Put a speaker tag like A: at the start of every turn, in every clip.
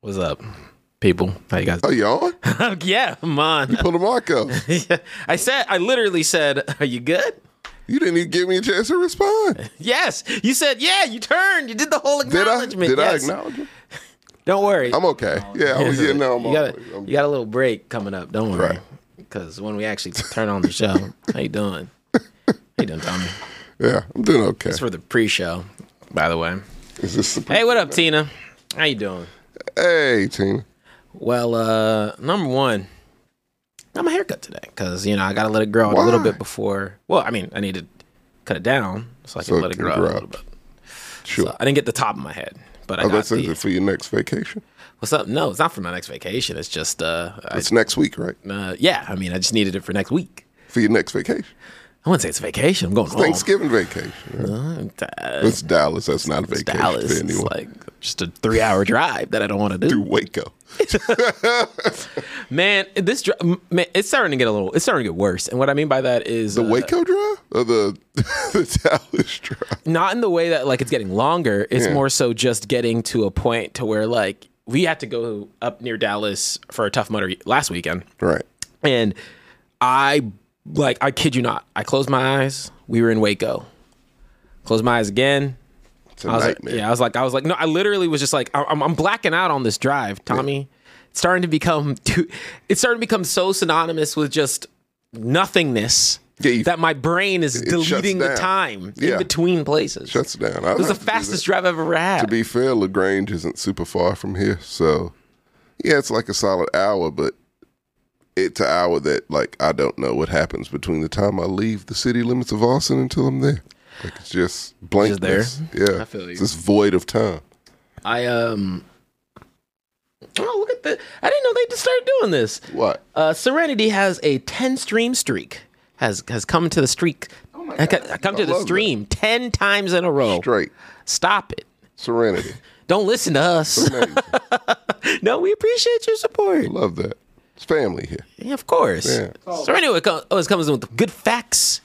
A: What's up, people? How Oh, you guys?
B: Are you on?
A: yeah, I'm on.
B: Put the markups.
A: I said, I literally said, "Are you good?"
B: You didn't even give me a chance to respond.
A: Yes. You said, "Yeah." You turned. You did the whole
B: Did I?
A: acknowledgement.
B: Did I
A: Yes.
B: acknowledge you?
A: Don't worry.
B: I'm okay. Yeah, I'm, yeah, no, I'm
A: you, got a,
B: always- I'm-
A: you got a little break coming up. Don't worry,
B: Right.
A: because when we actually turn on the show, how you doing? How you doing, Tommy?
B: yeah, I'm doing okay.
A: It's for the pre-show, by the way.
B: Is this
A: Hey, what up, Tina? How you doing?
B: Hey, Tina.
A: Well, uh, number one, I'm a haircut today because you know I gotta let it grow out a little
B: Why?
A: bit before. Well, I mean, I need to cut it down so I can
B: So
A: let it
B: it can
A: grow out
B: grow
A: a little
B: out.
A: bit.
B: Sure.
A: So I didn't get the top of my head, but I
B: oh,
A: got
B: that's
A: the.
B: it for your next vacation.
A: What's up? No, it's not for my next vacation. It's just uh, I,
B: It's next week, right?
A: uh, yeah. I mean, I just needed it for next week.
B: For your next vacation,
A: I wouldn't say it's a vacation. I'm going home.
B: Thanksgiving vacation. Right?
A: Uh,
B: It's Dallas. That's not a
A: it's
B: vacation
A: Dallas.
B: for
A: It's
B: anyone.
A: like just a three-hour drive that I don't want to do.
B: Do Waco.
A: Man, this dri- m- man, it's starting to get a little. It's starting to get worse. And what I mean by that is uh,
B: The Waco drive or the the Dallas drive?
A: not in the way that like it's getting longer. It's
B: Yeah.
A: more so just getting to a point to where like we had to go up near Dallas for a Tough Mudder last weekend,
B: Right.
A: and I like I kid you not, I closed my eyes. We were in Waco. Closed my eyes again.
B: It's a
A: I was like,
B: nightmare.
A: yeah, I was like, I was like, no, I literally was just like, I- I'm, I'm blacking out on this drive, Tommy. It's starting to become too, it's starting to become so synonymous with just nothingness
B: Yeah, you-
A: that my brain is
B: shuts
A: deleting the
B: down.
A: time in
B: Yeah.
A: between places.
B: Shuts down. I
A: it was the fastest drive I've ever had.
B: To be fair, Lagrange isn't super far from here, so yeah, it's like a solid hour, but it's an hour that like I don't know what happens between the time I leave the city limits of Austin until I'm there. Like it's just
A: Just
B: blankness. Yeah,
A: I feel you.
B: It's this void of time.
A: I um, oh look at the! I didn't know they just started doing this.
B: What?
A: Uh, Serenity has a 10 stream streak. Has has come to the streak. Has come to
B: I
A: the
B: love that.
A: stream 10 times in a row.
B: Straight
A: Stop it.
B: serenity.
A: Don't listen to us.
B: Amazing.
A: no, we appreciate your support.
B: Love that. It's family here.
A: Yeah, of course.
B: Yeah.
A: So anyway, it co- always comes with good facts.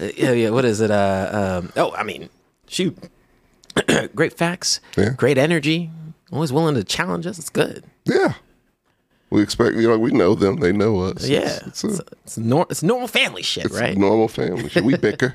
A: Uh, yeah, yeah. What is it? Uh, um, oh, I mean, shoot, great facts,
B: Yeah.
A: great energy. Always willing to challenge us. It's good.
B: Yeah. We expect you know we know them. They know us.
A: Yeah, it's,
B: It's, it's a,
A: it's nor- it's normal family shit,
B: it's
A: right?
B: normal family. shit. We bicker.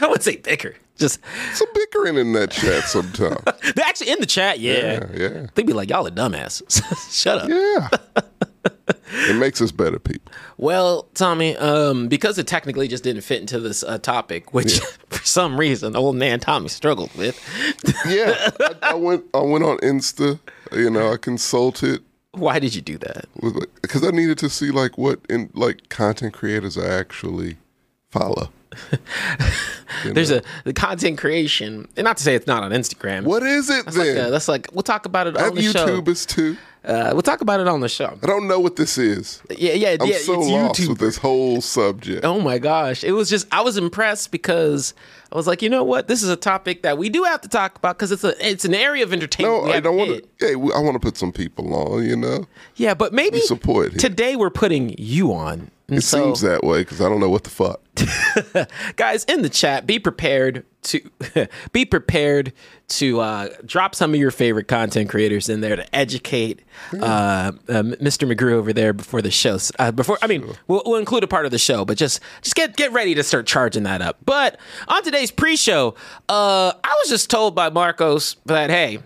A: I would say thicker. Just
B: Some bickering in that chat sometimes.
A: they're actually in the chat. Yeah,
B: Yeah, yeah.
A: they'd be like, "Y'all are dumbasses. Shut up."
B: Yeah. it makes us better people.
A: Well, Tommy, um, because it technically just didn't fit into this uh, topic, which for some reason old man Tommy struggled with.
B: Yeah. I, I went I went on Insta, you know, I consulted
A: Why did you do that?
B: because I needed to see like what in like content creators I actually follow.
A: There's a the content creation, and not to say it's not on Instagram.
B: What is it
A: Like, uh,
B: then?
A: that's like we'll talk about it
B: I
A: on
B: have
A: the show.
B: YouTubers too.
A: Uh, we'll talk about it on the show.
B: I don't know what this is.
A: Yeah, yeah,
B: I'm
A: yeah.
B: so
A: it's
B: lost
A: YouTube.
B: with this whole subject.
A: Oh my gosh. It was just, I was impressed because I was like, you know what? This is a topic that we do have to talk about because it's a it's an area of entertainment.
B: No,
A: we
B: I
A: have
B: don't want
A: hit.
B: to. Hey, we- I want to put some people on. You know,
A: Yeah, but maybe
B: support here.
A: today we're putting you on. And
B: it
A: so,
B: seems that way because I don't know what the fuck.
A: guys in the chat, be prepared to be prepared to uh, drop some of your favorite content creators in there to educate uh, uh, Mr. McGrew over there before the show. s- Uh, before, I mean, we'll, we'll include a part of the show, but just just get get ready to start charging that up. But on today's pre-show, uh, I was just told by Marcos that hey,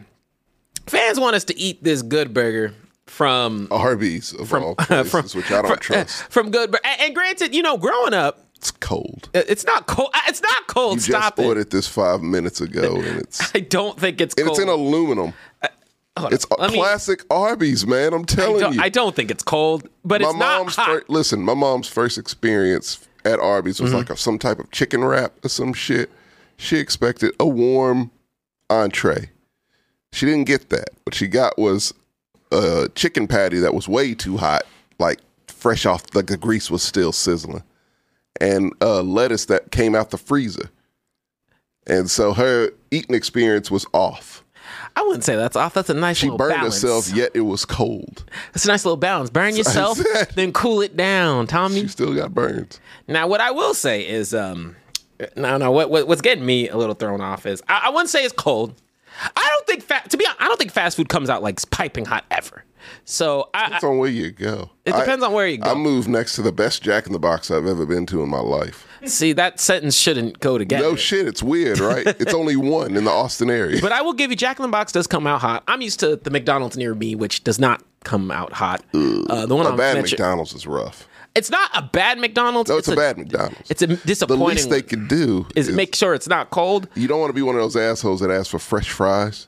A: fans want us to eat this good burger from
B: Arby's of all places, which I don't trust.
A: from good. Bur- And, and granted, you know, growing up.
B: It's cold.
A: It- It's not cold. I- It's not cold.
B: You
A: Stop
B: just
A: it.
B: ordered this five minutes ago, and it's
A: I don't think it's
B: and
A: cold.
B: it's in aluminum. it's a
A: Let me-
B: classic Arby's, man. I'm
A: I,
B: telling
A: don't,
B: you.
A: I don't think it's cold, but
B: my
A: it's not
B: mom's
A: hot.
B: fir- listen. My mom's first experience at Arby's
A: Mm-hmm.
B: was like a, some type of chicken wrap or some shit. She expected a warm entree. She didn't get that. What she got was a chicken patty that was way too hot, like fresh off, like the grease was still sizzling, and uh, lettuce that came out the freezer. And so her eating experience was off.
A: I wouldn't say that's off. That's a nice
B: She
A: little
B: burned
A: balance.
B: herself, yet it was cold.
A: That's a nice little balance. Burn yourself,
B: said.
A: then cool it down, Tommy.
B: She still got burned.
A: Now, what I will say is, um, no, no. What, what what's getting me a little thrown off is I, I wouldn't say it's cold. I don't think fa- to be honest, I don't think fast food comes out like piping hot ever. So I,
B: Depends on where you go.
A: It depends on where you go.
B: I moved next to the best Jack in the Box I've ever been to in my life.
A: I see that sentence shouldn't go together.
B: No shit, it's weird, right? it's only one in the Austin area.
A: But I will give you, Jacqueline Box does come out hot. I'm used to the McDonald's near me, which does not come out hot. Uh, the one
B: a
A: I'm
B: bad
A: mentioning,
B: McDonald's is rough.
A: it's not a bad McDonald's.
B: No, it's, a, bad McDonald's.
A: It's a
B: the
A: disappointing.
B: least they can do
A: is make sure it's not cold.
B: You don't want to be one of those assholes that asks for fresh fries,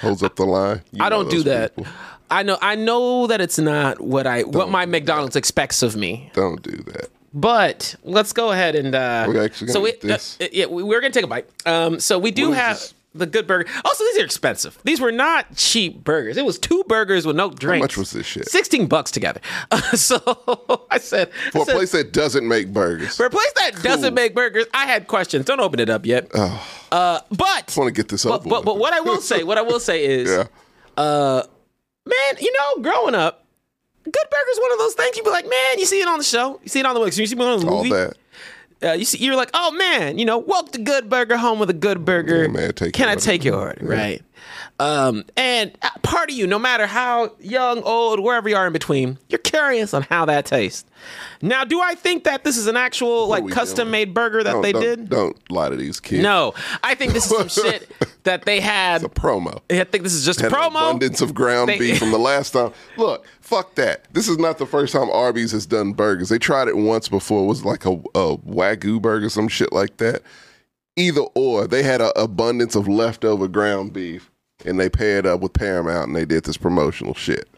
B: holds up the line. You
A: I
B: know
A: don't do
B: those
A: that.
B: people.
A: I know. I know that it's not what I what my McDonald's expects of me.
B: Don't do that.
A: But let's go ahead and uh,
B: We're actually gonna eat this.
A: uh, yeah, we- we're gonna take a bite. Um, so we do
B: What is
A: have
B: this?
A: the good burger. Also, these are expensive. These were not cheap burgers. It was two burgers with no drink.
B: much was this shit?
A: Sixteen bucks together. so I said,
B: For
A: I
B: a
A: said,
B: place that doesn't make burgers,
A: for a place that doesn't make burgers, I had questions. Don't open it up yet. Uh, but
B: I want to Oh. get this
A: but,
B: over.
A: but
B: with.
A: but what I will say, what I will say is, uh,
B: yeah,
A: man, you know, growing up, Good Burger's one of those things you be like, man, you see it on the show, you see it on the you see it on the
B: all
A: movie,
B: that.
A: uh, you see, you're like, oh man, you know, welcome to Good Burger, home with a good burger.
B: Yeah, man, take
A: Can
B: your
A: I
B: order.
A: take your order? Right. Um, and uh, part of you, no matter how young, old, wherever you are in between, you're curious on how that tastes. Now, do I think that this is an actual like
B: we doing?
A: custom made burger that
B: Don't,
A: they
B: don't-
A: did?
B: Don't lie to these kids.
A: No, I think this is some shit that they had.
B: the promo.
A: I think this is just a
B: Had an
A: promo.
B: abundance of ground
A: They-
B: beef from the last time. Look, fuck that. This is not the first time Arby's has done burgers. They tried it once before. It was like a, a wagyu burger, some shit like that. Either or, they had an abundance of leftover ground beef, and they paired up with Paramount, and they did this promotional shit.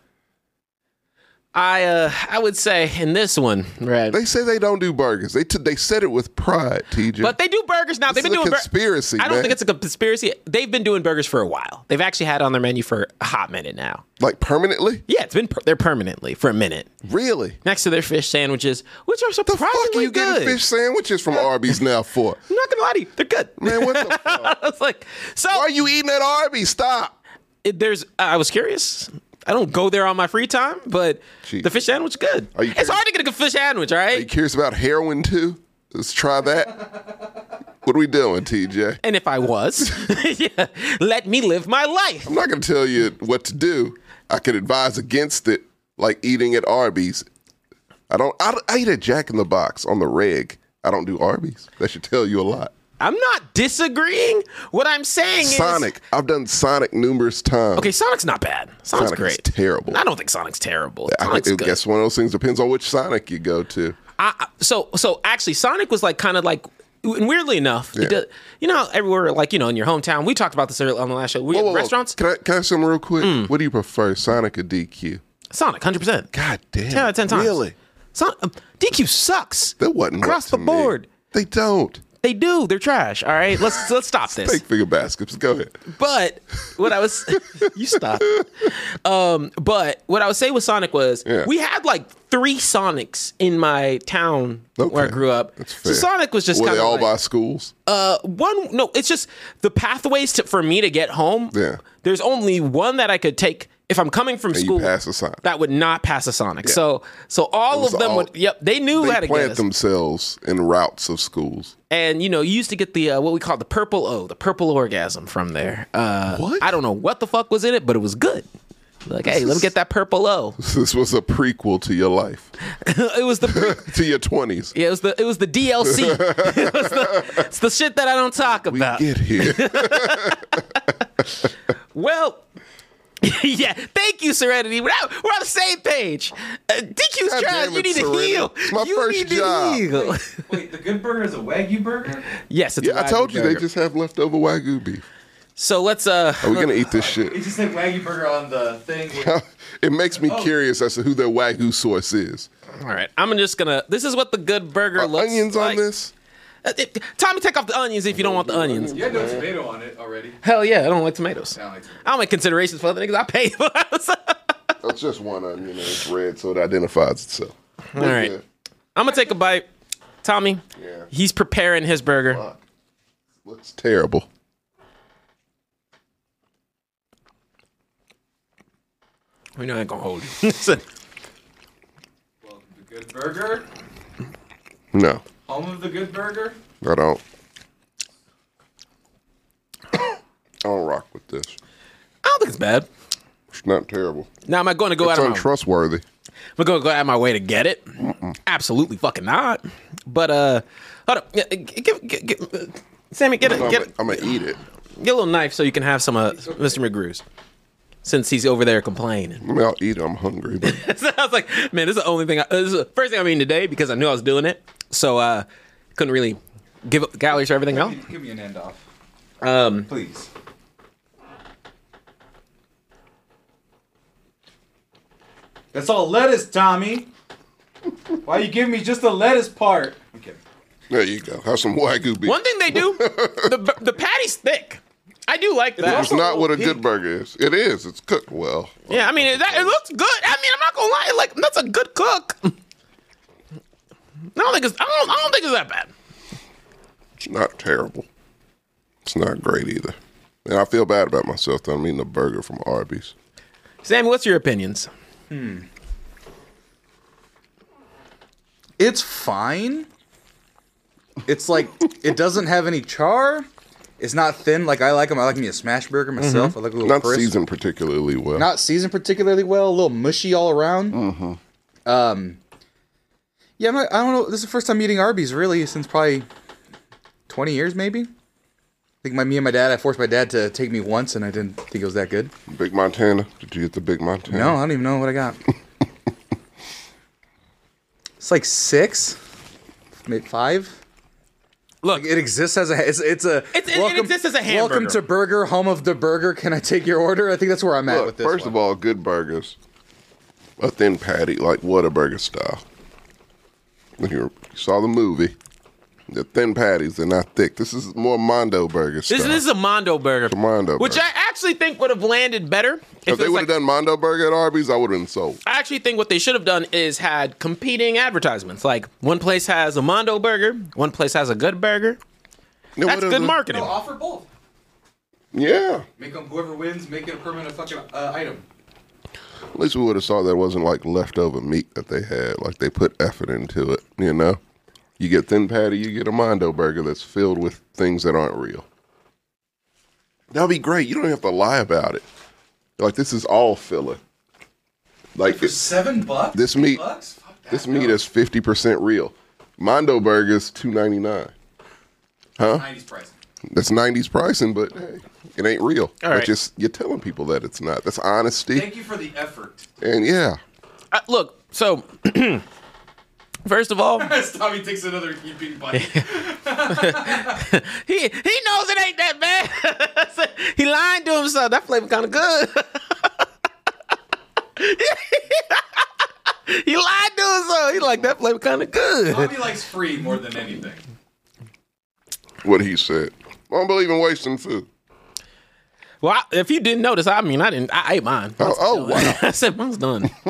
A: I uh, I would say in this one, right?
B: They say they don't do burgers. They t- they said it with pride, TJ.
A: But they do burgers now. They've
B: This
A: been
B: is a
A: doing bur-
B: conspiracy,
A: I don't
B: man.
A: think it's a conspiracy. They've been doing burgers for a while. They've actually had it on their menu for a hot minute now.
B: like permanently,
A: Yeah, it's been per- there permanently for a minute
B: really.
A: next to their fish sandwiches, which are surprisingly
B: Fuck are you
A: good.
B: getting fish sandwiches from Arby's now for?
A: I'm not gonna lie to you, they're good.
B: Man, what the fuck?
A: I was like, so
B: Why are you eating at Arby's? Stop.
A: it, there's. I was curious. I don't go there on my free time, but
B: Jeez.
A: the fish sandwich is good.
B: Are you
A: it's
B: curious?
A: hard to get a good fish sandwich, all right?
B: You curious about heroin too? Let's try that. what are we doing, TJ?
A: and if I was, yeah, let me live my life.
B: I'm not going to tell you what to do. I could advise against it, like eating at Arby's. I don't. I, I eat at Jack in the Box on the reg. I don't do Arby's. That should tell you a lot.
A: I'm not disagreeing. What I'm saying is
B: Sonic. I've done Sonic numerous times.
A: Okay, Sonic's not bad. Sonic's
B: Sonic
A: great.
B: is terrible.
A: I don't think Sonic's terrible.
B: I think
A: Sonic's
B: it-
A: good.
B: guess one of those things depends on which Sonic you go to.
A: I, I- so so actually, Sonic was like kind of like. And weirdly enough, it
B: Yeah.
A: does, you know, how everywhere, like, you know, in your hometown, we talked about this earlier on the last show. We
B: Whoa, whoa, whoa.
A: restaurants, Mm.
B: Can I, can I ask something real quick? What do you prefer, Sonic or DQ?
A: Sonic, 100%.
B: God damn.
A: 10 out of 10 times.
B: Really?
A: Son- um, DQ sucks.
B: That wasn't what
A: Across
B: to
A: the
B: me.
A: board.
B: They don't.
A: They do. They're trash. All right. Let's let's stop this.
B: Take figure baskets. Go ahead.
A: But what I was, you stop. Um, but what I was saying with Sonic was
B: Yeah.
A: we had like three Sonics in my town where I
B: Okay.
A: grew up.
B: That's
A: so
B: fair.
A: Sonic was just
B: Were
A: kind
B: they
A: of
B: all
A: like,
B: by schools?
A: uh, one. No, it's just the pathways to, for me to get home.
B: Yeah.
A: there's only one that I could take if I'm coming from
B: you
A: school.
B: pass a Sonic.
A: That would not pass a Sonic. So so all of
B: was
A: them
B: all-
A: would. Yep, they knew how to
B: They plant
A: get us.
B: themselves in routes of schools.
A: and you know you used to get the uh, what we call the purple O, the purple orgasm from there. Uh,
B: What?
A: I don't know what the fuck was in it, but it was good. Like, hey, let me get that purple O.
B: This was a prequel to your life,
A: it was the pre-
B: to your twenties.
A: yeah, it was the it was the DLC. it was the, it's the shit that I don't talk about.
B: Get here.
A: Well. yeah, thank you, Serenity. We're, out, we're on the same page. Uh, DQ's
B: God
A: trash.
B: damn
A: You
B: it,
A: need to
B: Serenity.
A: heal.
B: It's my
A: you
B: first
A: need to
B: job.
A: heal.
C: Wait, the good burger is a wagyu burger?
A: yes, it's a
B: yeah, I
A: Wagyu
B: told you they
A: burger.
B: just have leftover wagyu beef.
A: So let's uh.
B: Are we gonna eat this
C: It
B: shit?
C: just said wagyu burger on the thing.
B: it makes
C: Oh.
B: me curious as to who their wagyu source is.
A: All right, I'm just gonna. This is what the good burger
B: Are
A: looks
B: onions
A: like.
B: on this?
A: Uh, it- Tommy, take off the onions if you don't want the onions.
C: You had no tomato on it already.
A: Hell yeah, I don't like tomatoes.
C: I don't like tomatoes.
A: I don't make considerations for other niggas. I pay for those.
B: It's just one onion and it's red, so it identifies itself.
A: All right, I'm gonna take a bite. Tommy,
B: Yeah.
A: he's preparing his burger.
B: Looks terrible.
A: We know I ain't gonna hold you. Listen,
C: Well, the good burger,
B: No,
C: home of the good burger.
B: I don't. I don't rock with this.
A: I don't think it's bad.
B: It's not terrible.
A: Now, am I going to go
B: It's
A: out of my
B: untrustworthy.
A: Am I gonna go out of my way to get it? Absolutely fucking not. But uh, hold up, Yeah, g- give, g- g- uh, Sammy, get a
B: I'm,
A: get a,
B: I'm gonna eat it.
A: get a little knife so you can have some uh, Mr. McGrew's, since he's over there complaining.
B: I mean, I'll eat it. I'm hungry. But
A: so I was like, man, this is the only thing. I, this is the first thing I'm eating today because I knew I was doing it, so uh, couldn't really give up calories for everything else.
C: Give me an end off.
A: Um,
C: Please. That's all lettuce, Tommy. Why you give me just the lettuce part? I'm kidding.
B: there you go. Have some wagyu beef.
A: one thing they do, the the patty's thick. I do like that.
B: It's not what a
C: Pink.
B: good burger is. It is. It's cooked well.
A: Yeah, I mean it, that, it looks good. I mean, I'm not gonna lie, like that's a good cook. I don't think it's. I don't, I don't think it's that bad.
B: It's not terrible. It's not great either. And I feel bad about myself that I'm eating a burger from Arby's.
A: Sammy, what's your opinions?
B: Hmm.
D: It's fine. It's like it doesn't have any char. It's not thin like I like them. I like me a smash burger myself.
A: Mm-hmm.
D: I like a little
B: Not
D: crisp.
B: seasoned particularly well.
D: Not seasoned particularly well. A little mushy all around. Mm-hmm. Um. Yeah, I'm not, I don't know. This is the first time eating Arby's really since probably 20 years, maybe. I think my me and my dad. I forced my dad to take me once, and I didn't think it was that good.
B: Big Montana. Did you get the Big Montana?
D: No, I don't even know what I got. it's like six, maybe five.
A: Look,
D: It exists as a. It's, it's a.
A: It's- it- it exists as a hamburger.
D: Welcome to Burger, home of the burger. Can I take your order? I think that's where I'm at
B: Look,
D: with this.
B: first of all, good burgers. A thin patty, like Whataburger style. When you saw the movie, the thin patties, they're not thick. This is more Mondo burger style.
A: this, this is a Mondo burger,
B: a Mondo
A: which
B: burger.
A: I actually think would have landed better.
B: if
A: If
B: Oh, they
A: it was
B: would have
A: like,
B: done Mondo burger at Arby's, I would have been sold.
A: I actually think what they should have done is had competing advertisements. Like one place has a Mondo burger, one place has a good burger.
B: It
A: That's
B: would've
A: good
B: been-
A: marketing.
C: No, offer both.
B: Yeah.
C: Make them whoever wins, make it a permanent fucking uh, item.
B: At least we would have saw that wasn't like leftover meat that they had. Like they put effort into it, you know? You get thin patty, you get a Mondo burger that's filled with things that aren't real. That'd be great. You don't have to lie about it. Like this is all filler. Like
C: For
B: this,
C: seven bucks?
B: This meat-
C: Eight Bucks? Fuck that.
B: this meat is fifty percent real. Mondo burgers two ninety nine.
C: 90s price.
B: That's nineties pricing, but hey, it ain't real.
A: All
B: but
A: right.
B: just you're telling people that it's not. That's honesty.
C: Thank you for the effort.
B: and yeah.
A: Uh, look, so first of all.
C: As Tommy takes another heaping bite.
A: He he knows it ain't that bad. he lying to himself. That flavor kind of good. he lied to himself. He like that flavor kind of good.
C: Tommy likes free more than anything.
B: What he said. I don't believe in wasting food.
A: Well, I, if you didn't notice, I mean, I didn't. I ate mine.
B: Oh, oh wow.
A: I said mine's done.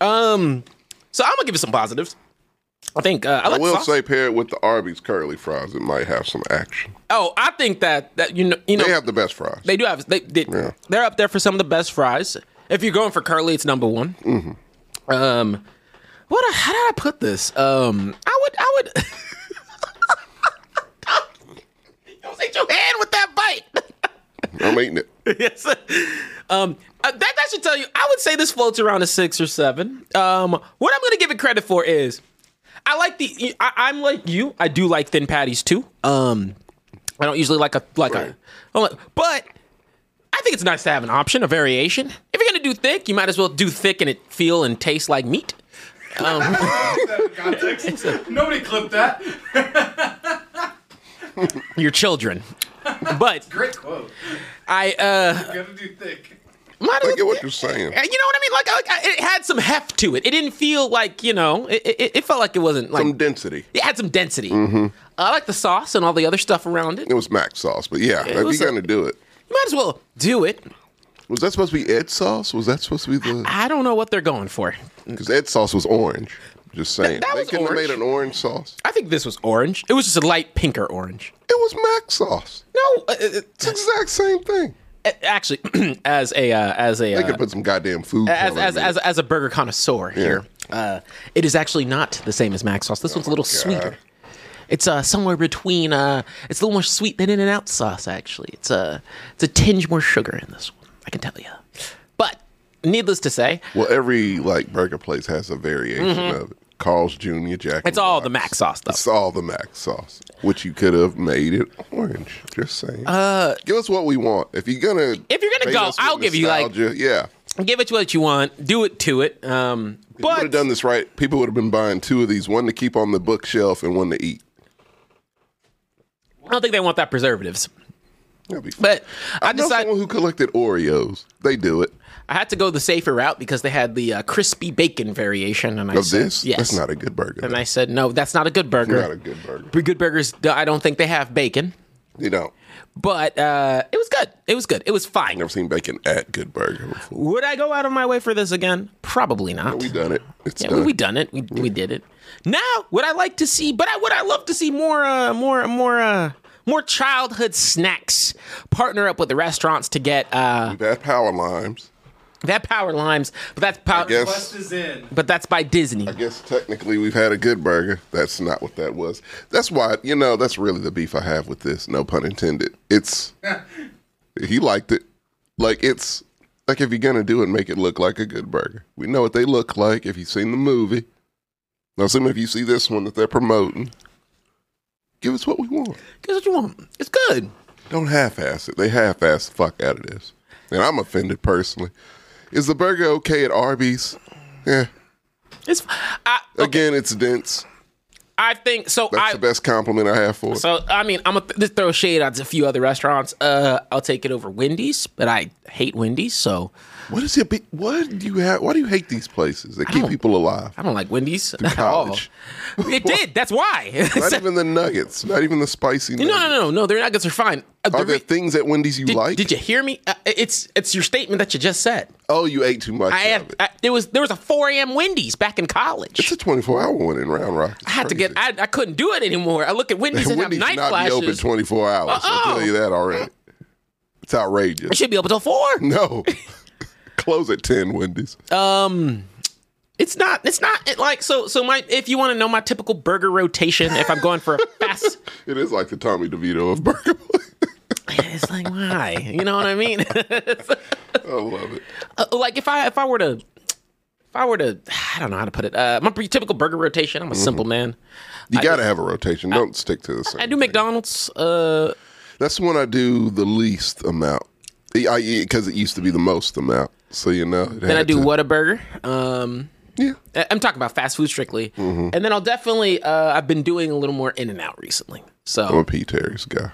A: um, so I'm gonna give you some positives. I think uh, I
B: I
A: like.
B: will
A: sauce.
B: say, pair it with the Arby's curly fries, it might have some action.
A: oh, I think that that you know you know
B: They have the best fries.
A: They do have they, they
B: Yeah.
A: they're up there for some of the best fries. If you're going for curly, it's number one.
B: Mm-hmm.
A: Um, what how did I put this? Um, I would I would. Don't hit your hand with that bite.
B: I'm eating it.
A: yes. Um, uh, that that should tell you. I would say this floats around a six or seven. Um, what I'm going to give it credit for is, I like the. I, I'm like you. I do like thin patties too. Um, I don't usually like a like a, I'm like- but I think it's nice to have an option, a variation. If you're going to do thick, you might as well do thick and it feel and taste like meat. Um,
C: Context. Nobody clipped that.
A: Your children, but
C: Great quote.
A: I uh.
C: You gotta do thick.
A: Might as
B: I get
A: well-
B: what you're saying.
A: You know what I mean? Like, uh, like, I- it had some heft to it. It didn't feel like you know. It, it, it felt like it wasn't like
B: Some density. Mm-hmm.
A: it had some density. I like the sauce and all the other stuff around it.
B: It was mac sauce, but yeah, if
A: was
B: you're
A: a-
B: gonna do it,
A: You might as well do it.
B: was that supposed to be Ed sauce? Was that supposed to be the?
A: I don't know what they're going for.
B: Because Ed sauce was orange. Just saying,
A: that
B: they
A: was
B: could have
A: orange.
B: made an orange sauce.
A: I think this was orange. It was just a light pinker orange.
B: It was mac sauce.
A: No, uh, uh,
B: It's the exact same thing.
A: uh, actually, as a uh, as a
B: They
A: uh,
B: could put some goddamn food.
A: as
B: color
A: as,
B: in
A: as
B: it.
A: as a burger connoisseur here, uh, it is actually not the same as mac sauce. This one's a little sweeter. It's uh, somewhere between. Uh, it's a little more sweet than In and Out sauce. Actually, it's a it's a tinge more sugar in this one. I can tell you. But needless to say,
B: Well, every like burger place has a variation of it. Carl's Jr., Jack. in
A: Mm-hmm. it's all the
B: Box.
A: mac sauce though.
B: It's all the mac sauce, which you could have made it orange. Just saying. Uh, give us what we want. If you're gonna,
A: If you're gonna
B: bait
A: go,
B: us with
A: I'll give you, like-
B: nostalgia, yeah.
A: Give it to what you want. Do it to it. Um,
B: If you would
A: but
B: have done this right, people would have been buying two of these: one to keep on the bookshelf and one to eat.
A: I don't think they want that preservatives.
B: That'd be fun.
A: But I,
B: I know
A: decided
B: someone who collected Oreos. They do it
A: I had to go the safer route because they had the uh, crispy bacon variation, and I
B: of
A: said,
B: this.
A: yes,
B: That's not a good burger.
A: and
B: though.
A: I said, no, that's not a good burger.
B: not a good burger.
A: But Good burgers, d- I don't think they have bacon,
B: You know,
A: but uh, it was good. It was good. It was fine.
B: never seen bacon at Good Burger before.
A: Would I go out of my way for this again? Probably not.
B: We done it. It's
A: yeah,
B: done.
A: we, we done it. We, we did it. Now, would I like to see? But I would I love to see more, uh, more, more, uh, more childhood snacks. Partner up with the restaurants to get uh,
B: Bad power limes.
A: that power limes. But that's power.
B: guess.
C: Quest is in.
A: But that's by Disney.
B: I guess technically we've had a good burger. That's not what that was. That's why, you know, that's really the beef I have with this, no pun intended. It's he liked it. Like it's like if you're gonna do it, make it look like a good burger. We know what they look like if you've seen the movie. Now some if you see this one that they're promoting, give us what we want.
A: Guess what you want? It's good.
B: Don't half ass it. They half ass the fuck out of this. And I'm offended personally. Is the burger okay at Arby's? Yeah.
A: It's. I,
B: Again, it's dense.
A: I think so.
B: That's
A: I
B: the best compliment I have for it.
A: So I mean, I'm gonna th- just throw shade at a few other restaurants. Uh, I'll take it over Wendy's, but I hate Wendy's, so
B: What is it? be- What do you have? Why do you hate these places that keep
A: don't- Oh.
B: people alive?
A: I don't like Wendy's at all.
B: college.
A: It did. That's why.
B: Not even the nuggets. Not even the spicy.
A: no,
B: Nuggets.
A: no, no, no, no. Their nuggets are fine. Uh, the
B: Are there
A: re-
B: things at Wendy's you
A: did,
B: like?
A: did you hear me? Uh, it's it's your statement that you just said.
B: Oh, you ate too much.
A: I
B: of
A: have.
B: it.
A: I, there was there was a 4 a.m. Wendy's back in college.
B: it's a twenty-four hour one in Round Rock. It's
A: I had to get.
B: crazy.
A: I, I couldn't do it anymore. I look at Wendy's and
B: Wendy's
A: have
B: should
A: night
B: not be open
A: flashes.
B: twenty-four hours. I'll
A: Uh-oh.
B: tell you that already. It's
A: it
B: outrageous.
A: should be open till four.
B: No, close at ten. Wendy's.
A: Um, It's not. It's not it, like so. So my. If you want to know my typical burger rotation, if I'm going for a fast.
B: It is like the Tommy DeVito of Burger. Place.
A: It's like why? You know what I mean?
B: I love it.
A: Uh, like if I if I were to if I were to I don't know how to put it. Uh, my pretty typical burger rotation.
B: Mm-hmm.
A: I'm a simple man.
B: You got to have a rotation. Don't stick to the same.
A: I do
B: thing.
A: McDonald's. Uh,
B: That's when I do the least amount. Because it used to be the most amount. So, you know.
A: then I do Whataburger. Um,
B: Yeah.
A: I- I'm talking about fast food strictly.
B: Mm-hmm.
A: And then I'll definitely. Uh, I've been doing a little more In and Out recently.
B: I'm
A: So
B: a P. Terry's guy.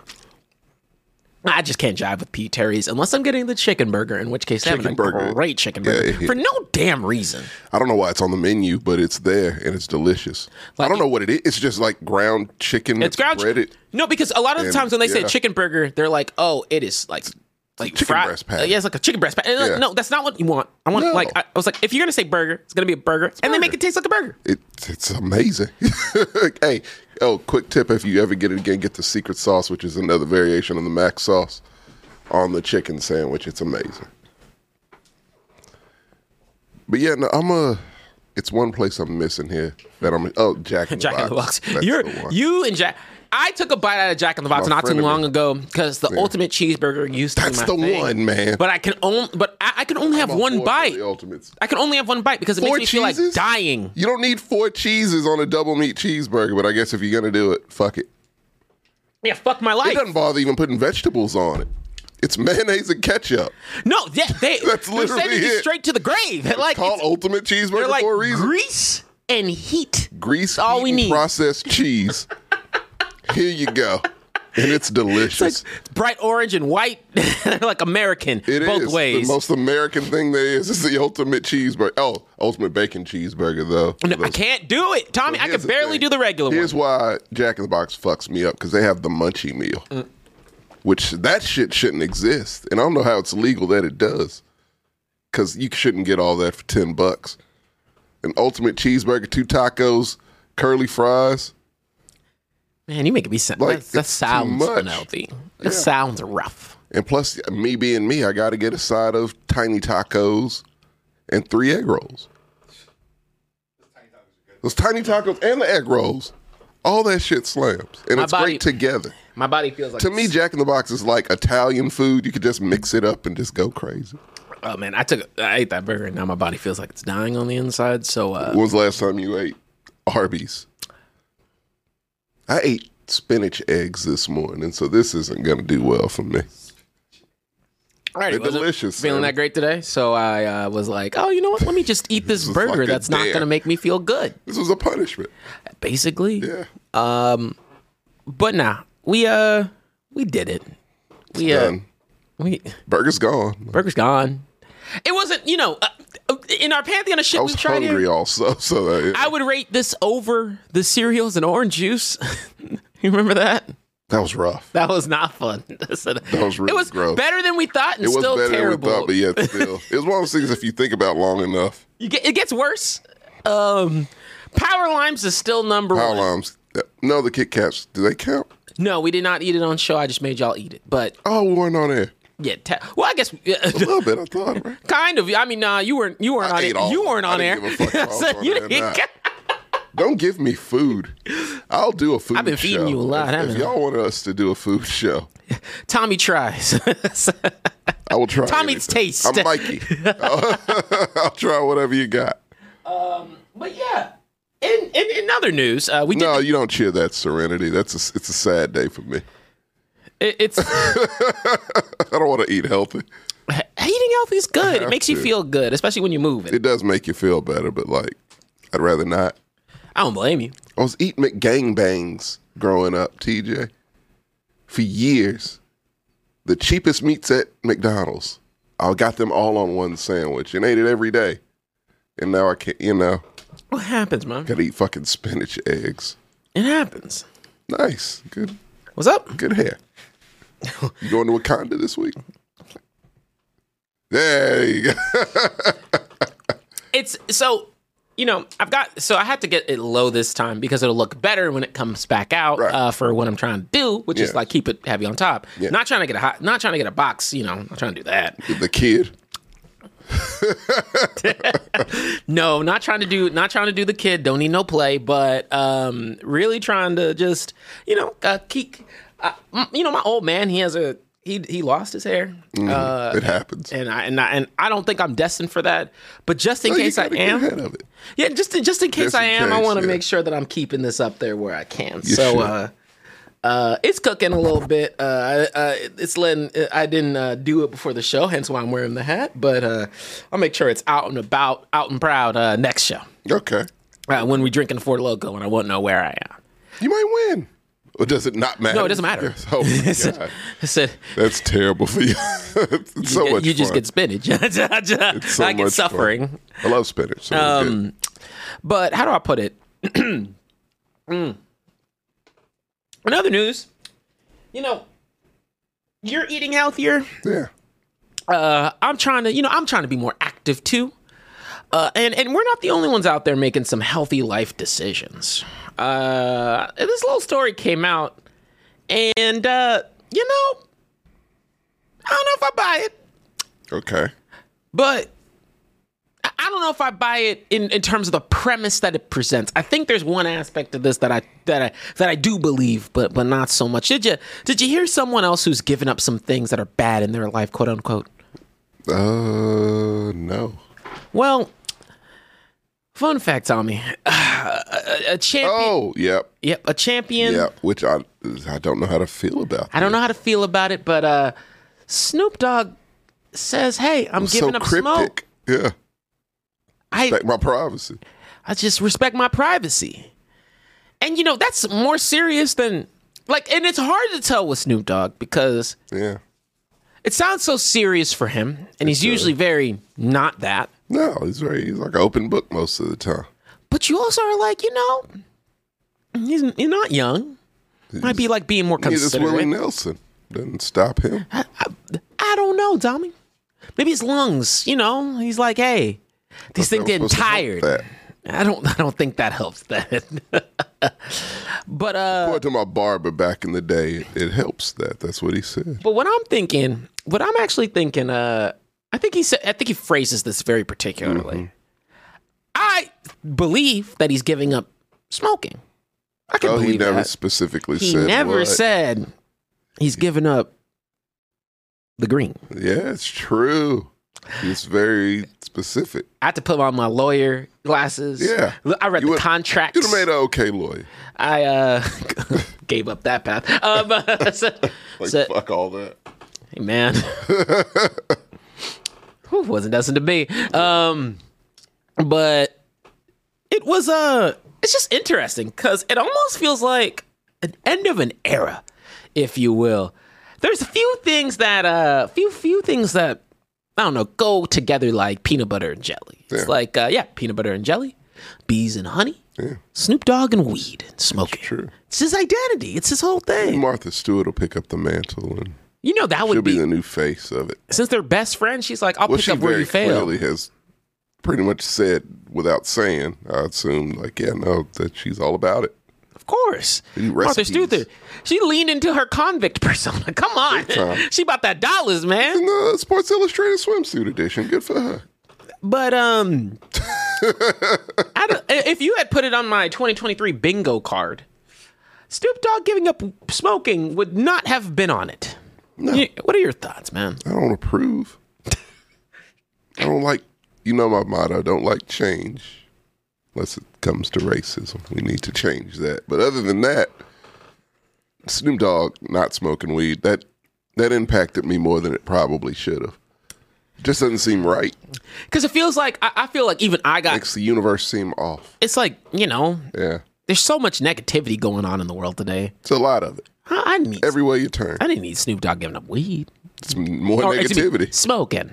A: I just can't jive with Pete Terry's unless I'm getting the chicken burger, in which case I'm having a
B: Chicken burger.
A: great chicken
B: Yeah,
A: burger
B: yeah.
A: for no damn reason.
B: I don't know why it's on the menu, but it's there and it's delicious. I don't know what it is. It's just like ground chicken.
A: It's ground
B: breaded.
A: No, because a lot of the
B: And,
A: times when they say
B: yeah.
A: chicken burger, they're like, "Oh, it is like like
B: chicken
A: fried-
B: breast patty.
A: Uh, yeah, it's like a chicken breast patty. And they're like,
B: Yeah.
A: no, that's not what you want. I want
B: No.
A: like I, I was like, if you're gonna say burger, it's gonna be a burger, and they make
B: burger.
A: it taste like a burger.
B: It, it's amazing. hey, oh, quick tip if you ever get it again, get the secret sauce, which is another variation of the mac sauce on the chicken sandwich. It's amazing. But yeah, no, I'm a. It's one place I'm missing here that I'm. Oh, Jack in the
A: Jack in
B: Box.
A: the box.
B: That's
A: You're
B: the one.
A: you and Jack. I took a bite out of Jack in the Box
B: My
A: not too
B: friend of
A: long
B: mine.
A: ago because the ultimate cheeseburger used to
B: That's
A: be my
B: the
A: thing.
B: one, man.
A: But I can only but I, I can only have
B: I'm a whore
A: one
B: for
A: bite.
B: The ultimates.
A: I can only have one bite because it
B: Four
A: makes me feel like
B: cheeses?
A: dying.
B: You don't need four cheeses on a double meat cheeseburger, but I guess if you're gonna do it, fuck it.
A: Yeah, fuck my
B: It
A: life.
B: doesn't bother even putting vegetables on it. It's mayonnaise and ketchup.
A: No, yeah, they
B: That's
A: they're
B: literally
A: sending you
B: it.
A: straight to the grave. Like
B: Called
A: it's-
B: ultimate cheeseburger
A: They're like
B: for a reason.
A: grease and heat.
B: Grease,
A: all we
B: heat, and
A: need.
B: processed cheese. Here you go, and it's delicious.
A: It's bright orange and white. They're like American
B: It is
A: both ways.
B: the most American thing there is. It's the ultimate cheeseburger. Oh, ultimate bacon cheeseburger though.
A: No, I can't do it, Tommy. I
B: Here's
A: can
B: the
A: barely
B: thing.
A: do the regular
B: Here's
A: one.
B: why Jack in the Box fucks me up because they have the munchie meal,
A: Mm.
B: which that shit shouldn't exist, and I don't know how it's legal that it does, because you shouldn't get all that for ten bucks. An ultimate cheeseburger, two tacos, curly fries.
A: Man, you make me sound.
B: Like,
A: that- that
B: it's too
A: sounds
B: much.
A: unhealthy. That sounds rough.
B: And plus, me being me, I got to get a side of tiny tacos and three egg rolls. Those tiny tacos and the egg rolls. All that shit slams, and
A: My
B: it's
A: body-
B: great together.
A: My body feels like
B: To me,
A: it's-
B: Jack in the Box is like Italian food. You could just mix it up and just go crazy.
A: Oh man, I took I ate that burger and now my body feels like it's dying on the inside. So uh,
B: When was the last time you ate Arby's? I ate spinach eggs this morning, so this isn't going to do well for me.
A: all right,
B: they're
A: wasn't
B: delicious,
A: Feeling
B: Sam.
A: that great today? So I uh, was like, oh, you know what? Let me just eat this
B: is
A: burger.
B: like a
A: that's not
B: dare.
A: going to make me feel good.
B: This was a punishment.
A: Basically, Um,
B: Yeah.
A: but nah, we uh we did it. We uh,
B: Done.
A: we
B: Burger's gone.
A: burger's gone. It wasn't, you know, uh, uh, in our pantheon of shit
B: I
A: we
B: was
A: tried
B: hungry
A: here.
B: also, so uh, that,
A: I would rate this over the cereals and orange juice. you remember that?
B: that was rough.
A: That was not fun. that
B: was really
A: it was
B: gross.
A: better than we thought and
B: It was
A: still
B: better
A: terrible.
B: than we thought, but yet still. it was one of those things if you think about long enough.
A: You get, it gets worse. Um, Power Limes is still number
B: How
A: one.
B: long? No, the Kit Kats. Do they count?
A: No, we did not eat it on show. I just made y'all eat it. But
B: Oh, we weren't on air.
A: yeah, ta- well, I guess
B: A little bit, I thought, right?
A: kind of. I mean, nah, you weren't you weren't
B: I
A: on
B: ate
A: it.
B: all
A: You
B: of it.
A: weren't
B: I
A: on air.
B: didn't give a fuck if I was on
A: you
B: air or
A: didn't
B: not.
A: get-
B: Don't give me food. I'll do a food show.
A: been feeding you a lot,
B: If-
A: haven't
B: If
A: I?
B: y'all want us to do a food show,
A: Tommy tries.
B: I will try.
A: Tommy's
B: anything.
A: taste.
B: I'm Mikey. I'll try whatever you got.
A: but yeah. In, in, in other news, uh, we did.
B: No, you don't cheer that serenity. That's a, it's a sad day for me.
A: it- it's
B: I don't want to eat healthy.
A: eating healthy is good. It
B: have
A: makes you
B: to.
A: feel good, especially when you're moving.
B: It does make you feel better, but like, I'd rather not.
A: I don't blame you.
B: I was eating McGangbangs growing up, TJ, for years. The cheapest meats at McDonald's. I got them all on one sandwich and ate it every day. And now I can't, you know,
A: What happens, man?
B: gotta eat fucking spinach eggs.
A: It happens.
B: Nice. Good
A: What's up?
B: good hair. You going to Wakanda this week? There you go.
A: It's so you know I've got so I had to get it low this time because it'll look better when it comes back out
B: Right.
A: uh, for what I'm trying to do, which is
B: Yes.
A: like keep it heavy on top.
B: Yeah.
A: Not trying to get a hot, not trying to get a box. You know, not trying to do that.
B: The kid.
A: No, not trying to do, not trying to do the kid. Don't need no play, but um, really trying to just you know uh, keep. Uh, m- you know, my old man, he has a he he lost his hair. Uh,
B: Mm-hmm. it happens.
A: and I, and I and I don't think I'm destined for that, but just in
B: No, you
A: case I
B: gotta get
A: am,
B: ahead of it.
A: Yeah, just in, just in case
B: Just
A: I
B: in
A: am, I
B: case,
A: want to
B: yeah.
A: make sure that I'm keeping this up there where I can. so,
B: should.
A: uh, uh, it's cooking a little bit. Uh, I- uh, it's letting. I didn't uh, do it before the show, hence why I'm wearing the hat. But uh, I'll make sure it's out and about, out and proud uh, next show
B: Okay.
A: uh, when we drinking Four Loco, and I won't know where I am.
B: You might win. Or does it not matter?
A: No, it doesn't matter.
B: Yes. Oh, my God.
A: I said.
B: That's terrible for you. it's so
A: you
B: much
A: you just
B: fun.
A: get spinach. it's
B: so
A: I
B: much fun.
A: get suffering.
B: I love spinach. So um,
A: But how do I put it? Mm. In other news, you know, you're eating healthier.
B: yeah.
A: Uh, I'm trying to, you know, I'm trying to be more active too. Uh, and and we're not the only ones out there making some healthy life decisions. Uh, this little story came out, and uh, you know, I don't know if I buy it
B: Okay.
A: but I I don't know if I buy it in, in terms of the premise that it presents. I think there's one aspect of this that I that I that I do believe, but but not so much. Did you did you hear someone else who's given up some things that are bad in their life, quote unquote?
B: Uh, no.
A: Well, fun fact, Tommy, a, a champion.
B: Oh, yep,
A: Yep, a champion.
B: yep. Which I I don't know how to feel about.
A: I don't know how to feel about it, but uh, Snoop Dogg says, "Hey, I'm
B: so
A: giving up smoke.
B: cryptic. Yeah.
A: I
B: Like my privacy.
A: I just respect my privacy. And you know, that's more serious than like and it's hard to tell with Snoop Dogg because
B: Yeah.
A: it sounds so serious for him and he's usually very not that.
B: No, he's very he's like an open book most of the time.
A: But you also are like, you know, he's you're not young. Might be like being more
B: Neither is Willie
A: considerate.
B: Nelson. Doesn't stop him.
A: I don't know, Tommy. Maybe his lungs, you know, he's like, hey, these things
B: was
A: getting
B: supposed to help
A: tired.
B: that.
A: I don't I don't think that helps that. but uh
B: I went to my barber back in the day. It, it helps that. That's what he said.
A: But what I'm thinking, what I'm actually thinking, uh, I think he said, I think he phrases this very
B: Mm-hmm.
A: particularly. I believe that he's giving up smoking. I can
B: oh,
A: believe
B: he never
A: that.
B: specifically
A: He
B: said.
A: never
B: what.
A: said he's giving up the green.
B: Yeah, it's true. He's very specific.
A: I had to put on my lawyer glasses.
B: Yeah.
A: Look, I read
B: You
A: the
B: would-
A: contracts.
B: You'd have made an okay lawyer.
A: I uh, gave up that path. Um, so-
B: Like
A: so-
B: fuck all that.
A: hey man, Whew, wasn't destined to be. Um, but it was uh, it's just interesting because it almost feels like an end of an era, if you will. There's a few things that uh, few few things that I don't know go together like peanut butter and jelly. It's
B: Yeah.
A: like uh, yeah, peanut butter and jelly, bees and honey. Snoop Dogg and weed and smoking.
B: true.
A: It's his identity. It's his whole thing.
B: Martha Stewart will pick up the mantle and
A: You know that
B: she'll
A: would
B: be
A: be,
B: the new face of it.
A: since they're best friends. She's like, I'll
B: Well,
A: pick
B: she
A: up where
B: very
A: you fail.
B: clearly has pretty much said without saying. I assume, like, yeah, no, that she's all about it.
A: Of course,
B: Need
A: Martha
B: recipes.
A: Stewart. She leaned into her convict persona. Come on,
B: time.
A: she bought that dollars, man.
B: In the Sports Illustrated swimsuit edition, good for her.
A: But um, I don't, if you had put it on my 2023 bingo card, Snoop Dogg giving up smoking would not have been on it. You- What are your thoughts, man?
B: I don't approve. I don't like, you know, my motto don't like change unless it comes to racism. We need to change that. But other than that, Snoop Dogg not smoking weed, that, that impacted me more than it probably should have. It just doesn't seem right.
A: Because it feels like I, I feel like even I got.
B: Makes the universe seem off.
A: It's like you know,
B: Yeah.
A: there's so much negativity going on in the world today.
B: It's a lot of it.
A: I, I need.
B: Every way you turn,
A: I didn't need Snoop Dogg giving up weed.
B: it's more
A: or to be
B: negativity.
A: Smoking.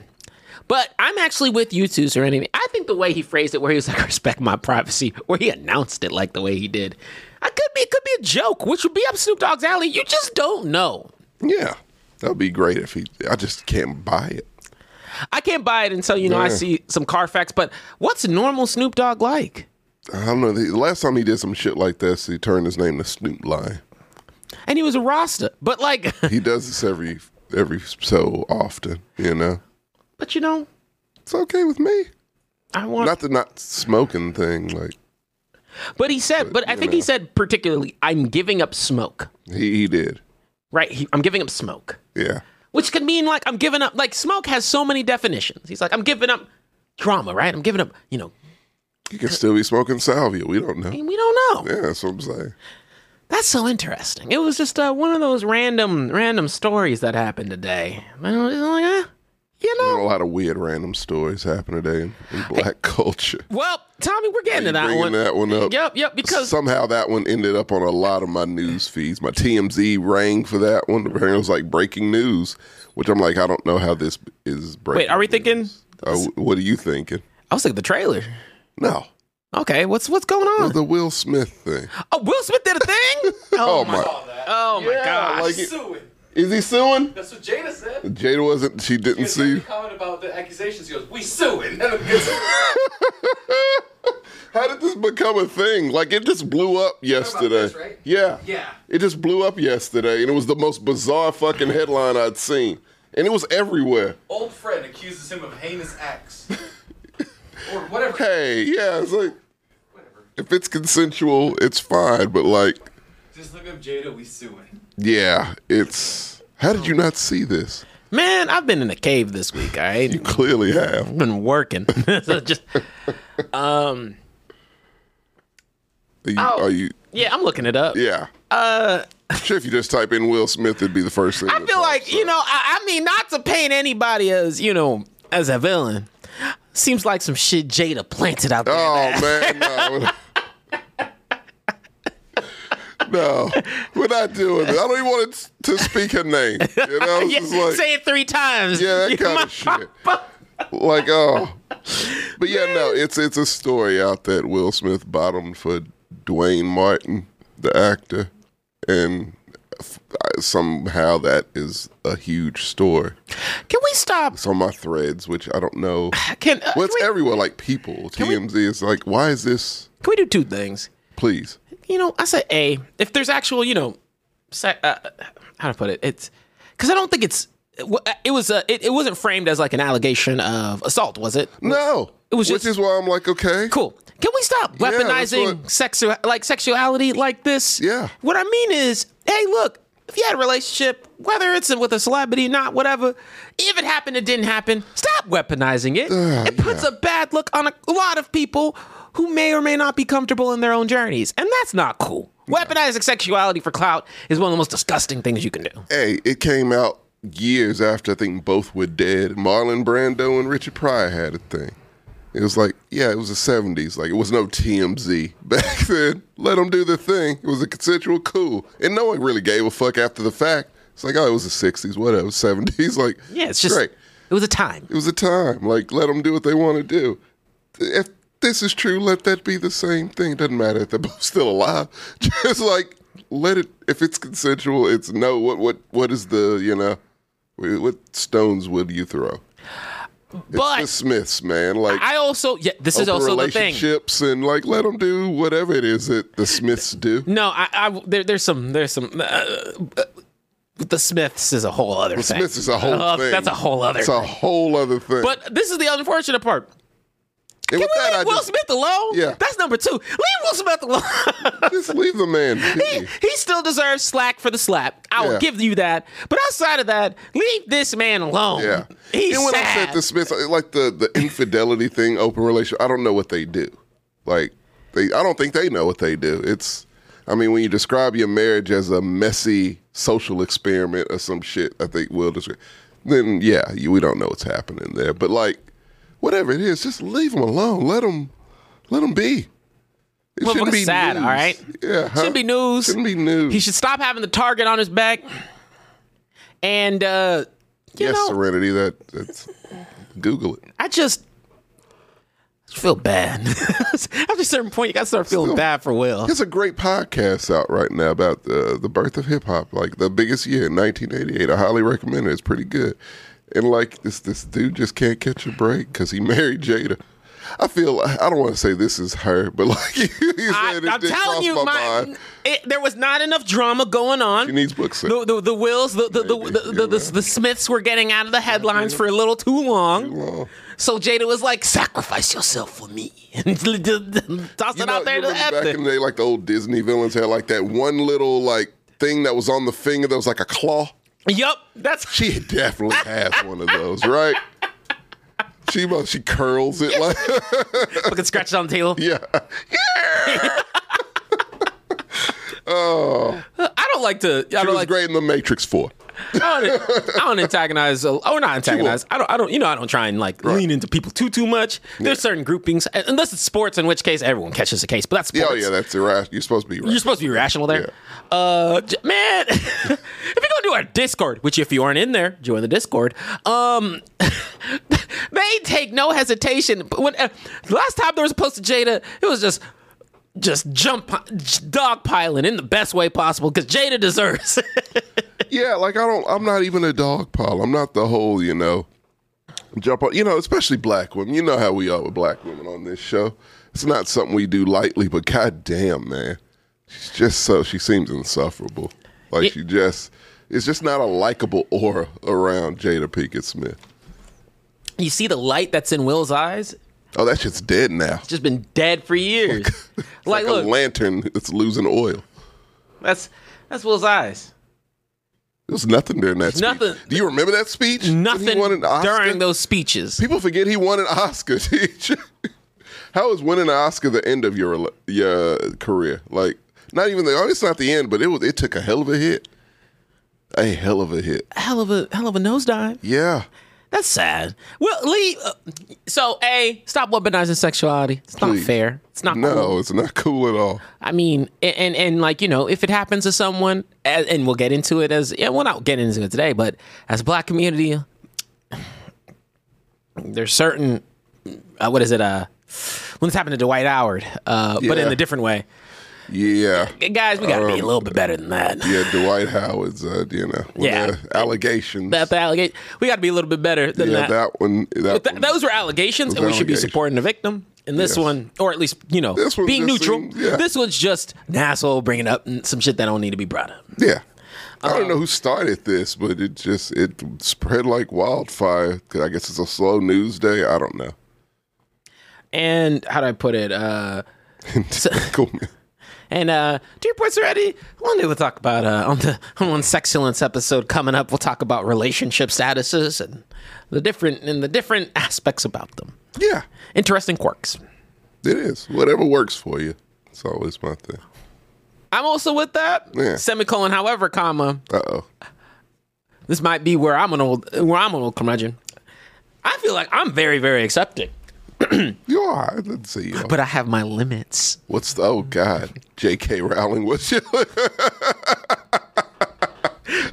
A: But I'm actually with you two, Serenity. I think the way he phrased it, where he was like, respect my privacy, where he announced it like the way he did, I could be, it could be a joke, which would be up Snoop Dogg's alley. You just don't know.
B: Yeah. That would be great if he, I just can't buy it.
A: I can't buy it until, you know, I
B: Yeah.
A: see some Carfax, but what's normal Snoop Dogg like?
B: I don't know. The last time he did some shit like this, he turned his name to Snoop Lion.
A: And he was a Rasta. But like,
B: He does this every every so often, you know.
A: but you know,
B: It's okay with me.
A: I want.
B: Not the not smoking thing. Like
A: but he said, but I think he said particularly, I'm giving up smoke,
B: he, he did.
A: right? He, I'm giving up smoke.
B: Yeah.
A: which could mean like I'm giving up. Like smoke has so many definitions. He's like I'm giving up drama, right? I'm giving up. You know,
B: He could still be smoking salvia. We don't
A: I
B: know.
A: mean, we don't know.
B: Yeah, that's what I'm saying.
A: That's so interesting. It was just uh, one of those random, random stories that happened today. I was like, eh, you
B: There
A: know.
B: are a lot of weird random stories happen today in, in black culture.
A: Well, Tommy, we're getting to that
B: Bringing
A: one.
B: that one up.
A: Yep, yep. Because
B: Somehow that one ended up on a lot of my news feeds. My TMZ rang for that one. Apparently, it was like breaking news, which I'm like, I don't know how this is breaking.
A: are we
B: news.
A: thinking-
B: Uh, what are you thinking?
A: I was like the trailer.
B: No,
A: Okay, what's what's going on?
B: the Will Smith thing.
A: Oh, Will Smith did a thing.
B: Oh, my!
C: All that.
A: Oh my gosh.
B: like it-
C: Sue it.
B: Is he suing?
C: That's what Jada said.
B: Jada wasn't. She didn't
C: She made
B: see.
C: a comment about the accusations. She goes, "We suing." That was good.
B: How did this become a thing? Like it just blew up yesterday.
C: this, right?
B: Yeah.
C: Yeah.
B: It just blew up yesterday, and it was the most bizarre fucking headline I'd seen, and it was everywhere.
C: Old friend accuses him of heinous acts, or whatever.
B: Hey, yeah, it's like if it's consensual, it's fine, but like,
C: Just look up Jada. We suing.
B: yeah, it's. How did you not see this?
A: Man, I've been in a cave this week. All right.
B: You clearly have.
A: been working. so just um,
B: Are you? Are you
A: yeah, I'm looking it up.
B: yeah. Uh. Sure, if you just type in Will Smith, it'd be the first thing.
A: I
B: that
A: feel
B: pops
A: like you
B: up.
A: know. I, I mean, not to paint anybody as you know as a villain. Seems like some shit Jada planted out there.
B: Oh
A: man.
B: man, no. No, we're not doing it. I don't even want to, to speak her name. You know, it's
A: Yeah,
B: just like,
A: say it three times.
B: yeah, that
A: You're
B: kind
A: my
B: of shit.
A: papa.
B: Like, oh, but yeah, no, it's it's a story out that Will Smith bottomed for Dwayne Martin, the actor, and f- I- somehow that is a huge story.
A: Can we stop?
B: It's on my threads, which I don't know.
A: Can, uh, can,
B: What's
A: we,
B: everywhere like people?
A: we-
B: TMZ is like, why is this?
A: can we do two things?
B: Please,
A: You know, I said a. If there's actual, you know, se- uh, how to put it, it's because I don't think it's it was a, it, it wasn't framed as like an allegation of assault, was it?
B: No.
A: It was
B: Which
A: just-
B: is why I'm like, okay.
A: Cool. Can we stop
B: that's
A: weaponizing
B: what-
A: sexu- like sexuality like this?
B: Yeah.
A: What I mean is, hey, look, if you had a relationship, whether it's with a celebrity, not whatever, if it happened, it didn't happen. Stop weaponizing it.
B: Uh,
A: it puts a bad look on a lot of people who may or may not be comfortable in their own journeys, and that's not cool. Weaponizing sexuality for clout is one of the most disgusting things you can do.
B: Hey, it came out years after I think both were dead. Marlon Brando and Richard Pryor had a thing. It was like, yeah, it was the 70s. Like, it was no TMZ back then. Let them do their thing. It was a consensual cool. And no one really gave a fuck after the fact. It's like, oh, it was the 60s, whatever, 70s. Like,
A: Yeah, it's just
B: great.
A: it was a time.
B: It was a time. Like, let them do what they want to do. If this is true, let that be the same thing. Doesn't matter if they're both still alive. Just like let it. If it's consensual, it's no. What what what is the you know? wh- What stones would you throw?
A: But
B: The Smiths, man. Like
A: I also yeah, this is
B: open
A: also the thing.
B: relationships and like let them do whatever it is that the Smiths do.
A: No, I, I there, there's some, there's some. Uh, uh, the Smiths is a whole other thing.
B: Smiths is a whole
A: Uh,
B: thing.
A: That's a whole other.
B: It's a
A: thing.
B: whole other thing.
A: But this is the unfortunate part. Can
B: and with
A: we
B: that, I
A: leave Will
B: just,
A: Smith alone?
B: Yeah.
A: that's number two. Leave Will Smith alone.
B: just leave the man.
A: he,
B: be.
A: he still deserves slack for the slap. I will
B: Yeah.
A: give you that. But outside of that, leave this man alone.
B: Yeah.
A: he's
B: and when
A: sad.
B: I said the Smiths, like the the infidelity thing, open relation, I don't know what they do. Like they, I don't think they know what they do. It's, I mean, when you describe your marriage as a messy social experiment or some shit, I think will describe. Then yeah, you, we don't know what's happening there. But like, whatever it is, just leave them alone. Let them, let them be. It
A: Motherfucker's sad,
B: news.
A: all right?
B: Yeah. huh?
A: Shouldn't be news.
B: Shouldn't be news.
A: He should stop having the target on his back. And uh, you
B: yes,
A: know,
B: Serenity. That that's. Google it.
A: I just I feel bad. After a certain point, you gotta start feeling
B: Still-
A: bad for Will.
B: There's a great podcast out right now about the the birth of hip hop, like the biggest year in 1988. I highly recommend it. It's pretty good. And like this this dude just can't catch a break because he married Jada. I feel I don't want to say this is her, but like you
A: I,
B: said, it
A: am
B: did
A: telling
B: cross
A: you,
B: my,
A: my,
B: mind.
A: it, there was not enough drama going
B: She
A: on.
B: needs book sales.
A: the, the, the Wills, the the, the, the,
B: Maybe,
A: the,
B: you know.
A: the, the Smiths were getting out of the headlines for a little too long.
B: Well,
A: So Jada was like, sacrifice yourself for me. And tossed
B: you
A: it
B: know,
A: out there
B: you
A: to the
B: remember back in
A: ether.
B: the day, like the old Disney villains had like that one little like thing that was on the finger that was like a claw.
A: Yup, that's
B: She definitely has one of those, right? She must. She curls it like.
A: fucking scratched on the table.
B: Yeah.
A: I don't like to. I
B: It
A: don't
B: Oh. was
A: like.
B: great in The Matrix 4.
A: I don't, I don't antagonize. Oh, not antagonize. I don't. I don't. You know, I don't try and like lean into people too too much. There's certain groupings, un- unless it's sports, in which case everyone catches a case. But that's
B: Yeah,
A: sports.
B: oh, yeah, that's irrational. You're supposed to be right.
A: You're supposed to be rational there. Uh, j- man, if you're gonna do our Discord, which if you aren't in there, join the Discord. Um, they take no hesitation. But when uh, last time there was a post to Jada, it was just. Just jump, dog piling in the best way possible because Jada deserves.
B: yeah, like I don't I'm not even a dog pile. I'm not the whole, you know, jump on you know, especially black women. You know how we are with black women on this show. It's not something we do lightly, but goddamn, man. She's just so she seems insufferable. Like she just it's just not a likable aura around Jada Pinkett Smith.
A: you see the light that's in Will's eyes?
B: Oh, that shit's dead now.
A: just been dead for years. like,
B: like
A: look,
B: a lantern that's losing oil.
A: that's that's Will's eyes.
B: There was nothing during that.
A: Nothing.
B: Speech. Do you remember that speech? When he
A: Nothing
B: won an Oscar?
A: during those speeches.
B: People forget he won an Oscar. teacher. How is winning an Oscar the end of your rela- your career? Like, not even the. oh, It's not the end, but it was. It took a hell of a hit. A hell of a hit.
A: Hell of a hell of a nosedive.
B: Yeah.
A: That's sad. Well, Lee. Uh, so, a stop weaponizing sexuality. It's not
B: Please.
A: fair. It's not
B: No,
A: cool.
B: it's not cool at all.
A: I mean, and, and and like you know, if it happens to someone, and, and we'll get into it as yeah, we'll not get into it today, but as a black community, there's certain uh, what is it? Uh, when this happened to Dwight Howard, uh, but in
B: Yeah.
A: a different way.
B: Yeah. Um,
A: guys, we gotta be a little bit better than that.
B: Yeah, Dwight Howard's, uh, you know, with
A: Yeah.
B: the allegations.
A: That the allegation, we gotta be a little bit better than
B: yeah,
A: that.
B: that one. That
A: Th-
B: one.
A: those were allegations,
B: Those
A: and we should be
B: allegations.
A: supporting the victim. And this
B: Yes.
A: one, or at least you know,
B: This one
A: being
B: just
A: neutral.
B: seems- yeah.
A: This one's just an asshole bringing up some shit that Um. don't need to be brought up.
B: yeah. I don't know who started this, but it just it spread like wildfire. 'Cause I guess it's a slow news day. I don't know.
A: And how do I put it? Uh,
B: Cool.
A: And uh, two points already. One day we'll talk about uh, on the on one sexulence episode coming up. We'll talk about relationship statuses and the different and the different aspects about them.
B: Yeah,
A: Interesting quirks.
B: it is. Whatever works for you. It's always my thing.
A: I'm also with that
B: Yeah.
A: semicolon. However, comma.
B: Uh oh.
A: This might be where I'm an old where I'm an old curmudgeon. I feel like I'm very very accepting,
B: You are. Let's see. You are.
A: but I have my limits.
B: What's the oh god? J.K. Rowling. What's your?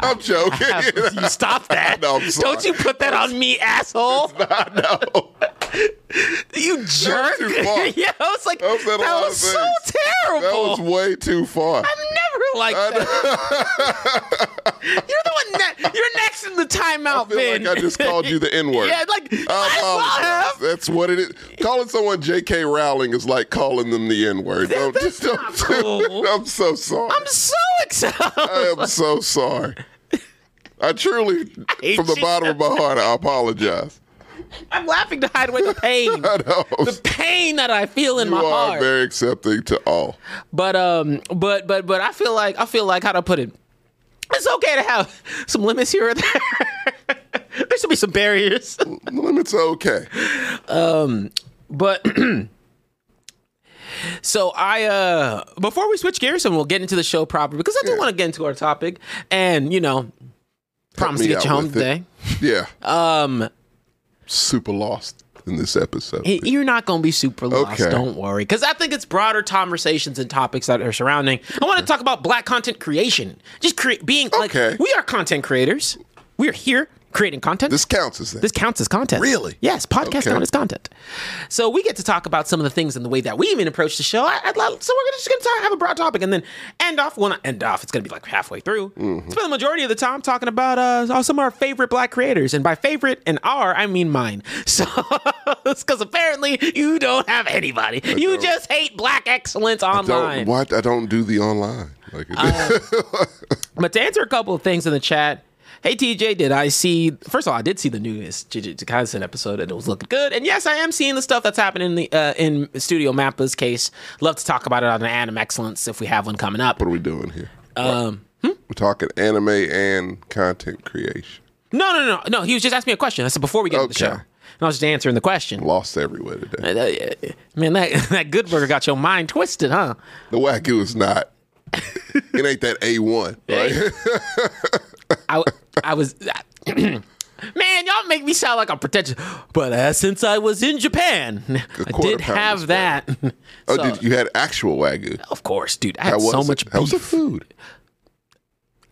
B: I'm joking.
A: you stop that.
B: No, I'm
A: Don't
B: sorry.
A: you put that on me, asshole. you jerk.
B: too far.
A: yeah, I was like, that
B: I've said a lot of
A: was so
B: things. That
A: terrible.
B: was way too far.
A: I've never liked that. you're the one that you're next in the timeout
B: I feel
A: bin.
B: like I just called you the Uh, N-word.
A: yeah, like I,
B: I
A: will have.
B: apologize. That's what it is. Calling someone J.K. Rowling is like calling them the N word. Don't,
A: that's
B: just don't
A: not
B: do it.
A: cool.
B: I'm so sorry.
A: I'm so
B: I
A: excited.
B: am so sorry. I truly,
A: hate
B: from the
A: you.
B: bottom of my heart, I apologize.
A: I'm laughing to hide away the pain.
B: I know.
A: The pain that I feel in
B: You
A: my
B: are
A: heart.
B: very accepting to all.
A: But um, but but but I feel like I feel like how to put it. It's okay to have some limits here or there. there should be some barriers, Um,
B: The limits are okay.
A: but. So I uh before we switch gears and we'll get into the show proper because I do
B: Yeah.
A: want to get into our topic and you know promise to
B: me
A: get you
B: out
A: home
B: with it.
A: today.
B: Yeah.
A: Um
B: Super lost in this episode.
A: y- you're not going to be super lost,
B: Okay.
A: don't worry cuz I think it's broader conversations and topics that are surrounding. I want to talk about black content creation. Just cre- being
B: Okay.
A: like we are content creators. We are here creating content.
B: this counts as that.
A: This counts as content.
B: Really?
A: Yes, podcast
B: Okay.
A: counts as content. So we get to talk about some of the things and the way that we even approach the show. I, I'd love- so we're gonna- just going to have a broad topic and then end off. When I end off, it's going to be like halfway through.
B: Mm-hmm.
A: Spend the majority of the time talking about uh, some of our favorite black creators. And by favorite and our, I mean mine. So, because apparently you don't have anybody. you
B: don't.
A: just hate black excellence
B: don't,
A: online.
B: what? I don't do the online. Like,
A: But to answer a couple of things in the chat, hey TJ, did I see? First of all, I did see the newest Jujutsu Kaisen episode, and it was looking good. And yes, I am seeing the stuff that's happening in the uh, in Studio Mappa's case. Love to talk about it on an Anime Excellence if we have one coming up.
B: What are we doing here? Um, We're talking anime and content creation.
A: No, no, no, no. He was just asking me a question. I said before we get into the
B: Okay.
A: show, and I was just answering the question.
B: Lost everywhere today.
A: Uh, Man, that that Good Burger got your mind twisted, huh?
B: The wagyu is not. it ain't that A one. Right?
A: I, I was. Man, y'all make me sound like I'm pretentious. But uh, since I was in Japan, I
B: quarter
A: did
B: pound
A: have
B: is
A: that.
B: oh,
A: So-
B: did you had actual wagyu?
A: Of course, dude. I had
B: How was
A: so
B: it?
A: much
B: How was
A: beef.
B: the food?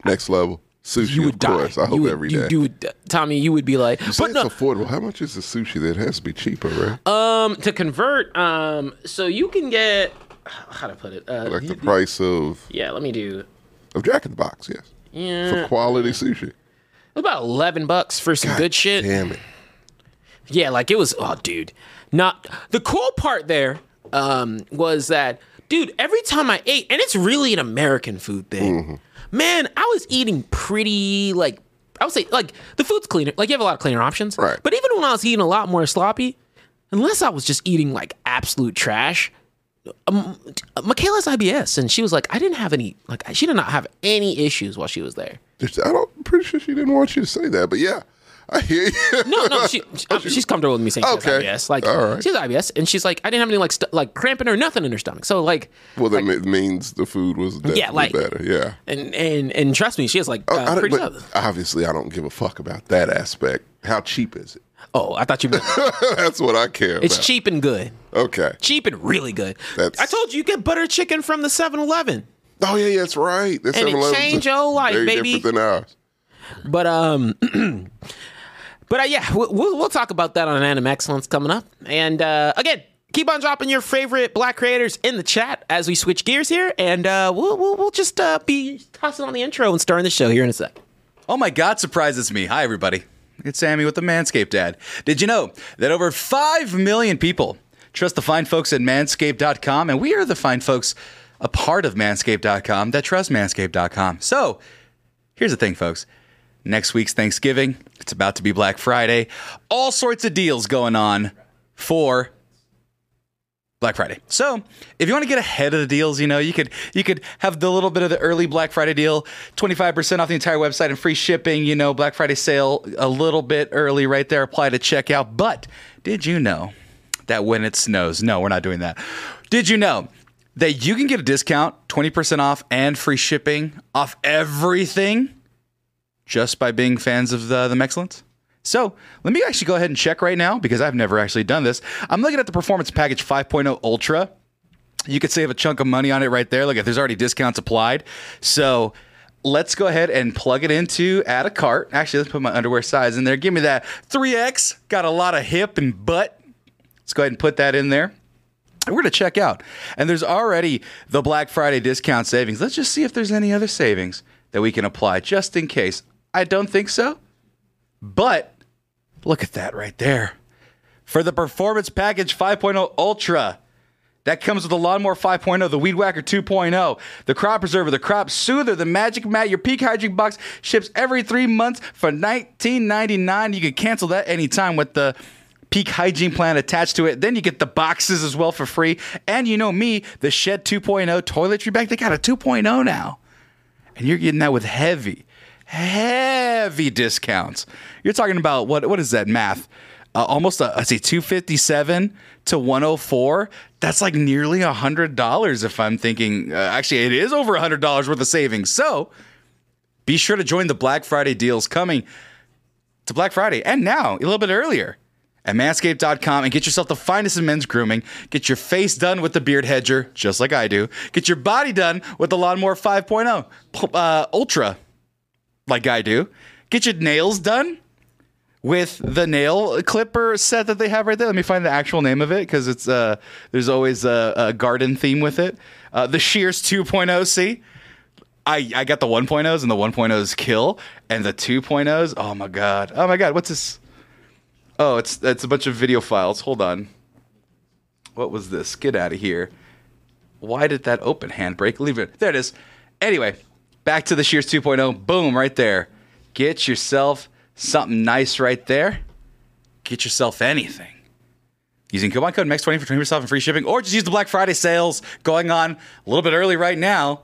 B: Next level sushi.
A: You would
B: of course.
A: die.
B: I hope
A: you would,
B: every day.
A: you, you would, Tommy. You would be like,
B: Say
A: but
B: it's
A: no.
B: affordable. How much is the sushi? That has to be cheaper, right?
A: Um, to convert, um, so you can get how to put it. Uh,
B: like the price of
A: yeah, let me do.
B: of Jack in the Box. Yes.
A: Yeah,
B: For quality sushi.
A: about eleven bucks for some good shit.
B: Damn it.
A: Yeah, like it was. Oh, dude. Not the cool part there um, was that, dude. Every time I ate, and it's really an American food thing.
B: Mm-hmm.
A: Man, I was eating pretty like I would say like the food's cleaner. Like you have a lot of cleaner options.
B: Right.
A: But even when I was eating a lot more sloppy, unless I was just eating like absolute trash. Um, Michaela's IBS, and she was like, I didn't have any, like, she did not have any issues while she was there.
B: Just- I don't, I'm pretty sure she didn't want you to say that, but yeah, I hear you.
A: No, no, she, she- um, she's comfortable with me saying she
B: Okay.
A: has IBS. Like
B: All right.
A: she has IBS, and she's like, I didn't have any like st- like cramping or nothing in her stomach. So like,
B: Well, then it means the food was definitely
A: like-
B: better. Yeah.
A: and and and trust me, she is like uh,
B: Oh, I don't-
A: pretty.
B: but
A: solid.
B: obviously, I don't give a fuck about that aspect. How cheap is it?
A: Oh, I thought you. meant
B: That's what I care
A: It's
B: about.
A: cheap and good,
B: Okay.
A: cheap and really good.
B: That's-
A: I told you, you get butter chicken from the 7-Eleven.
B: Oh yeah, yeah, that's right. That's
A: And it
B: 7-Eleven's
A: changed your life,
B: very
A: baby.
B: different than ours.
A: But um, but uh, yeah, we- we'll we'll talk about that on Anime Excellence coming up. And uh, again, keep on dropping your favorite Black creators in the chat as we switch gears here, and uh, we'll we'll, we'll just uh, be tossing on the intro and starting the show here in a sec.
D: Oh my God, surprises me. Hi, everybody. It's Sammy with the Manscaped ad. Did you know that over 5 million people trust the fine folks at manscaped.com? And we are the fine folks, a part of manscaped.com, that trust manscaped.com. So
E: Here's the thing, folks. Next week's Thanksgiving. It's about to be Black Friday. All sorts of deals going on for Black Friday. So, if you want to get ahead of the deals, you know, you could you could have the little bit of the early Black Friday deal, 25% off the entire website and free shipping, you know, Black Friday sale a little bit early right there apply to checkout. But did you know that when it snows? No, we're not doing that. Did you know that you can get a discount, 20% off and free shipping off everything just by being fans of the, the Mexcellence? So let me actually go ahead and check right now because I've never actually done this. I'm looking at the Performance Package 5.0 Ultra. You could save a chunk of money on it right there. Look, if there's already discounts applied. So let's go ahead and plug it into add a cart. Actually, let's put my underwear size in there. Give me that 3X. Got a lot of hip and butt. Let's go ahead and put that in there. And We're going to check out. And there's already the Black Friday discount savings. Let's just see if there's any other savings that we can apply just in case. I don't think so. But look at that right there. For the Performance Package 5.0 Ultra, that comes with the Lawnmower 5.0, the Weed Whacker 2.0, the Crop Preserver, the Crop Soother, the Magic Mat, your Peak Hydrating Box ships every three months for $19.99. You can cancel that anytime with the Peak Hygiene Plan attached to it. Then you get the boxes as well for free. And you know me, the Shed 2.0 toiletry bag, they got a 2.0 now and you're getting that with heavy, heavy discounts. You're talking about what? What is that math? Uh, almost a, I see 257 to 104. That's like nearly a hundred dollars. If I'm thinking, uh, actually, it is over a hundred dollars worth of savings. So be sure to join the Black Friday deals coming to Black Friday and now a little bit earlier at manscaped.com and get yourself the finest in men's grooming. Get your face done with the beard hedger, just like I do. Get your body done with the lawnmower 5.0 pl- uh, Ultra, like I do. Get your nails done with the nail clipper set that they have right there. Let me find the actual name of it because it's uh, there's always a, a garden theme with it. Uh, the Shears 2.0. See, I, I got the 1.0s and the 1.0s kill and the 2.0s. Oh my god. Oh my god. What's this? Oh, it's it's a bunch of video files. Hold on. What was this? Get out of here. Why did that open handbrake? Leave it. There it is. Anyway, back to the Shears 2.0. oh. Boom, right there. Get yourself something nice right there. Get yourself anything. Using coupon code MEX20 for 20% off and free shipping, or just use the Black Friday sales going on a little bit early right now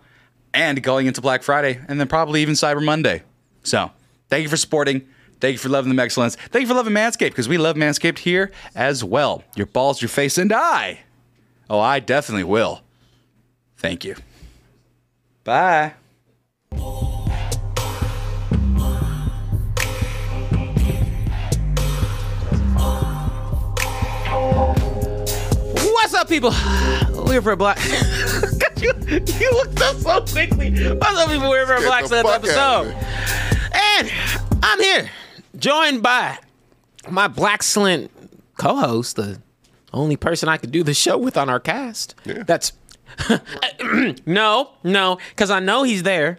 E: and going into Black Friday and then probably even Cyber Monday. So, thank you for supporting. Thank you for loving the excellence. Thank you for loving Manscaped because we love Manscaped here as well. Your balls, your face, and I. Oh, I definitely will. Thank you. Bye.
A: What's up, people? We're here for a black. God, you, you looked up so quickly. What's up, people? We're here for a
B: Get
A: black
B: the
A: Sabbath
B: fuck out of
A: episode. And I'm here, joined by my Black Slint co host, the only person I could do the show with on our cast.
B: Yeah.
A: That's no, no, because I know he's there.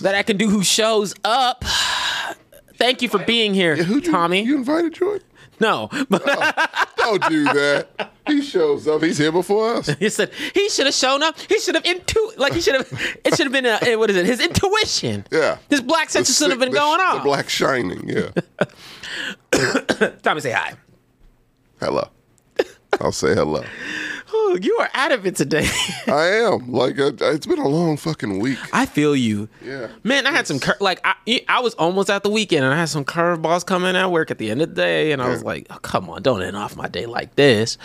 A: That I can do who shows up. Thank you for being here,
B: Who'd you-
A: Tommy.
B: You invited Jordan?
A: no, but
B: Don't do that. He shows up. He's here before us.
A: He said he should have shown up. He should have intu like he should have. It should have been a, eh, what is it? His intuition.
B: Yeah.
A: His black
B: The
A: sense should
B: sick-
A: have been
B: the sh-
A: going
B: The
A: on.
B: black shining. Yeah.
A: Tommy, say hi.
B: Hello. I'll say hello.
A: Ooh, Oh, you are out of it today.
B: I am. Like, I, it's been a long fucking week.
A: I feel you.
B: Yeah.
A: Man, I had some cur- like I I was almost at the weekend and I had some curveballs coming at work at the end of the day and I was like, oh, come on, don't end off my day like this.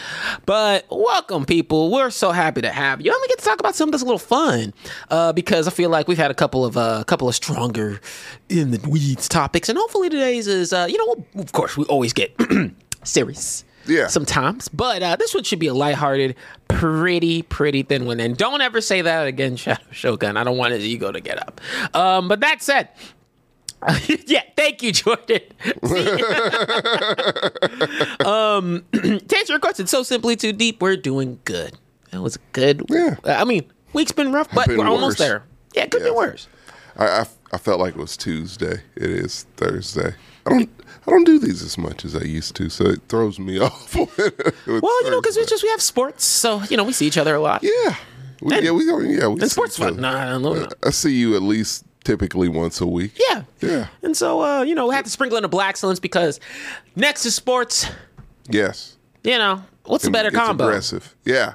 A: But welcome, people. We're so happy to have you. I'm gonna get to talk about something that's a little fun uh, because I feel like we've had a couple of a uh, couple of stronger in the weeds topics and hopefully today's is uh, you know of course we always get serious.
B: Yeah.
A: Sometimes, but uh, this one should be a lighthearted, pretty, pretty thin one. And don't ever say that again, Shadow Shogun. I don't want his ego to get up. Um, but that said, yeah, thank you, Jordan. See? um, to answer your question, so simply too deep. We're doing good. That was good.
B: Yeah.
A: I mean, week's been rough, but
B: been
A: we're almost
B: worse.
A: there. Yeah, it could be
B: Yeah.
A: worse.
B: I, I, I felt like it was Tuesday. It is Thursday. I don't I don't do these as much as I used to, so it throws me off. well,
A: Well, you know, because we just we have sports, so you know we see each other a lot.
B: yeah, we, yeah, we don't, yeah, we
A: and
B: see
A: sports
B: each other.
A: fun. No, no, no, no.
B: I see you at least typically once a week.
A: Yeah.
B: Yeah.
A: And so, uh, you know, we had to sprinkle in the black sons because next to sports,
B: Yes.
A: you know, what's a
B: And
A: better
B: it's
A: combo?
B: Aggressive. Yeah.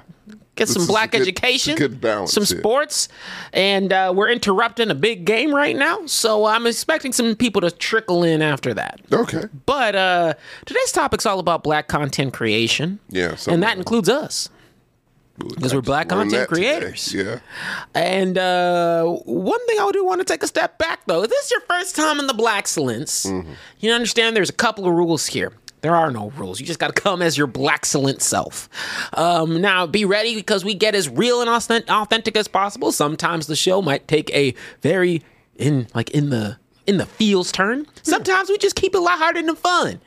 A: Get
B: This
A: some
B: is
A: black
B: a good-
A: education,
B: it's a good balance,
A: some
B: yeah.
A: sports, and uh, we're interrupting a big game right now. So I'm expecting some people to trickle in after that.
B: Okay.
A: But uh, today's topic's all about black content creation.
B: Yeah.
A: and that includes us because we're black content creators.
B: Yeah.
A: And uh, one thing I do want to take a step back though. If this is your first time in the Black Excellence, you understand there's a couple of rules here. There are no rules. You just got to come as your Black Excellent self. Um, now, be ready because we get as real and authentic, authentic as possible. Sometimes the show might take a very in like in the in the fields turn. Sometimes we just keep it lighthearted and fun.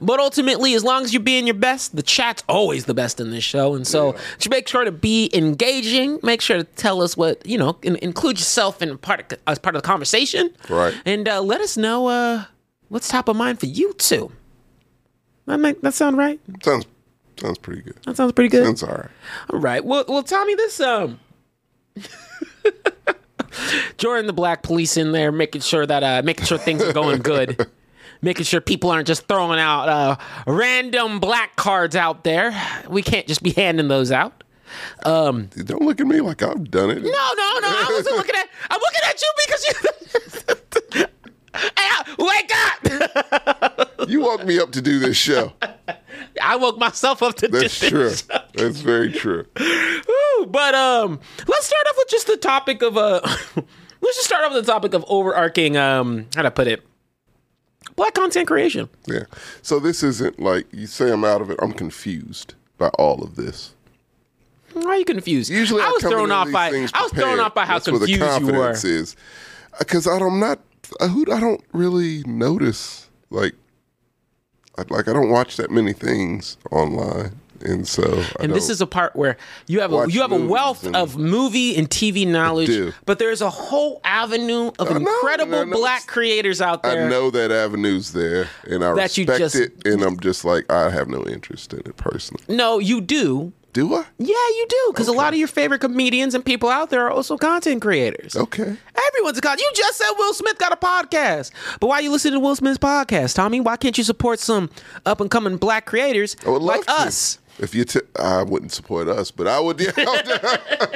A: But ultimately, as long as you're being your best, the chat's always the best in this show. And so just make sure to be engaging. Make sure to tell us what, you know, in, include yourself in part of, as part of the conversation.
B: Right.
A: And uh, let us know uh, what's top of mind for you two. That, make, that sound right?
B: Sounds sounds pretty good.
A: That sounds pretty good.
B: Sounds all right.
A: All right. Well, well, Tommy, this um, Jordan the Black Police in there, making sure that uh, making sure things are going good, making sure people aren't just throwing out uh random black cards out there. We can't just be handing those out. Um,
B: Don't look at me like I've done it.
A: No, no, no. I wasn't looking at. I'm looking at you because you. Hey, wake up!
B: You woke me up to do this show.
A: I woke myself up to
B: That's
A: just this
B: true. That's very true.
A: Woo! But um, let's start off with just the topic of uh, let's just start off with the topic of overarching um, how to put it, black content creation.
B: Yeah. So this isn't like you say I'm out of it. I'm confused by all of this.
A: Why are you confused?
B: Usually
A: I was
B: come
A: thrown
B: into
A: off
B: these
A: by
B: things
A: I was thrown
B: prepared.
A: off by how
B: That's where the
A: confused you were.
B: confidence is. Cuz I don't not uh, who I don't really notice like I- like I don't watch that many things online. And so I
A: And this
B: don't-
A: is a part where you have a
B: Watch
A: you have a
B: movies
A: wealth
B: and-
A: of movie and TV knowledge,
B: do.
A: but there's a whole avenue of
B: know,
A: incredible
B: I know.
A: black creators out there.
B: I know that avenue's there, and I
A: That you
B: respect
A: just-
B: it, and I'm just like I have no interest in it personally.
A: No, you do.
B: Do I?
A: Yeah, you do, because a lot of your favorite comedians and people out there are also content creators.
B: Okay.
A: Everyone's a con. You just said Will Smith got a podcast, but why you listening to Will Smith's podcast, Tommy? Why can't you support some up and coming black creators
B: I would love
A: like
B: to.
A: us?
B: If you, t- I wouldn't support us, but I would. Yeah,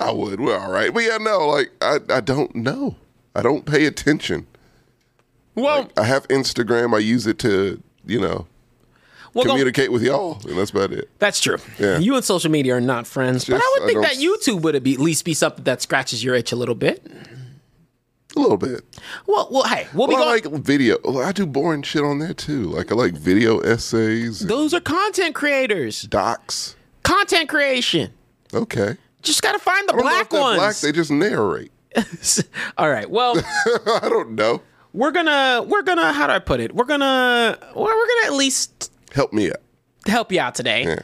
B: I would. We're all right. But yeah, no, like I, I don't know. I don't pay attention.
A: Well,
B: I have Instagram. I use it to, you know,
A: we're gonna-
B: communicate with y'all, and that's about it.
A: that's true.
B: Yeah.
A: You and social media are not friends, but I
B: Just-
A: would
B: I
A: think
B: don't
A: that YouTube would be, at least be something that scratches your itch a little bit.
B: A little bit.
A: Well, well, hey, we'll be
B: Well, I
A: going.
B: like video. Well, I do boring shit on there too. Like I like video essays, and
A: Those are content creators,
B: docs.
A: content creation.
B: Okay.
A: Just gotta find the
B: I don't know
A: black
B: if they're Black,
A: ones.
B: they just narrate.
A: All right. Well.
B: I don't know.
A: we're gonna we're gonna how do I put it? We're gonna well, we're gonna at least
B: Help me out.
A: help you out today.
B: Yeah.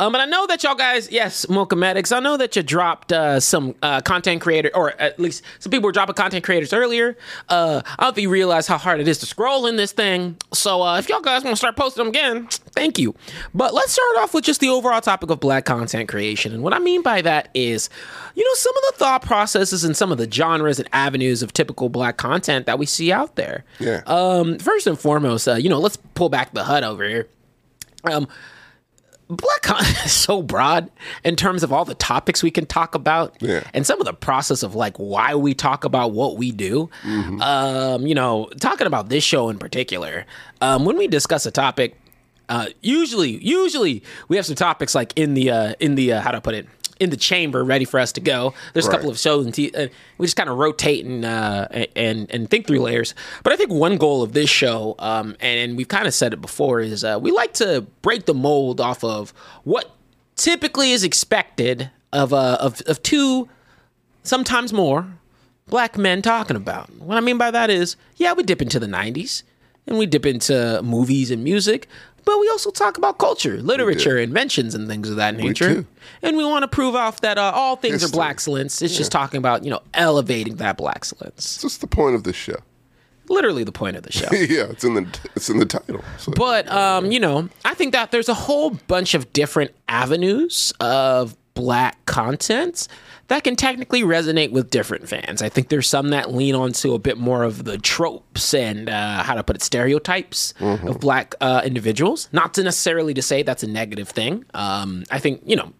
A: Um, and I know that y'all guys, yes, Mokamedics, I know that you dropped uh, some uh, content creator, or at least some people were dropping content creators earlier. Uh, I don't know if you realize how hard it is to scroll in this thing. So uh, if y'all guys want to start posting them again, thank you. But let's start off with just the overall topic of black content creation. And what I mean by that is, you know, some of the thought processes and some of the genres and avenues of typical black content that we see out there.
B: Yeah.
A: Um, first and foremost, uh, you know, let's pull back the HUD over here. Um, black con- is so broad in terms of all the topics we can talk about
B: Yeah.
A: and some of the process of like why we talk about what we do
B: Mm-hmm.
A: um you know talking about this show in particular um when we discuss a topic uh usually usually we have some topics like in the uh in the uh, how do i put it in the chamber ready for us to go there's a couple
B: Right.
A: of shows and t- uh, we just kind of rotate and uh a- and and think through layers but i think one goal of this show um and, and we've kind of said it before is uh we like to break the mold off of what typically is expected of uh of, of two sometimes more black men talking about. What I mean by that is, yeah, we dip into the 90s and we dip into movies and music, but we also talk about culture, literature, inventions, and things of that nature.
B: do.
A: And we want to prove off that uh, all things are
B: History.
A: black excellence. It's just talking about, you know, elevating that black excellence.
B: That's the point of this show.
A: Literally the point of the show.
B: yeah, it's in the it's in the title. So
A: But um, you know, I think that there's a whole bunch of different avenues of black content that can technically resonate with different fans. I think there's some that lean onto a bit more of the tropes and uh, how to put it stereotypes of black uh, individuals. Not to necessarily to say that's a negative thing. Um, I think you know,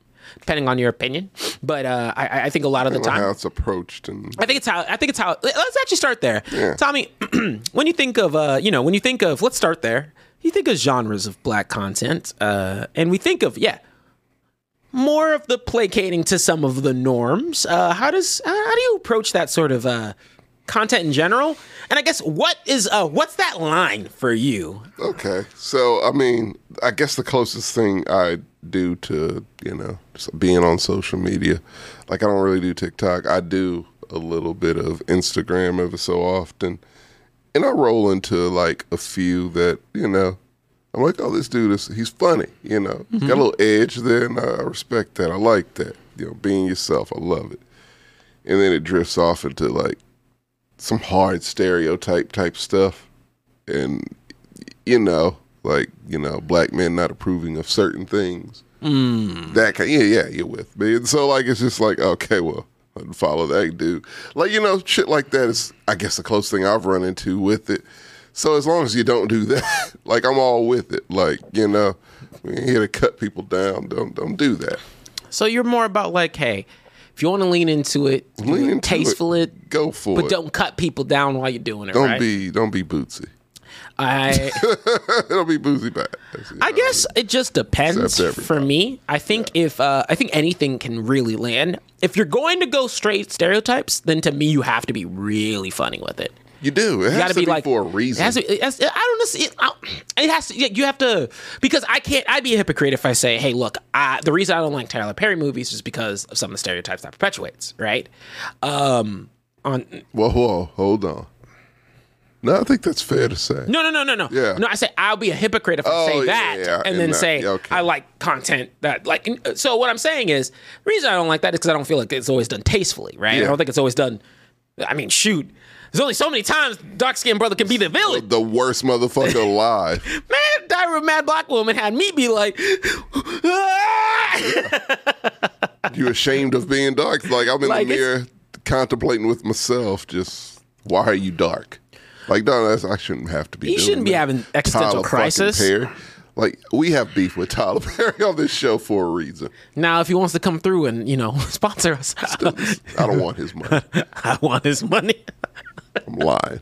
A: depending on your opinion, but uh, I- I, I think a lot of the
B: I don't know
A: time
B: how it's approached and
A: I think it's how I think it's how let's actually start there.
B: Yeah.
A: Tommy, when you think of uh, you know, when you think of let's start there. You think of genres of black content, uh, and we think of yeah, more of the placating to some of the norms. Uh, how does how, how do you approach that sort of uh, content in general? And I guess what is uh, what's that line for you?
B: Okay. So, I mean, I guess the closest thing I do to, you know, just being on social media, like I don't really do TikTok. I do a little bit of Instagram ever so often. And I roll into like a few that, you know, I'm like, oh, this dude is, he's funny, you know,
A: Mm-hmm.
B: got a little edge there. And I respect that. I like that. You know, being yourself, I love it. And then it drifts off into like some hard stereotype type stuff. And you know, like you know, black men not approving of certain things.
F: Mm-hmm. Hmm.
B: Mm. That kind, yeah, yeah, you're with me. And so like, it's just like, okay, well, follow that dude. Like you know, shit like that is, I guess, the closest thing I've run into with it. So as long as you don't do that, like I'm all with it. Like you know, we ain't here to cut people down. Don't don't do that.
A: So you're more about like, hey, if you want to lean into it, do
B: Lean
A: it
B: into
A: tasteful it,
B: Go for
A: but
B: it.
A: don't cut people down while you're doing it.
B: don't
A: right?
B: be don't be bootsy.
A: I.
B: don't be bootsy bad.
A: I guess it just depends
B: Except everybody.
A: for me. I think if uh, I think anything can really land. If you're going to go straight stereotypes, then to me you have to be really funny with it.
B: you do. It
A: You
B: has
A: got
B: to
A: to be like
B: for a
A: It
B: reason.
A: has to, it has- I don't know. It, I- it has to. You have to because I can't. I'd be a hypocrite if I say, "Hey, look, I, the reason I don't like Tyler Perry movies is because of some of the stereotypes that perpetuates." Right? Um, on
B: Whoa, whoa, hold on. No, I think that's fair to say.
A: No, no, no, no, no.
B: Yeah.
A: No, I say I'll be a hypocrite if I
B: Oh,
A: say
B: yeah,
A: that
B: yeah,
A: and
B: in
A: then
B: that.
A: say
B: Yeah, okay.
A: I like content that like. uh, So what I'm saying is the reason I don't like that is because I don't feel like it's always done tastefully, right? I
B: Yeah.
A: don't think it's always done. I mean, shoot, there's only so many times dark skinned brother can be the villain.
B: The worst motherfucker alive.
A: Man, Diary of a Mad Black Woman had me be like,
B: You ashamed of being dark? Like I'm in
A: Like,
B: the
A: it's-
B: mirror contemplating with myself. Just why are you dark? Like no, that's, I shouldn't have to be.
A: You
B: doing
A: shouldn't be
B: that.
A: having existential
B: Tyler fucking
A: crisis.
B: Perry. Like we have beef with Tyler Perry on this show for a reason.
A: now if he wants to come through and you know sponsor us,
B: I don't want his money.
A: I want his money.
B: I'm lying.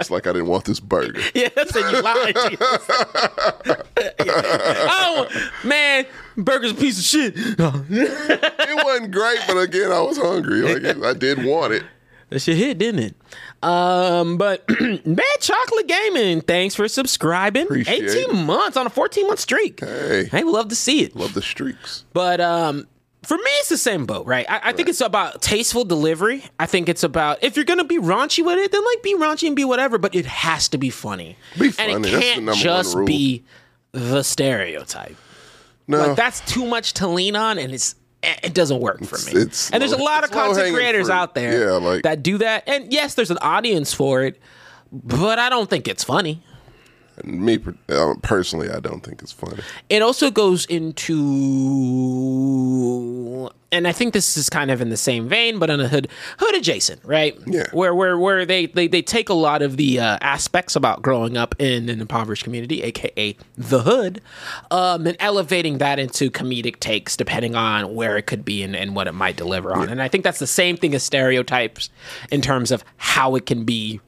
B: It's like I didn't want this burger.
A: Yeah, that's you lied to yourself. Oh man, burger's a piece of shit. No,
B: It wasn't great, but again, I was hungry. Like I did want it.
A: that shit hit, didn't it? Um, but bad chocolate gaming. Thanks for subscribing.
B: Appreciate
A: Eighteen
B: it.
A: months on a fourteen month streak.
B: Hey.
A: hey, we love to see it.
B: Love the streaks.
A: But um, for me, it's the same boat, right? I, I think it's about tasteful delivery. I think it's about if you're gonna be raunchy with it, then like be raunchy and be whatever. But it has to be funny,
B: Be
A: and
B: funny.
A: it
B: That's the
A: can't
B: number one
A: just
B: rule.
A: be the stereotype.
B: No,
A: Like that's too much to lean on, and it's it doesn't work for me.
B: it's
A: and there's a
B: low-
A: lot of
B: it's low-hanging
A: content creators
B: fruit.
A: out there
B: Yeah, like-
A: that do that. And yes, there's an audience for it, but I don't think it's funny.
B: me per- uh, personally, I don't think it's funny.
A: It also goes into, and I think this is kind of in the same vein, but on a hood hood adjacent, right?
B: Yeah.
A: Where where where they they, they take a lot of the uh, aspects about growing up in an impoverished community, aka the hood, um, and elevating that into comedic takes depending on where it could be and, and what it might deliver on. And I think that's the same thing as stereotypes in terms of how it can be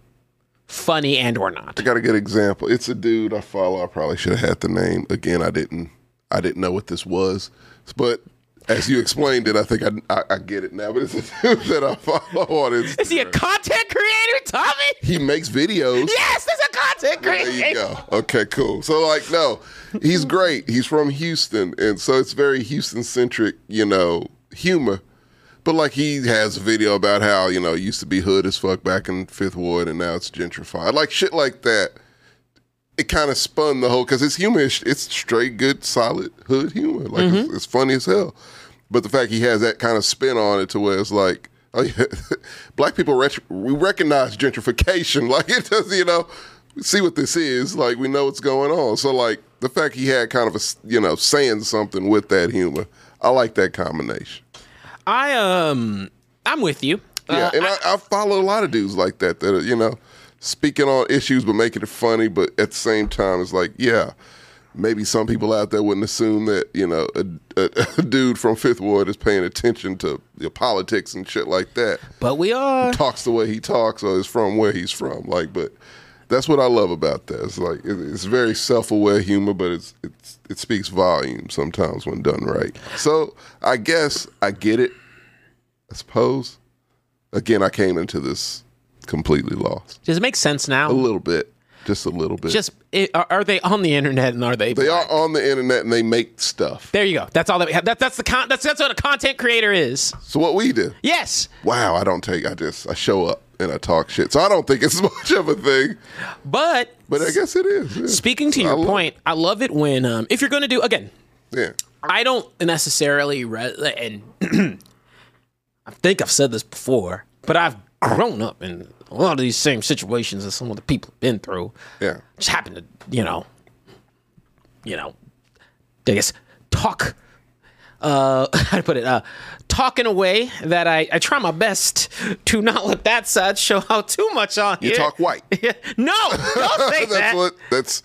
A: funny and or not.
B: I got a good example. It's a dude I follow. I probably should have had the name. Again, I didn't. I didn't know what this was, but as you explained it, I think I, I, I get it now. But it's a dude that I follow on Instagram.
A: Is he a content creator, Tommy?
B: he makes videos.
A: Yes, there's a content
B: There
A: creator.
B: you go. Okay, cool. So like, no, he's great. He's from Houston, and so it's very Houston centric, you know, humor. But like, he has a video about how you know it used to be hood as fuck back in Fifth Ward, and now it's gentrified. Like shit like that. It kind of spun the whole because it's humor. It's, it's straight, good, solid hood humor. Like it's, it's funny as hell. But the fact he has that kind of spin on it to where it's like, oh yeah, black people ret- we recognize gentrification. Like it does, you know, we see what this is. Like we know what's going on. So like the fact he had kind of a s- you know saying something with that humor. I like that combination.
A: I um, I'm with you.
B: Yeah,
A: Uh,
B: and I, I follow a lot of dudes like that that are, you know, speaking on issues but making it funny, but at the same time, it's like, yeah, maybe some people out there wouldn't assume that, you know, a, a, a dude from Fifth Ward is paying attention to the politics and shit like that,
A: but we are.
B: talks the way he talks or is from where he's from. Like, but that's what I love about that. It's like, it, it's very self aware humor, but it's, it's, it speaks volume sometimes when done right. So I guess I get it, I suppose again, I came into this completely lost.
A: Does it make sense now?
B: A little bit, just a little bit.
A: Just it, Uh, are, are they on the internet and are they?
B: they are on the internet and they make stuff.
A: There you go. That's all that we have. That, that's the con- that's that's what a content creator is.
B: So what we do?
A: Yes,
B: Wow, I don't take. I just I show up and I talk shit. So I don't think it's much of a thing,
A: but
B: but I guess it is. yeah.
A: speaking to
B: I
A: your
B: love-
A: point, I love it when um, if you're going to do again,
B: Yeah,
A: I don't necessarily re- and I think I've said this before, but I've grown up in a lot of these same situations that some of the people have been through.
B: yeah.
A: Just happen to you know, you know, I guess talk. Uh, how to put it? Uh, talk in a way that I, I try my best to not let that side show out too much on
B: You
A: here.
B: talk white.
A: no, don't say
B: that's
A: that.
B: what that's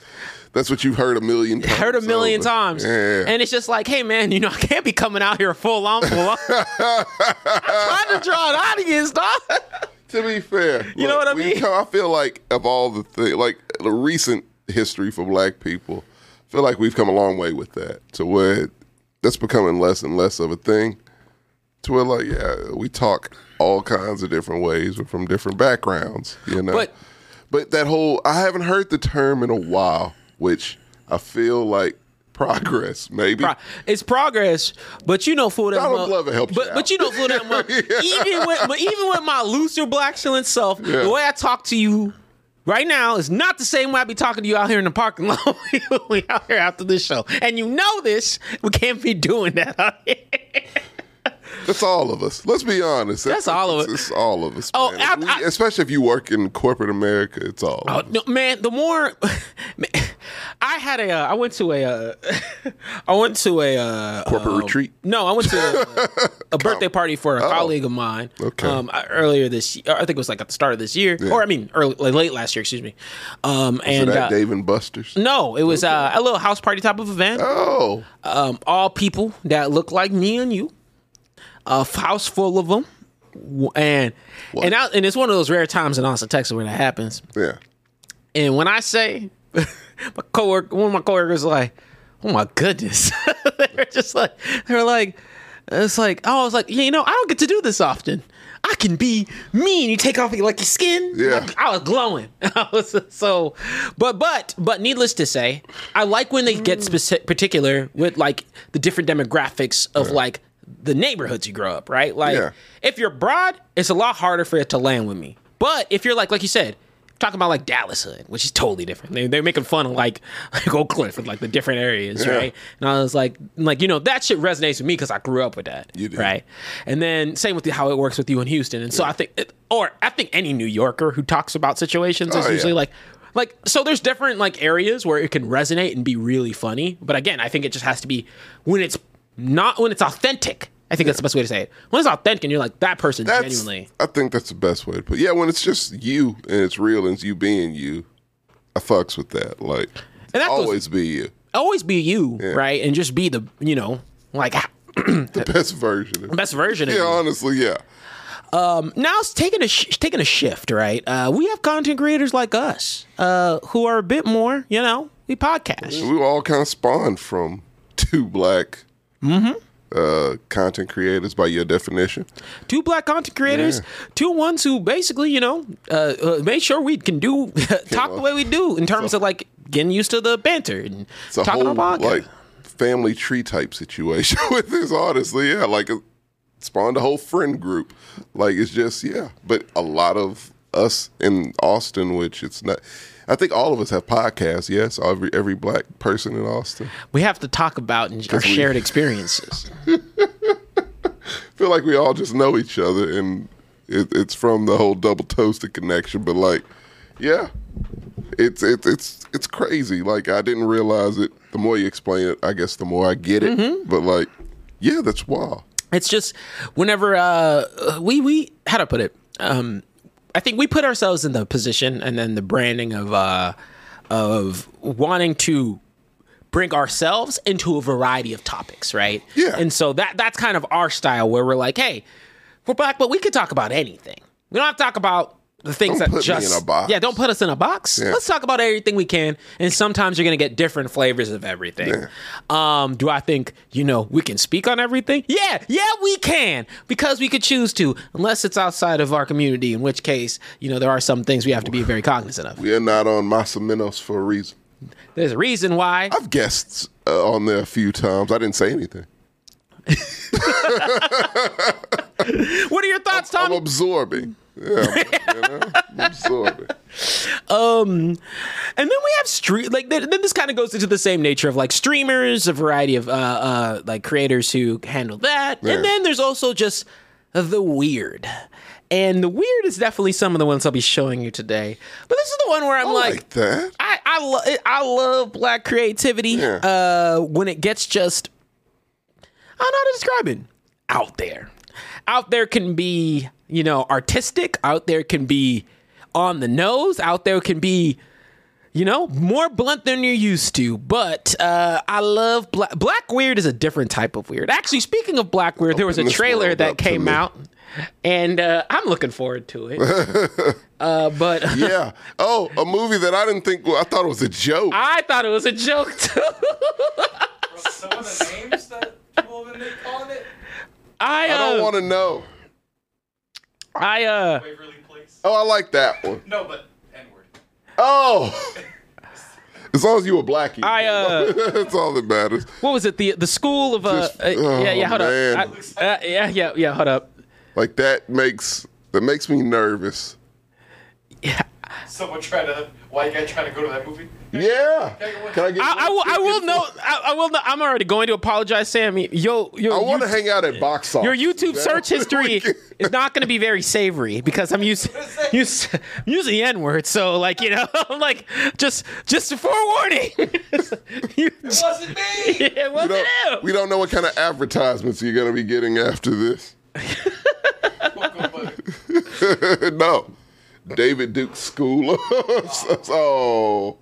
B: that's what you've heard a million times.
A: Heard a million
B: over.
A: times,
B: Yeah.
A: and it's just like, hey man, you know I can't be coming out here full on, full on. I'm trying to draw an audience, dog.
B: to be fair,
A: You know what I
B: we
A: mean?
B: come- I feel like of all the things, like the recent history for Black people, I feel like we've come a long way with that to where that's becoming less and less of a thing. To where like yeah, we talk all kinds of different ways. We're from different backgrounds, you know.
A: But-
B: but that whole I haven't heard the term in a while, which I feel like progress maybe.
A: Pro- it's progress, but you know fool that
B: Donald
A: well-
B: Glover helped you
A: But
B: out.
A: but you know fool that well. even with but even with my looser black shilling self, the way I talk to you right now is not the same way I be talking to you out here in the parking lot. when we out here after this show, and you know this. We can't be doing that. out here.
B: That's all of us. Let's be honest.
A: That's all of
B: it's-
A: us.
B: It's all of us.
A: Oh,
B: man.
A: I-
B: We-
A: I-
B: especially if you work in corporate America, it's all.
A: Oh,
B: of us.
A: no, man, the more I had a, uh, I went to a, uh, I went to a uh,
B: Corporate
A: um,
B: retreat? Oh.
A: No, I went to a, a birthday party for a colleague of mine.
B: Okay.
A: Um, I- earlier this, year, I think it was like at the start of this year, or I mean, early, like late last year. Excuse me. Um,
B: So
A: and
B: that
A: uh,
B: Dave and Buster's.
A: no, it was uh, a little house party type of event.
B: Oh,
A: Um, all people that look like me and you. A house full of them, and and I, and it's one of those rare times in Austin, Texas, where that happens.
B: yeah.
A: And when I say my coworker, one of my coworkers, like, oh my goodness, they're just like, they're like, it's like, oh, I was like, yeah, you know, I don't get to do this often. I can be mean. You take off like your skin.
B: Yeah.
A: Like, I was glowing. I was so, but but but needless to say, I like when they
B: Mm.
A: get specific, particular with like the different demographics of like the neighborhoods you grow up, right? Like
B: Yeah.
A: if you're broad, it's a lot harder for it to land with me. But if you're like, like you said, talking about like Dallas hood, which is totally different. They, they're making fun of like like Oak Cliff and like the different areas, right? And I was like, like you know that shit resonates with me because I grew up with that,
B: You did.
A: right? And then same with the, how it works with you in Houston. And so I think, it, or I think any New Yorker who talks about situations is
B: Oh, yeah.
A: usually like. Like so, there's different like areas where it can resonate and be really funny. But again, I think it just has to be when it's not when it's authentic. I think that's the best way to say it. When it's authentic, and you're like that person
B: That's.
A: genuinely.
B: I think that's the best way to put. Yeah, when it's just you and it's real and it's you being you, I fucks with that. Like,
A: And that goes-
B: always be you,
A: always be you, right? And just be the, you know, like
B: the best version. Of
A: best version of
B: Yeah,
A: you. Um,
B: honestly, yeah.
A: Now it's taking a sh- taking a shift, right? Uh, we have content creators like us uh, who are a bit more, you know, we podcast.
B: We were all kind of spawned from two black.
A: Mm-hmm.
B: Uh, content creators, by your definition,
A: Two black content creators, two ones who basically, you know, uh, uh, made sure we can do talk the way we do in terms of like getting used to the banter and
B: It's a
A: talking
B: whole
A: about podcast.
B: like family tree type situation with this. Honestly, yeah, like it spawned a whole friend group. Like it's just yeah, but a lot of us in Austin, which it's not. I think all of us have podcasts. Yes, every every black person in Austin.
A: we have to talk about and- our
B: we-
A: shared experiences.
B: feel like we all just know each other, and it, it's from the whole double toasted connection. But like, yeah, it's it's it's it's crazy. Like I didn't realize it. The more you explain it, I guess the more I get it. But like, yeah, that's wild.
A: it's just whenever uh we we how to put it um i think we put ourselves in the position and then the branding of uh of wanting to bring ourselves into a variety of topics right
B: Yeah.
A: and so that that's kind of our style where we're like hey we're black but we could talk about anything we don't have to talk about the things that
B: Don't put me
A: just
B: in a box.
A: yeah don't put us in a box let's talk about everything we can and sometimes you're gonna get different flavors of everything um, do I think, you know, we can speak on everything? Yeah, yeah, we can because we could choose to, unless it's outside of our community, in which case, you know, there are some things we have to be very cognizant of.
B: We are not on Masaminos for a reason.
A: There's a reason why.
B: I've guessed uh, on there a few times. I didn't say anything.
A: What are your thoughts,
B: I'm
A: Tommy?
B: absorbing. Yeah, I'm, you know, I'm absorbing.
A: Um, and then we have street like then, then this kind of goes into the same nature of like streamers a variety of uh uh like creators who handle that
B: Yeah.
A: and then there's also just the weird and the weird is definitely some of the ones i'll be showing you today but this is the one where i'm
B: I
A: like,
B: like that.
A: I I, lo- I love black creativity
B: Yeah.
A: uh, when it gets just I don't know how to describe it out there. Out there can be you know artistic. Out there can be on the nose. Out there can be you know more blunt than you're used to. But uh, I love black black weird is a different type of weird. Actually, speaking of black weird, there was a
B: Open this
A: trailer
B: world up
A: that
B: to
A: came
B: me.
A: out, and uh, I'm looking forward to it. uh, but.
B: Yeah. Oh, a movie that I didn't think. I thought it was a joke.
A: I thought it was a joke too.
C: Some of the names that people have been calling it.
A: I, uh,
B: I don't want to know.
A: I uh
C: Waverly Place.
B: Oh, I like that one.
C: No, but N word.
B: Oh. As long as you were blackie,
A: I, uh,
B: that's all that matters.
A: what was it the the school of uh,
B: Just-
A: uh yeah yeah
B: oh,
A: hold up
B: man.
A: I, uh, yeah yeah yeah hold up
B: Like that makes that makes me nervous.
C: Someone trying to white guy trying to go to that movie.
B: Yeah. Can I get?
A: I, I will I will know I, I will know I'm already going to apologize Sammy yo yo
B: I want to
A: YouTube-
B: hang out at box office.
A: your YouTube search history is not going to be very savory because I'm using use, I'm using the N word. So like you know, I'm like just just a forewarning. You-
C: It wasn't me.
A: it
B: We
A: wasn't him.
B: don't, we don't know what kind of advertisements you're gonna be getting after this. no, David Duke School. oh,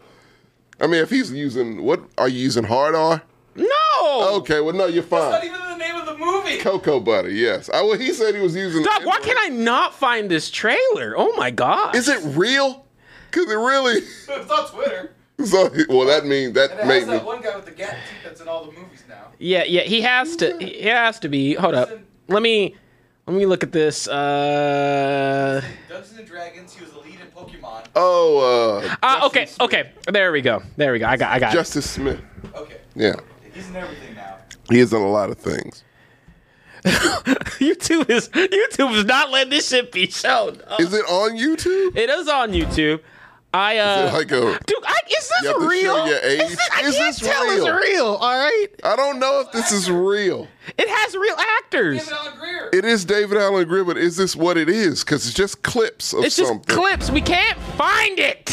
B: I mean, if he's using what are you using hard R?
A: no.
B: Okay, well, no, you're
C: Not
B: fine.
C: even the name of the movie.
B: Cocoa butter, yes. I well, he said he was using.
A: Doc, why can I not find this trailer? Oh my god.
B: Is it real? Cause it really.
C: It's on Twitter.
B: So well, that means
C: And it
B: that made
C: has
B: me.
C: that one guy with the gap teeth that's in all the movies now.
A: Yeah, yeah, he has to. He has to be. Hold up. Let me let me look at this. Uh,
C: Dungeons and Dragons. He was the lead in Pokemon.
B: Oh, uh,
A: uh okay, okay. There we go. There we go. I got. I got. It.
B: Justice Smith.
C: Okay.
B: Yeah,
C: He's in everything now.
B: he is in a lot of things.
A: YouTube is YouTube is not letting this shit be shown. Uh,
B: Is it on YouTube?
A: it is on YouTube. I uh.
B: Like a.
A: Dude, I, is
B: You
A: this
B: have to show
A: real?
B: your age.
A: Is this, I can't
B: Is this
A: tell
B: real?
A: it's real. All right,
B: I don't know if this is real.
A: it has real actors.
C: David Alan Greer.
B: It is David Allen Greer, but is this what it is? Because it's just clips of
A: It's just
B: something.
A: clips. We can't find it.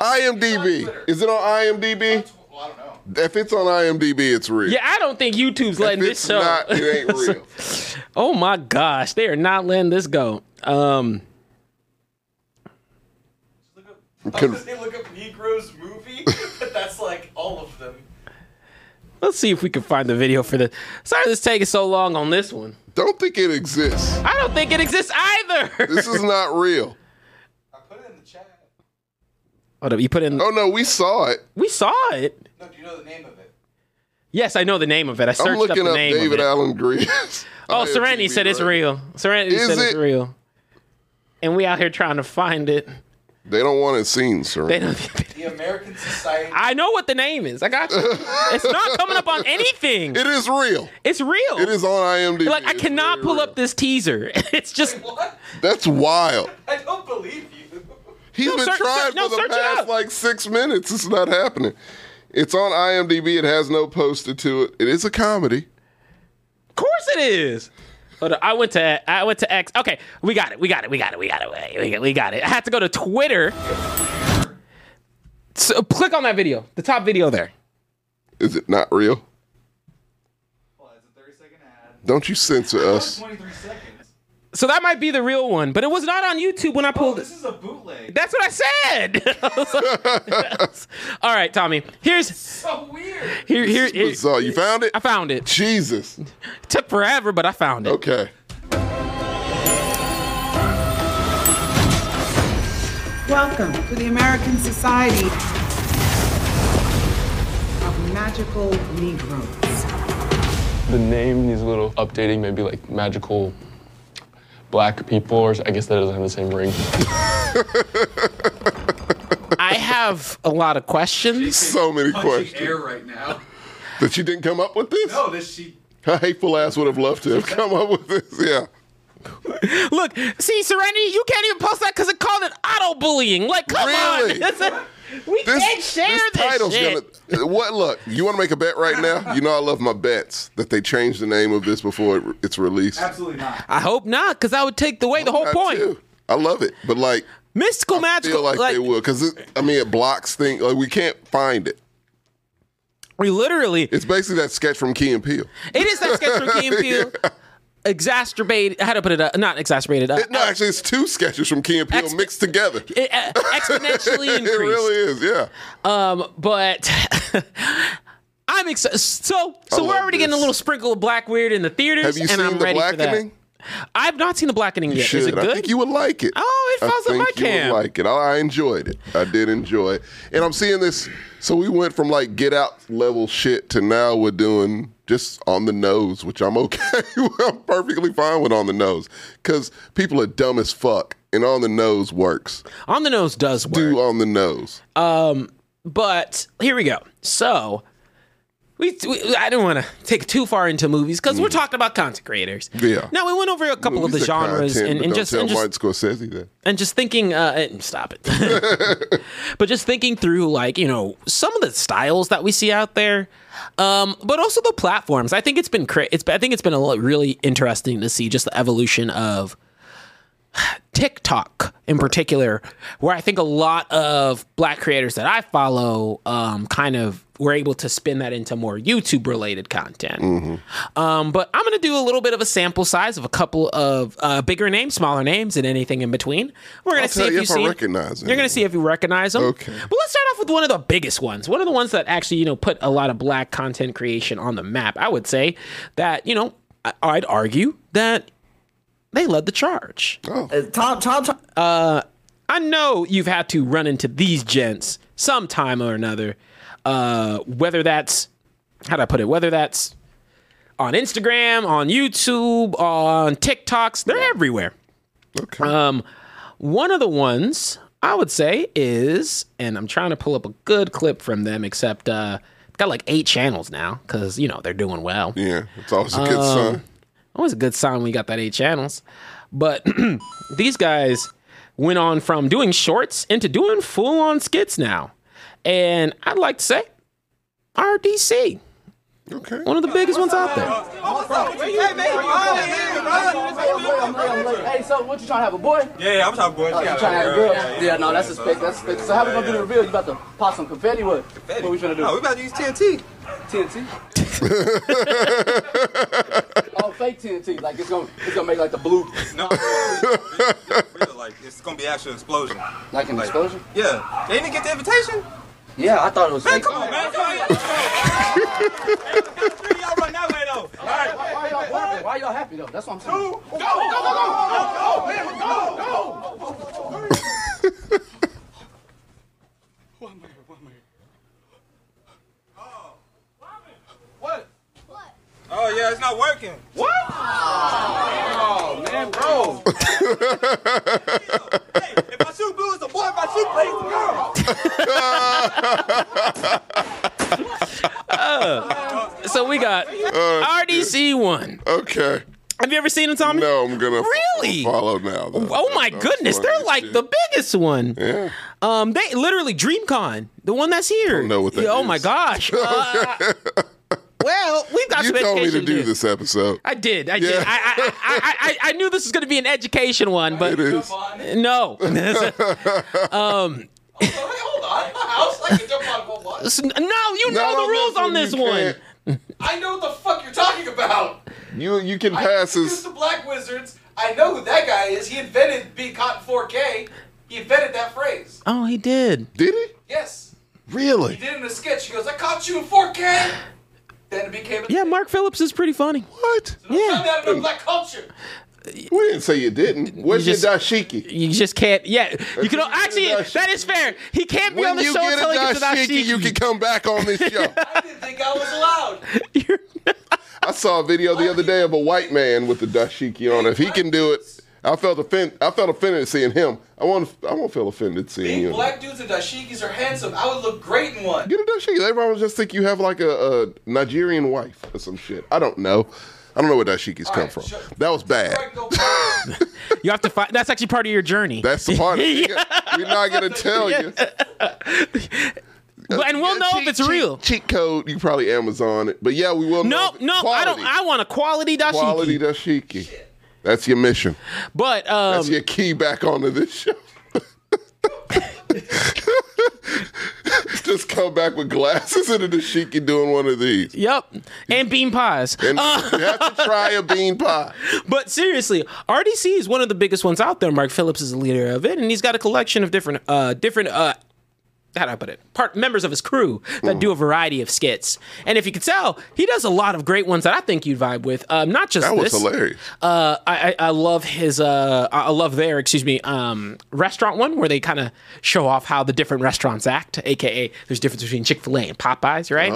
B: IMDb. Is it on IMDb?
C: Well, I don't know.
B: If it's on IMDb, it's real.
A: yeah, I don't think YouTube's
B: If
A: letting this
B: it's
A: show.
B: not, it ain't real.
A: Oh my gosh, they are not letting this go. Um,
C: Look up. oh, I
B: Could-
C: was gonna say look up Negroes movie, but that's like all of them.
A: let's see if we can find the video for this. Sorry, this taking so long on this one.
B: Don't think it exists.
A: I don't think it exists either.
B: This is not real.
C: I put it in the chat.
A: Hold up, you put in.
B: Oh no, we saw it.
A: We saw it.
C: No, do you know the name of it?
A: Yes, I know the name of it. I
B: I'm
A: searched up
B: looking
A: the
B: up,
A: name of
B: David
A: it.
B: Allen Greer.
A: oh, Serenity said it's real. Serenity
B: Is
A: said it's
B: it?
A: real. And we out here trying to find it.
B: They don't want it seen, sir.
A: They don't.
C: The American Society.
A: I know what the name is. I got you. it's not coming up on anything.
B: It is real.
A: It's real.
B: It is on IMDb.
A: Like I
B: It's
A: cannot
B: very
A: pull
B: real.
A: up this teaser. It's just
C: what?
B: That's wild.
C: I don't believe you.
B: He's
A: No,
B: been
A: search-
B: trying
A: search- no,
B: for the
A: search it
B: past
A: up.
B: like six minutes. It's not happening. It's on IMDb. It has no poster to it. It is a comedy.
A: course it is. Hold on, I went to I went to X. Okay, we got it. We got it. We got it. We got it. We got, we got it. I had to go to Twitter. So click on that video, the top video there.
B: Is it not real?
C: Well, it's a third 30 second ad.
B: Don't you censor us.
C: 23 seconds.
A: So that might be the real one, but it was not on YouTube when I
C: Oh,
A: pulled it.
C: this is a bootleg.
A: That's what I said. I was like- All right, Tommy. Here's
C: So weird.
A: here here. here-
B: So you found it?
A: I found it.
B: Jesus.
A: Took forever, but I found it.
B: Okay.
G: Welcome to the American Society of Magical Negroes.
H: The name needs a little updating, maybe like magical black people, or I guess that doesn't have the same ring.
A: I have a lot of questions.
B: So many
C: Punching
B: questions.
C: air right now.
B: That you didn't come up with this?
C: No, this she.
B: Her hateful ass would have loved to have come up with this. Yeah.
A: Look, see, Serenity, you can't even post that because it called it auto bullying. Like, come
B: Really?
A: on, It's a- we can't share this, shit.
B: gonna. What? Look, you want to make a bet right now? You know I love my bets. That they change the name of this before it, it's released.
C: Absolutely not.
A: I hope not, because I would take away the whole
B: I
A: point.
B: do. I love it, but like,
A: Mystical, magical,
B: feel like,
A: like,
B: they will because I mean it blocks things. Like we can't find it.
A: we literally
B: It's basically that sketch from Key and Peele.
A: It is that sketch from Key and Peele. Exacerbated. How to put it? Uh, not exacerbated. Uh,
B: It- no, actually, it's two sketches from Key and Peele
A: Ex-
B: mixed together.
A: it, uh, exponentially increased.
B: It really is, yeah.
A: Um, but I'm excited. So, so we're
B: love
A: already getting a
B: this.
A: little sprinkle of Black Weird in the theaters,
B: Have you
A: and
B: seen
A: I'm
B: the
A: ready for that.
B: blackening?
A: I've not seen the blackening yet.
B: should.
A: Is it good?
B: I think you would like it.
A: Oh, it
B: I
A: falls on
B: think
A: my
B: you would
A: cam.
B: like it. I, I enjoyed it. I did enjoy it. And I'm seeing this. So we went from like get out level shit to now we're doing just on the nose, which I'm okay. with. I'm perfectly fine with on the nose because people are dumb as fuck, and on the nose works.
A: On the nose does work.
B: Do on the nose.
A: Um, But here we go. So we, we I don't want to take too far into movies because
B: Mm.
A: we're talking about content creators.
B: Yeah.
A: Now we went over a couple of the
B: These are
A: genres
B: content,
A: and,
B: but
A: and
B: don't
A: just
B: tell
A: and just
B: Martin Scorsese that.
A: and just thinking uh and stop it but just thinking through like you know some of the styles that we see out there um but also the platforms i think it's been cra- it's i think it's been a lot really interesting to see just the evolution of TikTok in particular, where I think a lot of black creators that I follow um, kind of were able to spin that into more YouTube related content.
B: Mm-hmm.
A: Um, but I'm going to do a little bit of a sample size of a couple of uh, bigger names, smaller names, and anything in between. We're going
B: I'll
A: to see
B: tell
A: if
B: you
A: you
B: if I
A: see.
B: recognize
A: You're going
B: anyone.
A: to see if you recognize them.
B: Okay.
A: But let's start off with one of the biggest ones. One of the ones that actually, you know, put a lot of black content creation on the map. I would say that, you know, I- I'd argue that they led the charge.
B: Oh.
I: Uh,
A: Uh,
I: Tom, Tom, Tom.
A: I know you've had to run into these gents sometime or another. Uh, whether that's how do I put it? Whether that's on Instagram, on YouTube, on TikToks, they're everywhere. Um,
B: Okay.
A: One of the ones I would say is, and I'm trying to pull up a good clip from them, except uh, got like eight channels now because you know they're doing well. Um,
B: yeah, it's always a good sign.
A: Always a good sign when you got that eight channels. But these guys went on from doing shorts into doing full on skits now. And I'd like to say RDC,
B: Okay.
A: one of the biggest ones out there.
I: Hey, so what you trying to have a boy?
C: Yeah, yeah, I'm talking boys.
I: Oh, You trying to have a girl? Yeah, no, that's a spec. That's a spec. So how we gonna do the reveal? You about to pop some confetti? What? What we finna do?
C: about to use TNT.
I: TNT. oh, fake TNT. Like it's gonna, it's gonna make like the blue,
C: No, real, like it's gonna be actual explosion.
I: like an
C: Like-
I: explosion.
C: Yeah, they didn't get the invitation.
I: Yeah, I thought it was fake.
C: man. Y'all run that way though. All right.
I: Why y'all happy? Why y'all happy though? That's what I'm saying.
C: Oh yeah, it's not working. What? Oh man, bro. hey, if I shoot blue, it's a boy. If I shoot green, it's a girl.
A: Uh, So we got
B: Uh,
A: RDC one.
B: Okay.
A: Have you ever seen them, Tommy?
B: No, I'm gonna
A: Really?
B: follow now. though.
A: Oh my
B: That's
A: goodness,
B: funny
A: they're like
B: shit.
A: the biggest one.
B: Yeah.
A: Um, they literally DreamCon, the one that's here.
B: Don't know what that
A: Yeah, Oh my
B: is.
A: gosh. Uh, well, we've got
B: You
A: some
B: told me to
A: education
B: do
A: do.
B: this episode.
A: I did. I did. I, I, I, I, I knew this was going to be an education one, but
B: It is.
A: no. um, S- no, you know
B: No,
A: the rules
B: no,
A: on
B: you
A: this one.
B: can't.
C: I know what the fuck you're talking about.
B: You you can
J: I
B: pass
J: introduced
B: as
J: the Black Wizards. I know who that guy is. He invented being caught in 4K. He invented that phrase.
A: Oh, he did.
B: did he?
J: Yes.
B: Really?
J: He did it in a sketch. He goes, I caught you in 4K. Then it became a
A: Yeah, Mark Phillips is pretty funny.
B: What?
J: found
A: Yeah.
J: out about black culture.
B: We didn't say you didn't. Where's
A: You
B: your
A: just-
B: dashiki?
A: You just can't. Yeah, you can
B: you get
A: actually.
B: a dashiki-
A: That is fair. He can't be on
B: When
A: the
B: you
A: show
B: get a
A: until he gets a
B: dashiki, you can come back on this show.
J: I didn't think I was allowed.
B: I saw a video the other day of a white man with the dashiki on. If he can do it, I felt offend. I felt offended seeing him. I want. I won't feel offended seeing
J: Big
B: you.
J: black dudes in dashikis are handsome. I would look great in one.
B: Get a dashiki. They probably just think you have like a, a Nigerian wife or some shit. I don't know. I don't know where dashikis come
J: right,
B: from.
J: sure.
B: That was bad.
J: I can go back.
A: You have to find. That's actually part of your journey.
B: That's the part. nigga. We're not gonna tell you.
A: and we'll
B: Yeah,
A: know
B: cheat-
A: if it's
B: cheat-
A: real.
B: Cheat code. You can probably Amazon it, but yeah, we will. know
A: No,
B: if it-
A: no, I don't.
B: quality.
A: I want a quality dashiki.
B: quality dashiki. That's your mission.
A: But um,
B: That's your key back onto this show. Just come back with glasses and a dashiki doing one of these.
A: yep, and bean pies.
B: And you have to try a bean pie.
A: But seriously, RDC is one of the biggest ones out there. Mark Phillips is the leader of it, and he's got a collection of different, uh, different, uh, how do I put it? Part members of his crew
B: Mm.
A: that do a variety of skits. And if you could tell, he does a lot of great ones that I think you'd vibe with. Um, not just
B: That was
A: this.
B: hilarious.
A: Uh, I, I I love his uh, I I love their excuse me um, restaurant one where they kind of show off how the different restaurants act, aka there's a difference between Chick Fil A and Popeyes, right?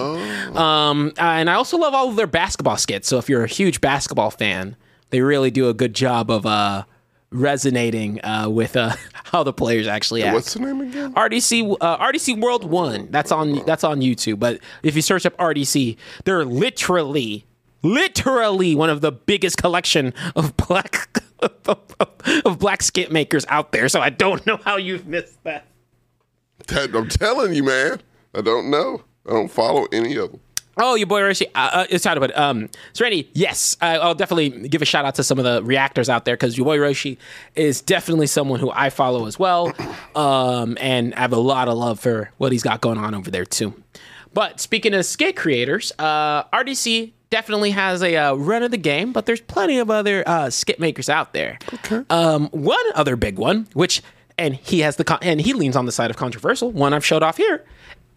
A: Um, uh, and I also love all of their basketball skits. So if you're a huge basketball fan, they really do a good job of uh, resonating uh, with uh, how the players actually act.
B: What's the name again?
A: RDC uh, RDC World One. That's on that's on YouTube. But if you search up RDC, they're literally literally one of the biggest collection of black of black skit makers out there. So I don't know how you've missed that.
B: That- I'm telling you, man. I don't know. I don't follow any of them.
A: Oh, your boy Rishi. Uh, uh, it's out of it. Um, so Randy, yes, I, I'll definitely give a shout out to some of the reactors out there because your boy Roshi is definitely someone who I follow as well, um, and I have a lot of love for what he's got going on over there too. But speaking of skate creators, uh, RDC definitely has a uh, run of the game, but there's plenty of other uh, skit makers out there. Okay. Um, one other big one, which and he has the con- and he leans on the side of controversial. One I've showed off here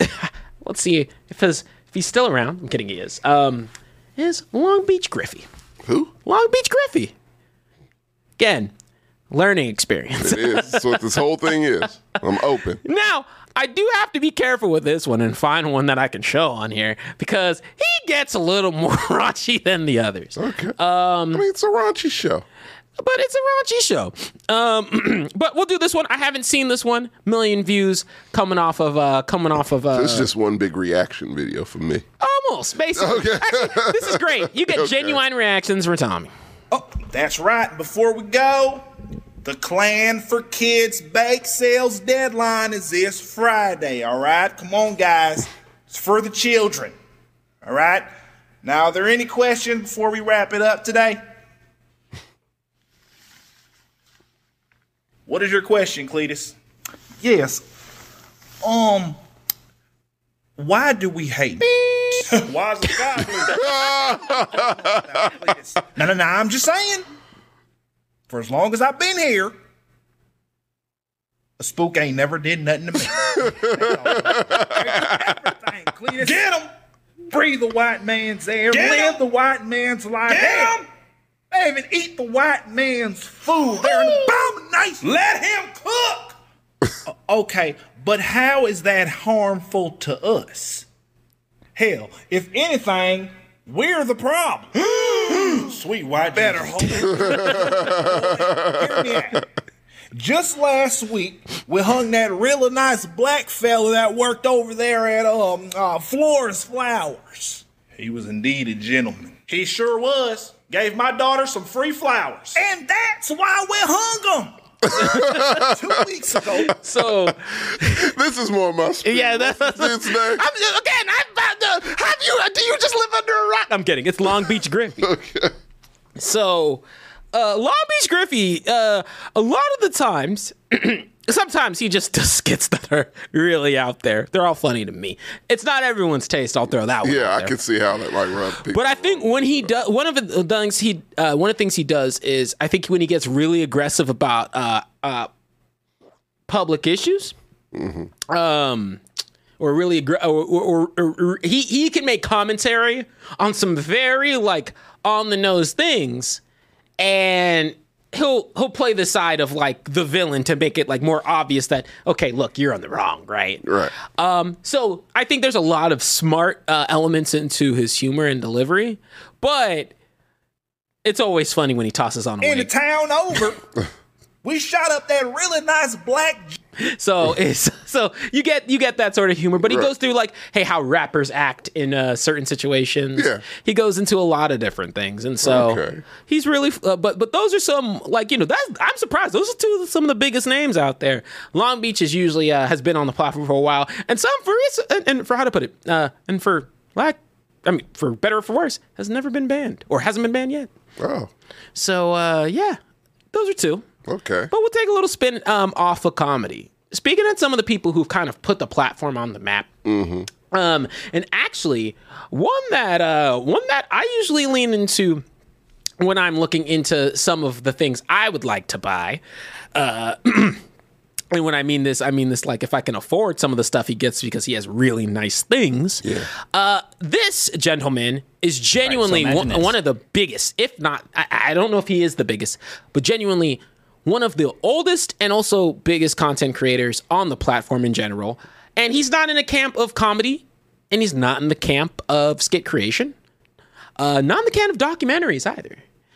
A: let's see if his if he's still around. I'm kidding, he is. Um, is Long Beach Griffey?
B: Who?
A: Long Beach Griffey. Again, learning experience.
B: It is. That's what this whole thing is. I'm open.
A: now I do have to be careful with this one and find one that I can show on here because he gets a little more raunchy than the others.
B: Okay. Um, I mean, it's a raunchy show.
A: but it's a raunchy show. Um, but we'll do this one. I haven't seen this one. Million views coming off of uh, coming off of uh,
B: It's just one big reaction video for me.
A: almost basically.
B: Okay.
A: Actually, this is great. You get
B: Okay.
A: genuine reactions from Tommy.
J: Oh, that's right. Before we go, the Plan for Kids bake sales deadline is this Friday, all right? Come on, guys. It's for the children, all right? Now, are there any questions before we wrap it up today? What is your question, Cletus? Yes. Um, why do we hate? why is the goblin? No, no, no. I'm just saying. For as long as I've been here, a spook ain't never did nothing to me. Everything, Cletus. Get him. Free the white man's air. Live the white man's life. Get him. They even eat the white man's food. They're an abomination. Let him cook. okay, but how is that harmful to us? Hell, if anything, we're the problem. Sweet white better hold Hear me out. Just last week, we hung that really nice black fella that worked over there at um uh, Flores Flowers. He was indeed a gentleman. He sure was. Gave my daughter some free flowers. And that's why we hung him. Two weeks ago,
A: So
B: This is more my speed.
A: Yeah, that's-
B: What's his name?
A: I'm, again, I'm about to have you. Do you just live under a rock? I'm kidding. It's Long Beach Griffey. So, uh, Long Beach Griffey. Uh, a lot of the times, sometimes he just does skits that are really out there. They're all funny to me. It's not everyone's taste. I'll throw that one. out
B: Yeah, I
A: there.
B: can see how that might rub people.
A: But I think when he does one of the things he uh, one of the things he does is I think when he gets really aggressive about uh, uh, public issues, um, or really aggr- or, or, or, or he he can make commentary on some very like on the nose things, and. He'll he'll play the side of like the villain to make it like more obvious that okay look you're on the wrong right
B: right.
A: um, so I think there's a lot of smart uh, elements into his humor and delivery, but it's always funny when he tosses on a
J: In the
A: wig.
J: town over, we shot up that really nice black. j-
A: So it's so you get you get that sort of humor, but he
B: Right.
A: goes through like hey how rappers act in uh, certain situations.
B: Yeah.
A: he goes into a lot of different things, and so
B: Okay.
A: he's really. Uh, but but those are some like you know that's I'm surprised those are two of the- some of the biggest names out there. Long Beach is usually uh, has been on the platform for a while, and some for its- and, and for how to put it uh, and for lack. I mean, for better or for worse, has never been banned or hasn't been banned yet.
B: Oh,
A: So uh, yeah, those are two.
B: okay.
A: But we'll take a little spin um, off of comedy. Speaking of some of the people who've kind of put the platform on the map,
B: Mm-hmm.
A: um, and actually one that uh, one that I usually lean into when I'm looking into some of the things I would like to buy. Uh, and when I mean this, I mean this like if I can afford some of the stuff he gets because he has really nice things. Yeah. Uh, this gentleman is genuinely
E: imagine
A: one,
E: this.
A: one of the biggest, if not, I, I don't know if he is the biggest, but genuinely one of the oldest and also biggest content creators on the platform in general. And he's not in the camp of comedy, and he's not in the camp of skit creation. Uh, not in the camp of documentaries either.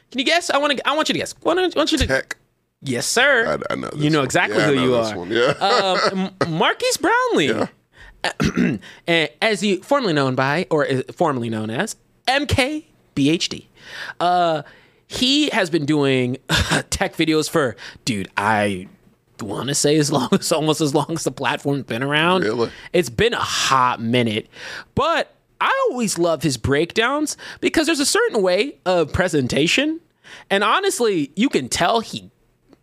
A: Can you guess? I want to. I want you to guess. I want want you to.
B: Heck,
A: Yes, sir.
B: I, I know. This
A: you know
B: one.
A: exactly
B: Yeah, I
A: who
B: know
A: you
B: this
A: are.
B: One. Yeah.
A: Um, M- Marquise Brownlee, Eh, as he formerly known by, or is formerly known as MKBHD. Uh, he has been doing tech videos for, dude, I want to say as long as almost as long as the platform's been around.
B: Really?
A: It's been a hot minute, but I always love his breakdowns because there's a certain way of presentation, and honestly, you can tell he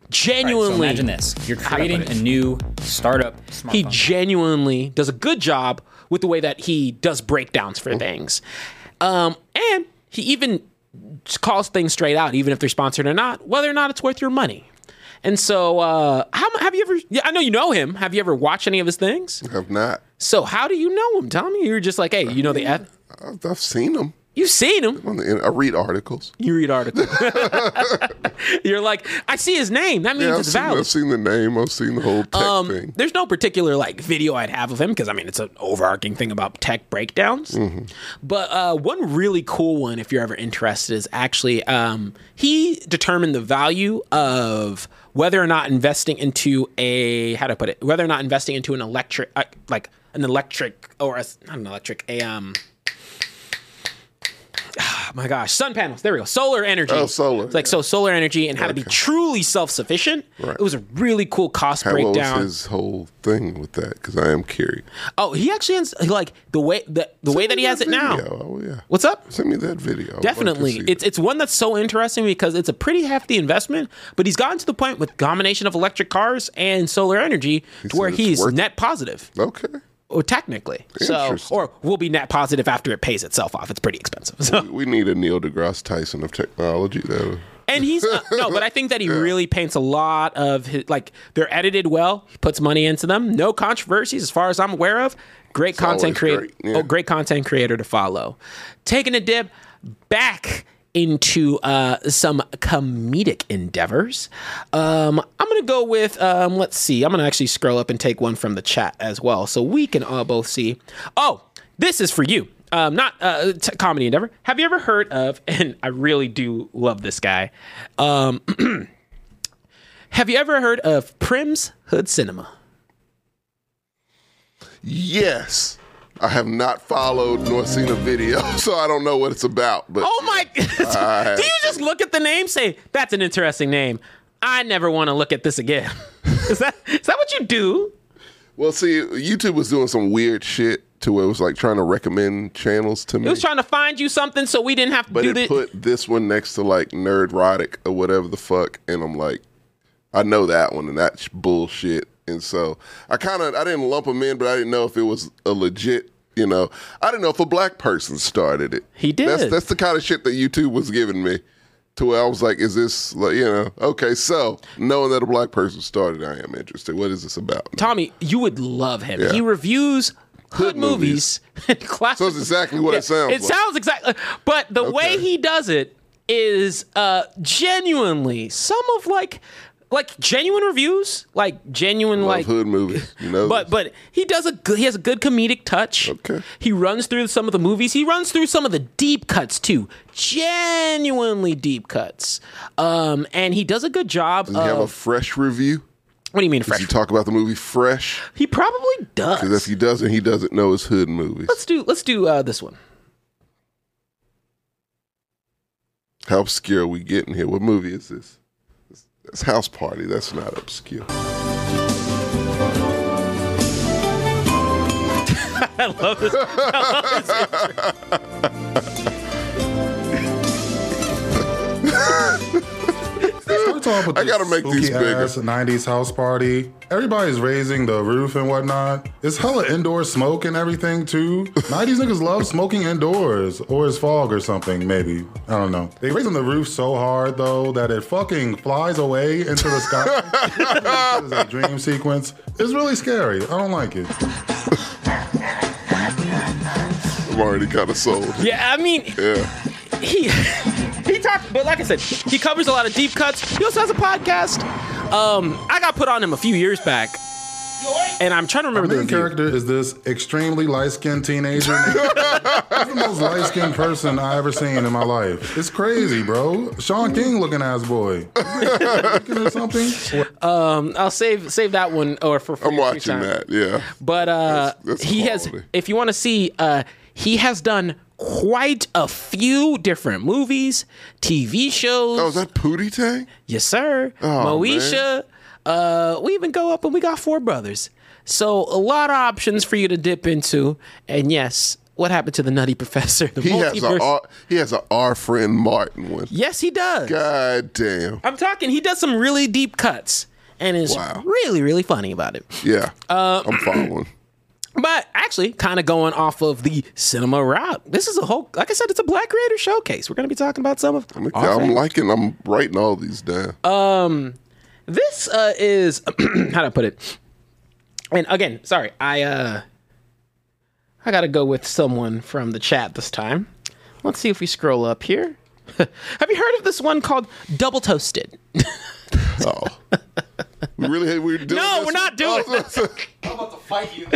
A: genuinely.
K: So imagine this: you're
A: to put
K: creating
A: it.
K: a new startup smartphone.
A: He genuinely does a good job with the way that he does breakdowns for things. Um, and he even calls things straight out, even if they're sponsored or not, whether or not it's worth your money. And so, uh, how mu- have you ever? Yeah, I know you know him. Have you ever watched any of his things?
B: I've not.
A: So, how do you know him, Tommy? You're just like, hey, you know the F.
B: I've, I've seen them.
A: You've seen him.
B: On the, in- I read articles.
A: You read articles. You're like, I see his name. That means
B: Yeah, I've
A: it's
B: seen,
A: valid. Um,
B: I've seen the name. I've seen the whole tech thing.
A: There's no particular like video I'd have of him because I mean it's an overarching thing about tech breakdowns.
B: Mm-hmm.
A: But uh, one really cool one, if you're ever interested, is actually um, he determined the value of whether or not investing into a how to put it, whether or not investing into an electric uh, like an electric or a, not an electric a um. ah, My gosh, sun panels. There we go. Solar energy.
B: Oh, solar,
A: It's like
B: yeah.
A: so, solar energy and how to be truly self-sufficient.
B: Right.
A: It was a really cool cost
B: How what was
A: breakdown.
B: his whole thing with that? Because I am curious.
A: Oh, he actually has like the way the, the way that he has it now.
B: Video. Oh yeah.
A: What's up?
B: Send me that video. I would like to
A: Definitely,
B: see
A: it's
B: it.
A: it's one that's so interesting because it's a pretty hefty investment. But he's gotten to the point with combination of electric cars and solar energy to
B: said
A: where
B: it's
A: he's
B: worth it.
A: net positive,
B: okay.
A: or technically, so
B: Interesting.
A: or will be net positive after it pays itself off. It's pretty expensive. So.
B: We- We need a Neil deGrasse Tyson of technology, though.
A: And he's uh, no, but I think that he really paints a lot of his like they're edited well. He puts money into them. No controversies, as far as I'm aware of. Great content
B: always
A: creator,
B: great, yeah.
A: oh, great content creator to follow. Taking a dip back into uh, some comedic endeavors. Um, I'm gonna go with um, let's see. I'm gonna actually scroll up and take one from the chat as well, so we can all both see. Oh, this is for you. Um, not uh, t- comedy endeavor. Have you ever heard of? And I really do love this guy. Um, have you ever heard of Prim's Hood Cinema?
B: Yes. I have not followed nor seen a video, so I don't know what it's about. But
A: Oh my!
B: I-
A: do you just look at the name, say that's an interesting name? I never want to look at this again. is that is that what you do?
B: Well, see, YouTube was doing some weird shit to where it was like trying to recommend channels to me.
A: It was trying to find you something so we didn't have to
B: but
A: do
B: it
A: this.
B: put this one next to like Nerdrotic or whatever the fuck, and I'm like, I know that one, and that's bullshit. And so I kind of I didn't lump him in, but I didn't know if it was a legit. You know, I didn't know if a black person started it. He
A: did.
B: That's, that's the kind of shit that YouTube was giving me. To where I was like, is this, like, you know, okay, so knowing that a black person started, I am interested. What is this about?
A: Tommy, you would love him.
B: Yeah.
A: He reviews hood movies. Classic.
B: So that's exactly what
A: Yeah,
B: it sounds
A: It
B: like.
A: sounds exactly. But the way he does it is uh, genuinely some of like like genuine reviews, like genuine
B: Love
A: like
B: hood movies. You know,
A: But but he does a good, he has a good comedic touch. Okay. He runs through some of the movies. He runs through some of the deep cuts too, genuinely deep cuts. Um, and he does a good job.
B: does
A: of,
B: he have a fresh review?
A: What do you mean
B: fresh? Does he talk about the movie Fresh?
A: He probably does.
B: Because if he doesn't, he doesn't know his hood movies.
A: let's do let's do uh, this one.
B: How obscure are we getting here? What movie is this? That's House Party. That's not obscure.
A: I love this. I
F: Start with
B: I
F: this
B: gotta make these
F: spooky
B: bigger.
F: ass 90s house party. Everybody's raising the roof and whatnot. It's hella indoor smoke and everything too. 90s niggas love smoking indoors, or it's fog or something maybe. I don't know. They raising the roof so hard though that it fucking flies away into the sky. it's a dream sequence. It's really scary. I don't like it.
B: I'm already kind of sold.
A: Yeah, I mean,
B: yeah.
A: he he talks, but like I said, he covers a lot of deep cuts. He also has a podcast. Um, I got put on him a few years back, and I'm trying to remember the
F: Main
A: review.
F: character is this extremely light-skinned teenager. He's the most light-skinned person I ever seen in my life. It's crazy, bro. Sean King looking ass boy.
A: Um, I'll save save that one or for free,
B: I'm watching
A: free time.
B: that. Yeah.
A: But uh, he has. If you want to see, uh, he has done quite a few different movies, TV shows. Oh, is
B: that Pootie Tang? Oh,
A: Yes, sir. Moesha. Uh, we even go up and we got four brothers. So a lot of options for you to dip into. And yes, what happened to the Nutty Professor? The
B: He has a
A: multiverse-
B: R, he has a R friend Martin one.
A: Yes, he does.
B: God damn.
A: I'm talking. He does some really deep cuts, and is really really funny about it.
B: Yeah.
A: Uh,
B: I'm following.
A: But actually, kind of going off of the cinema route, this is a whole, like I said, it's a Black Creator Showcase. We're going to be talking about some of them.
B: Yeah, I'm liking. I'm writing all these down.
A: Um, this uh, is, how do I put it? And again, sorry, I, uh, I got to go with someone from the chat this time. Let's see if we scroll up here. Have you heard of this one called Double Toasted?
B: oh. We really we doing
A: No,
B: this?
A: we're not doing
B: Oh,
A: I'm about to fight you.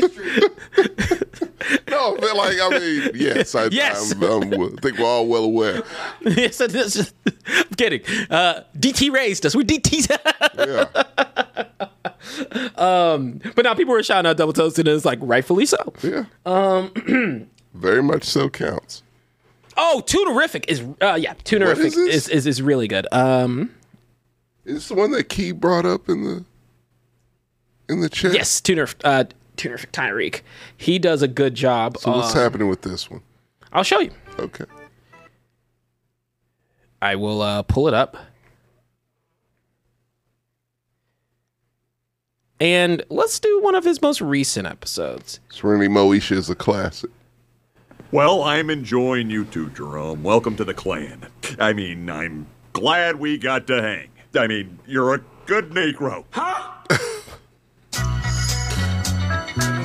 B: no, but like I mean, yes, I
A: Yes.
B: I'm, I'm, I think we're all well aware.
A: yes, it is. I'm kidding. Uh, DT raised us. We're DTs. um, but now people were shouting out double toasted, and it's like rightfully so.
B: Yeah.
A: Um.
B: Very much so counts.
A: oh, tunerific is uh yeah, tunerific
B: is
A: is,
B: this?
A: is, is really good. Um.
B: Is this the one that Key brought up in the in the chat?
A: Yes, tuner uh tunerific Tyreek. He does a good job.
B: So what's
A: on-
B: happening with this one?
A: I'll show you.
B: Okay.
A: I will uh, pull it up. And let's do one of his most recent episodes.
B: Serenity Moesha is a classic.
L: Well, I'm enjoying you two, Jerome. Welcome to the clan. I mean, I'm glad we got to hang. I mean, you're a good Negro. Huh?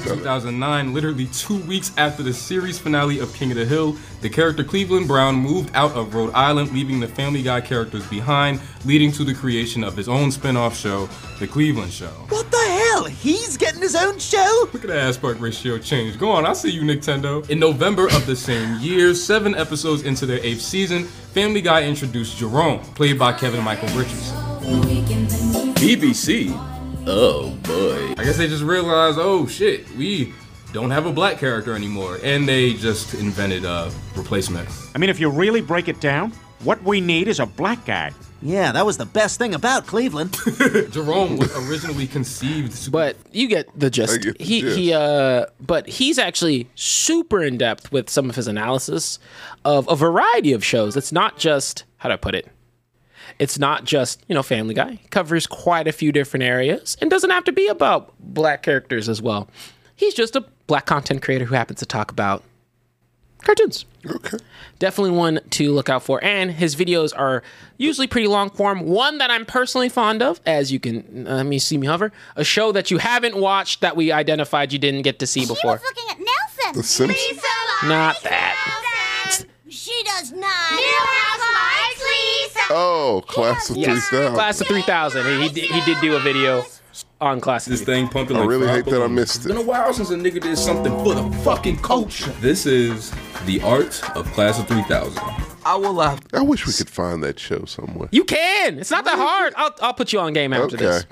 M: 2009, literally two weeks after the series finale of King of the Hill, the character Cleveland Brown moved out of Rhode Island, leaving the Family Guy characters behind, leading to the creation of his own spin off show, The Cleveland Show.
N: What the hell? He's getting his own show?
M: Look at that aspect ratio change. Go on, I see you, Nintendo. In November of the same year, seven episodes into their eighth season, Family Guy introduced Jerome, played by Kevin Michael Richardson. BBC? Oh boy. I guess they just realized, oh shit, we don't have a black character anymore, and they just invented a replacement.
O: I mean, if you really break it down, what we need is a black guy.
N: Yeah, that was the best thing about Cleveland.
M: Jerome was originally conceived.
A: But you get the gist. he he uh but he's actually super in depth with some of his analysis of a variety of shows. It's not just how do I put it? It's not just, you know, Family Guy. It covers quite a few different areas and doesn't have to be about black characters as well. He's just a black content creator who happens to talk about cartoons. Okay. Definitely one to look out for. And his videos are usually pretty long form. One that I'm personally fond of, as you can, uh, let me see me hover, a show that you haven't watched that we identified you didn't get to see before.
P: looking at Nelson.
B: The Simpsons? Lisa
A: Not that.
P: She does not. Milhouse likes Lisa.
B: Oh, class of
A: Yes.
B: 3000.
A: Class of 3000. He, did- he did do a video on Class of This
M: thing pumping
B: I Oh, really hate that I missed
M: It's
B: it.
M: been a while since a nigga did something for the fucking culture. This is the art of class of 3000.
B: I will laugh. I wish we could find that show somewhere.
A: You can. It's not that hard. I'll, I'll put you on game after
B: Okay.
A: this.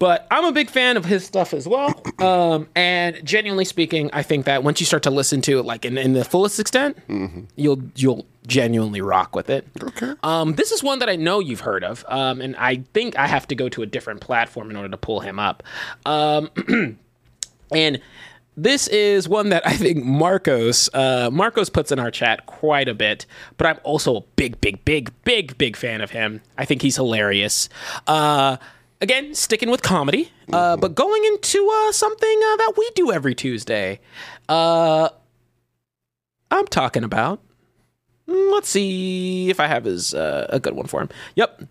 A: But I'm a big fan of his stuff as well. Um, and genuinely speaking, I think that once you start to listen to it, like in, in the fullest extent,
B: Mm-hmm.
A: you'll you'll genuinely rock with it. Okay. Um, this is one that I know you've heard of, um, and I think I have to go to a different platform in order to pull him up. Um, and this is one that I think Marcos uh, Marcos puts in our chat quite a bit, but I'm also a big, big, big, big, big fan of him. I think he's hilarious. Uh, again, sticking with comedy, uh, but going into uh, something uh, that we do every Tuesday. Uh, I'm talking about. mm, Let's see if I have his uh, a good one for him. Yep,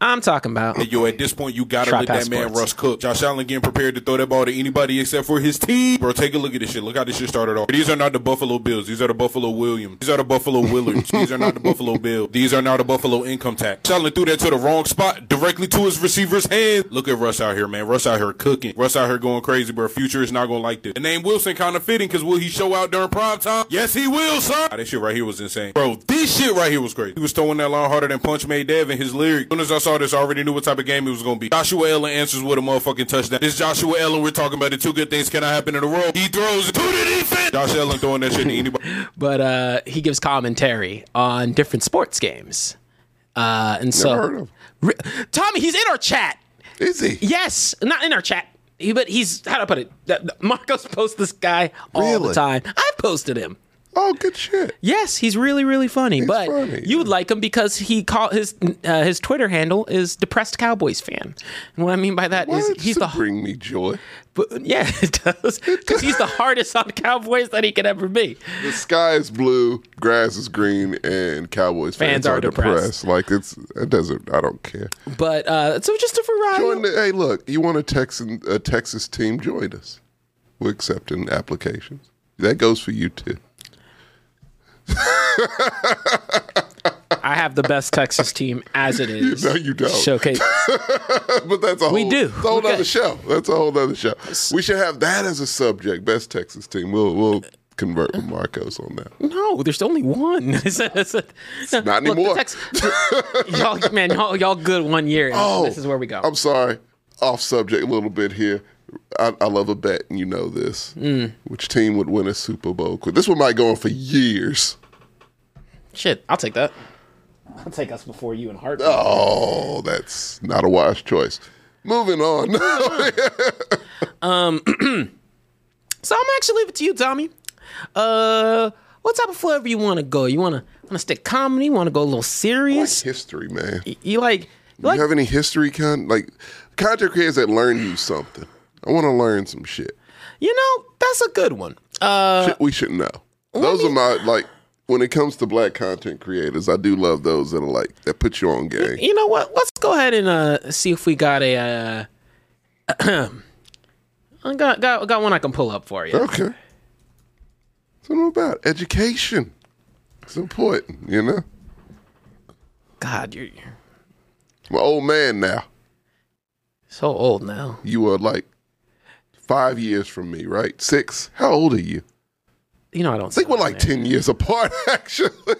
A: I'm talking about.
Q: Yo, at this point, you gotta
A: Try
Q: let that
A: pass
Q: man
A: sports.
Q: Russ cook. Josh Allen getting prepared to throw that ball to anybody except for his team. Bro, take a look at this shit. Look how this shit started off. These are not the Buffalo Bills. These are the Buffalo Williams. These are the Buffalo Willards. These are not the Buffalo Bill. These are not the Buffalo Income Tax. Allen threw that to the wrong spot, directly to his receiver's hand. Look at Russ out here, man. Russ out here cooking. Russ out here going crazy, bro. Future is not gonna like this. The name Wilson kind of fitting, cause will he show out during prime time? Yes, he will, son. Ah, this shit right here was insane, bro. This shit right here was crazy. He was throwing that line harder than Punch Made Dev in his lyrics. As soon as I saw this, I already knew what type of game it was gonna be. Joshua Allen answers with a motherfucking touchdown. This Joshua Allen we're talking about. The two good things cannot happen in a row. He throws it to the defense. Josh Allen throwing that shit to anybody.
A: but uh, he gives commentary on different sports games. Uh, and so,
Q: Never heard of
A: Re- Tommy, he's in our chat. Is he? Yes, not in our chat. He, but he's how do I put it? That- that- Marcos posts this guy all the
B: Really?
A: time. I've posted him. Oh, good shit. Yes, he's really really funny. but you would like him because he call his uh, his Twitter handle is depressed Cowboys fan. And what I mean by that is he's the
B: bring me joy.
A: But yeah, it does because he's the hardest on Cowboys that he could ever be.
B: The sky is blue, grass is green, and Cowboys fans,
A: Fans are
B: are depressed. Like it's it doesn't. I don't care.
A: But uh, so just a variety.
B: Join the, hey, look, you want a Texan a Texas team? Join us. We're accepting applications. That goes for you too.
A: I have the best Texas team as it is. No, you don't. Showcase.
B: but that's a whole,
A: We do.
B: It's a whole
A: Okay.
B: other show. That's a whole other show. We should have that as a subject. Best Texas team. We'll we'll convert with Marcos on that.
A: No, there's only one. It's a- it's a-
B: not
A: Look, the
B: anymore.
A: Tex- y'all, man, y'all, y'all good one year. Oh, this is where we go.
B: I'm sorry, off subject a little bit here. I, I love a bet, and you know this.
A: Mm.
B: Which team would win a Super Bowl? This one might go on for years.
A: Shit, I'll take that. I'll take us before you and Hart.
B: Oh, that's not a wise choice. Moving on.
A: um, so I'm actually leave it to you, Tommy. Uh, what type of flavor you want to go? You want to want to stick comedy? You want to go a little serious?
B: history, man.
A: You like? You, like,
B: you have any history con like content creators that learn you something? I want to learn some shit.
A: You know, that's a good one. Uh,
B: Shit we should know. Those are my like when it comes to black content creators. I do love those that are like that put you on game.
A: you know what? Let's go ahead and uh, see if we got a. Uh, I got, got got one I can pull up for you.
B: Okay. Something about education. It's important, you know.
A: God, you're
B: I'm an old man now.
A: So old now.
B: You are like five years from me, right? Six. How old are you?
A: You know I don't
B: I think we're like ten years apart, actually.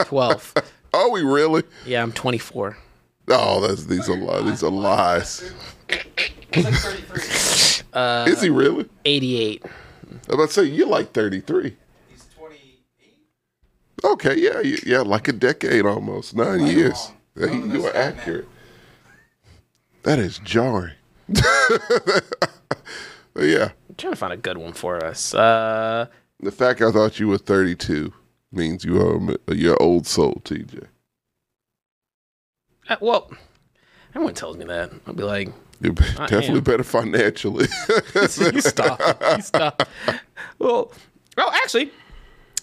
A: Twelve.
B: are we really?
A: Yeah, I'm 24.
B: Oh, that's these are lies. These are lies.
A: Uh,
B: Is he really?
A: 88. I
B: was about to say you're like 33. He's 28. Okay, yeah, you- yeah, like a decade almost, nine years. Yeah, you, you are accurate. That is jarring. yeah.
A: I'm trying to find a good one for us. Uh,
B: The fact I thought you were 32 means you are a- you're an old soul, TJ.
A: Uh, well, everyone tells me that. I'll be like,
B: You're
A: I
B: definitely
A: am.
B: better financially.
A: you stop. You stop. Well, oh, actually,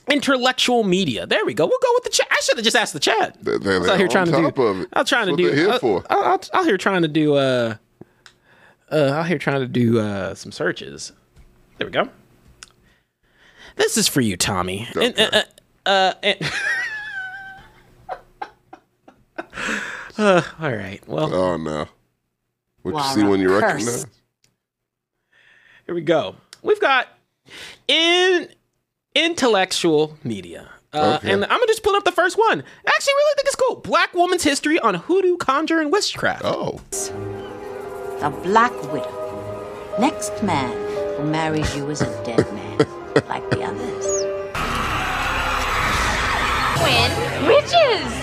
A: intellectual media. There we go. We'll go with the chat. I should have just asked the chat.
B: They're,
A: I was out here trying to do. I was trying to do. uh,
B: What they're here
A: I-
B: for.
A: I, I, I, out here trying to do. Uh, uh, out here trying to do uh, some searches. There we go. This is for you, Tommy. And, uh, uh, uh, and- Uh, all right. Well.
B: Oh no. What
A: Laura
B: you see when you
A: Curse.
B: recognize?
A: Here we go. We've got in intellectual media. Uh,
B: Okay.
A: And I'm gonna just pull up the first one. I actually really think it's cool. Black woman's history on hoodoo, conjure, and witchcraft.
B: Oh,
R: The Black Widow. Next man who marries you is a dead man, like the others.
P: When witches.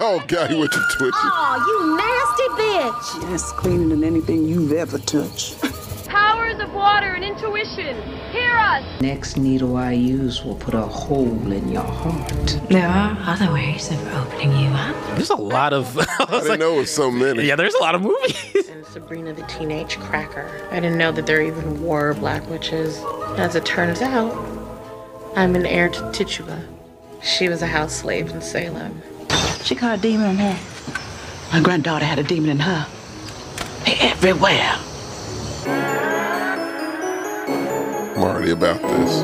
B: oh God, you went to Twitch.
P: Oh, you nasty bitch.
G: Yes, cleaner than anything you've ever touched.
P: Powers of water and intuition. Hear us.
R: Next needle I use will put a hole in your heart.
S: There are other ways of opening you up.
A: There's a lot of. I,
B: didn't know it was so many.
A: Yeah, there's a lot of movies.
S: And Sabrina the Teenage Cracker. I didn't know that there even were black witches. As it turns out, I'm an heir to Tituba. She was a house slave in Salem.
R: She got a demon in her. My granddaughter had a demon in her. They're everywhere.
B: I'm already about this.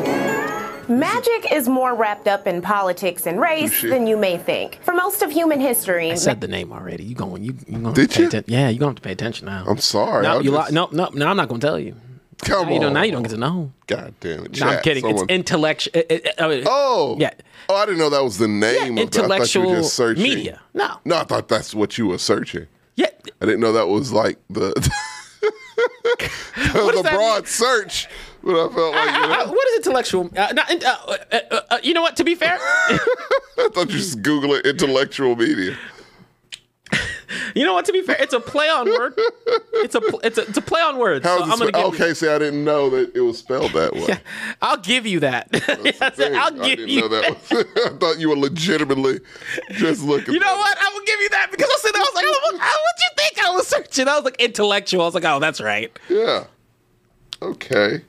T: Magic is more wrapped up in politics and race than you may think. For most of human history,
A: I said the name already. You going? You, you going?
B: Did
A: pay
B: you?
A: atten- yeah, you gonna have to pay attention now.
B: I'm sorry.
A: No,
B: I'll
A: you li-
B: just-
A: no, no, no. I'm not gonna tell you.
B: Come
A: now You don't, now
B: on.
A: you don't get to know.
B: God damn it.
A: No, I'm
B: Chat,
A: kidding.
B: someone-
A: It's intellectual. oh. Yeah.
B: Oh, I didn't know that was the name
A: Yeah,
B: of it. I thought you were
A: intellectual
B: just searching.
A: media. No.
B: No, I thought that's what you were searching.
A: Yeah.
B: I didn't know that was like the the, the broad search. But I felt like you know,
A: Uh, what is intellectual? Uh, not, uh, uh, uh, uh, you know what? To be fair,
B: I thought you just Google it intellectual media.
A: you know what? To be fair, it's a play on word. It's a pl- it's a it's a play on words.
B: How's
A: so
B: it
A: I'm gonna
B: spe-
A: give,
B: okay, see, I didn't know that it was spelled that way.
A: I'll give you that. I said, I'll
B: I
A: give
B: didn't
A: you.
B: know that. Was, I thought you were legitimately just looking.
A: You know what? I will give you that because I said I was like, oh, what what you think I was searching? I was like intellectual. I was like, oh, that's right.
B: Yeah. Okay.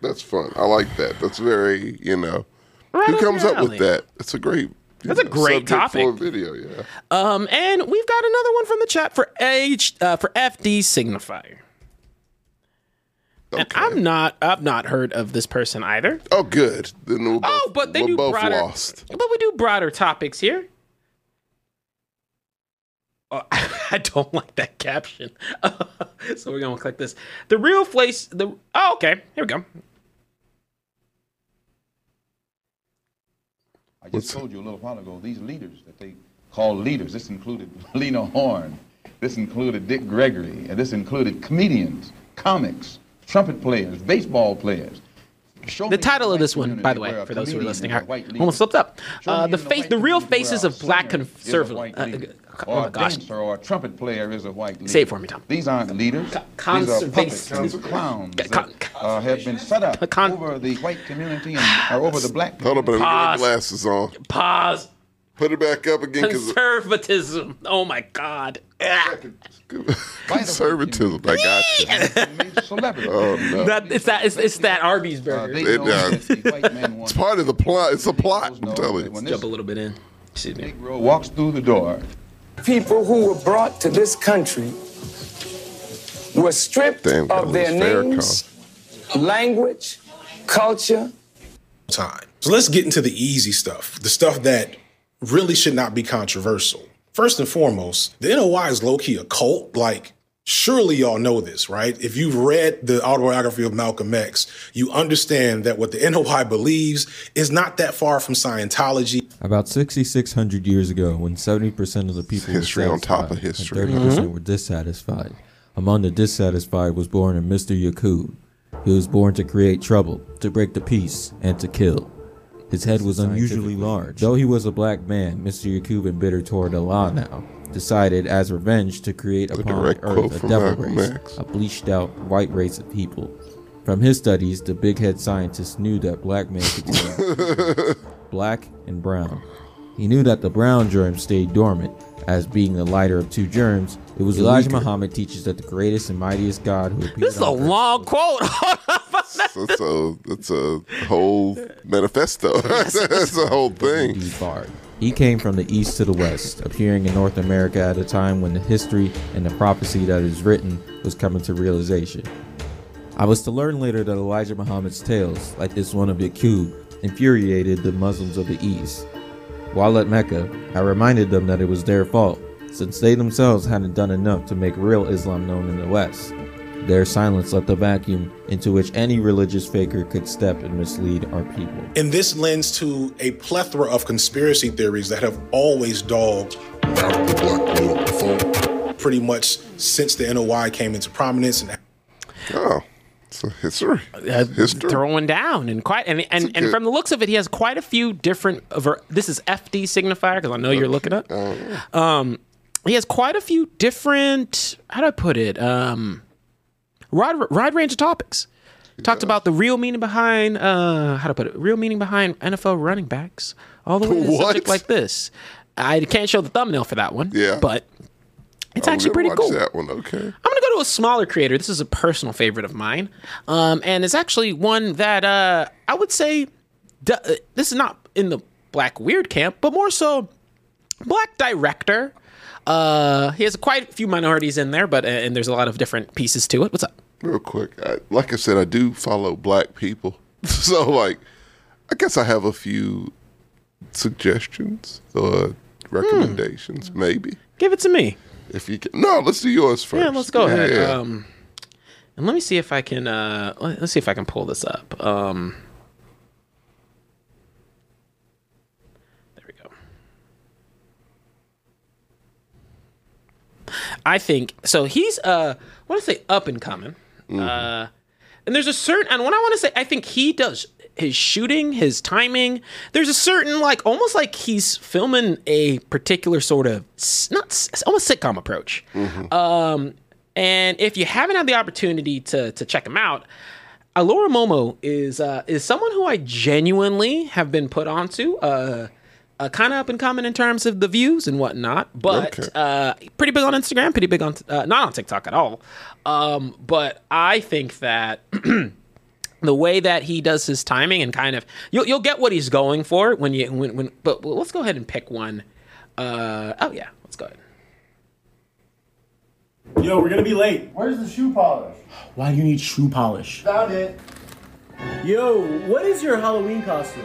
B: That's fun. I like that. That's very, you know.
A: Right
B: who
A: up
B: comes
A: your
B: up with
A: alley.
B: that? It's a great. you
A: That's a
B: know,
A: great
B: subject For a
A: topic.
B: video, yeah.
A: Um, and we've got another one from the chat for H uh, for FD Signifier. And I'm not I've not heard of this person either.
B: Oh, good. Then we'll
A: oh,
B: both-
A: but they
B: we're
A: do
B: both
A: broader,
B: lost.
A: But we do broader topics here. Oh, I don't like that caption. so we're gonna click this. The real place. The oh, okay. Here we go.
U: I just told you a little while ago, these leaders that they call leaders, this included Lena Horne, this included Dick Gregory, and this included comedians, comics, trumpet players, baseball players.
A: the title of this one, by the way, for those who are listening, I almost slipped up. Uh, the face, the real faces of black
U: Is a
A: conservative.
U: white
A: uh,
U: leader.
A: uh, oh
U: or
A: my
U: a
A: gosh.
U: dancer or a trumpet player is a white leader.
A: Say it for me, Tom.
U: These aren't leaders. These are puppets.
A: conservation.
U: These are clowns that uh, have been set up over the white community and or over the black
B: Hold on, but
A: Pause.
G: Ah,
B: I'm getting glasses on.
A: Pause.
B: Put it back up again because
A: Conservatism. Oh my God. Ah.
B: conservatism. I got you. Oh no.
A: That, it's that. It's, it's that Arby's burger.
B: It, uh, it's part of the plot. It's a plot. I'm telling you.
A: Jump a little bit in. Excuse me.
U: walks through the door.
V: People who were brought to this country were stripped
U: Damn, gotta
V: of their
U: lose
V: names,
U: Farrakhan.
V: language, culture.
W: time. So let's get into the easy stuff, the stuff that really should not be controversial. First and foremost, the NOI is low key a cult. Like, surely y'all know this, right? If you've read the autobiography of Malcolm X, you understand that what the NOI believes is not that far from Scientology.
X: About 6,600 years ago, when 70% of the people
B: History
X: were
B: on top
X: satisfied
B: of history.
X: and 30%
B: Mhm.
X: were dissatisfied. Among the dissatisfied was born a Mr. Yakub. He was born to create trouble, to break the peace, and to kill. His head was unusually large. Though he was a black man, Mr. Yakub, embittered toward Allah now, decided as revenge to create upon
B: direct
X: the
B: quote
X: earth a
B: from
X: devil
B: Malcolm
X: race,
B: X.
X: a bleached out white race of people. From his studies, the big head scientist knew that black men could be black and brown. He knew that the brown germ stayed dormant As being the lighter of two germs, it was
A: The
X: Elijah
A: weaker.
X: Muhammad teaches that the greatest and mightiest God who appeared
A: This is a
X: on
A: long quote.
B: That's a that's a whole manifesto. that's a whole thing.
X: He came from the east to the west, appearing in North America at a time when the history and the prophecy that is written was coming to realization. I was to learn later that Elijah Muhammad's tales, like this one of Yaqub, infuriated the Muslims of the east. While at Mecca, I reminded them that it was their fault, since they themselves hadn't done enough to make real Islam known in the West. Their silence left a vacuum into which any religious faker could step and mislead our people.
W: And this lends to a plethora of conspiracy theories that have always dogged pretty much since the NOI came into prominence. And
B: oh, it's a history.
A: Uh, throwing down and quite and and, and
B: good-
A: from the looks of it, he has quite a few different. Ver- this is FD signifier because I know
B: Uh,
A: you're looking up. Um, he has quite a few different. How do I put it? Um, wide wide range of topics. Talked about the real meaning behind uh, how to put it. Real meaning behind NFL running backs. All the way to
B: What?
A: subject like this. I can't show the thumbnail for that one.
B: Yeah.
A: but it's
B: Oh, we
A: actually
B: gotta
A: pretty
B: watch
A: cool.
B: That one, okay.
A: I'm gonna go to a smaller creator. This is a personal favorite of mine, um, and it's actually one that uh, I would say d- uh, this is not in the black weird camp, but more so black director. Uh, he has quite a few minorities in there, but uh, and there's a lot of different pieces to it. What's up?
B: Real quick, I, like I said, I do follow black people, so like, I guess I have a few suggestions or recommendations, maybe.
A: Hmm. Give it to me.
B: If you can, no, let's do yours first.
A: Yeah, let's go ahead.
B: Yeah.
A: Um, and let me see if I can. Uh, let- let's see if I can pull this up. Um, there we go. I think so. He's uh, I want to say up and coming.
B: Mm-hmm.
A: Uh, and there's a certain. And what I want to say, I think he does his shooting, his timing. There's a certain like almost like he's filming a particular sort of s- not s- almost sitcom approach.
B: Mm-hmm.
A: Um, and if you haven't had the opportunity to to check him out, Alora Momo is uh, is someone who I genuinely have been put onto. Uh, uh, kind of up and coming in terms of the views and whatnot, but
B: Okay.
A: uh, pretty big on Instagram, pretty big on uh, not on TikTok at all. Um, but I think that the way that he does his timing and kind of you'll you'll get what he's going for when you when when. But well, let's go ahead and pick one. Uh, oh yeah, let's go ahead.
C: Yo, we're gonna be late. Where's the shoe polish?
D: Why do you need shoe polish?
C: Found it. Yo, what is your Halloween costume?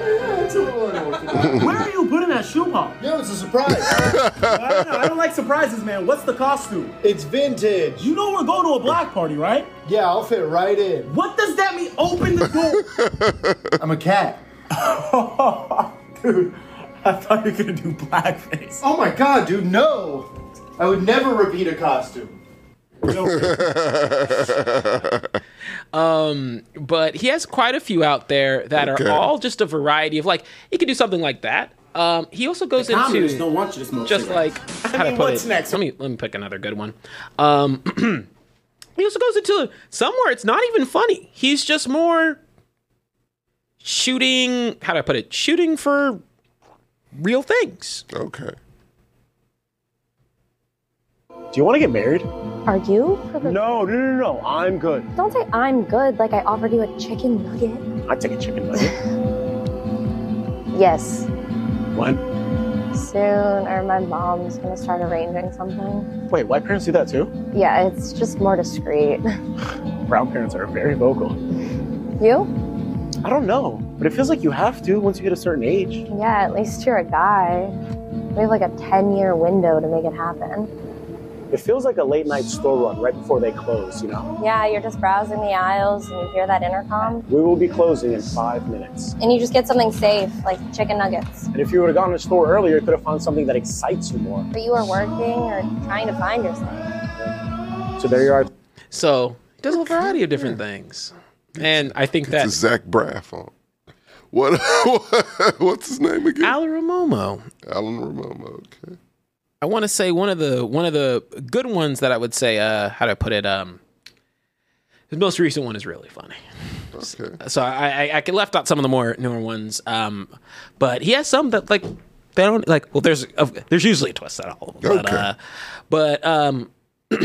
D: Where are you putting that shoe polish?
C: Yo, it's a surprise. I, don't know. I don't like surprises, man. What's the costume? It's vintage. You know we're going to a black party, right? Yeah, I'll fit right in. What does that mean? Open the door. I'm a cat. dude, I thought you were gonna do blackface. Oh my god, dude, no! I would never repeat a costume.
A: Um, but he has quite a few out there that
D: Okay.
A: are all just a variety of like he could do something like that. Um, he also goes
D: The
A: into
D: communists don't want you to smoke
A: just
D: cigarettes.
A: like how to put it. Next? Let me let me pick another good one. Um, he also goes into somewhere it's not even funny. He's just more shooting. How do I put it? Shooting for real things.
B: Okay.
C: Do you want to get married?
H: Are you?
C: No, no, no, no. I'm good.
H: Don't say I'm good like I offered you a chicken nugget.
C: I take a chicken nugget.
H: Yes.
C: what?
H: Soon, or my mom's gonna start arranging something.
C: Wait, white parents do that too?
H: Yeah, it's just more discreet.
C: Brown parents are very vocal.
H: You?
C: I don't know, but it feels like you have to once you hit a certain age.
H: Yeah, at least you're a guy. We have like a 10 year window to make it happen.
C: It feels like a late night store run right before they close, you know?
H: Yeah, you're just browsing the aisles and you hear that intercom.
C: We will be closing in five minutes.
H: And you just get something safe, like chicken nuggets.
C: And if you would have gone to the store earlier, you could have found something that excites you more.
H: But you are working or trying to find yourself.
C: So there you are.
A: So he does a variety of different things, and I think that
B: Zach Braff on. What? what's his name again?
A: Alan Romomo.
B: Alan Romomo. Okay.
A: I want to say one of the one of the good ones that I would say. Uh, how do I put it? Um, the most recent one is really funny. So I, I I left out some of the more newer ones, um, but he has some that like They don't like. Well, there's of there's usually a twist at all. But,
B: Okay.
A: uh, but um,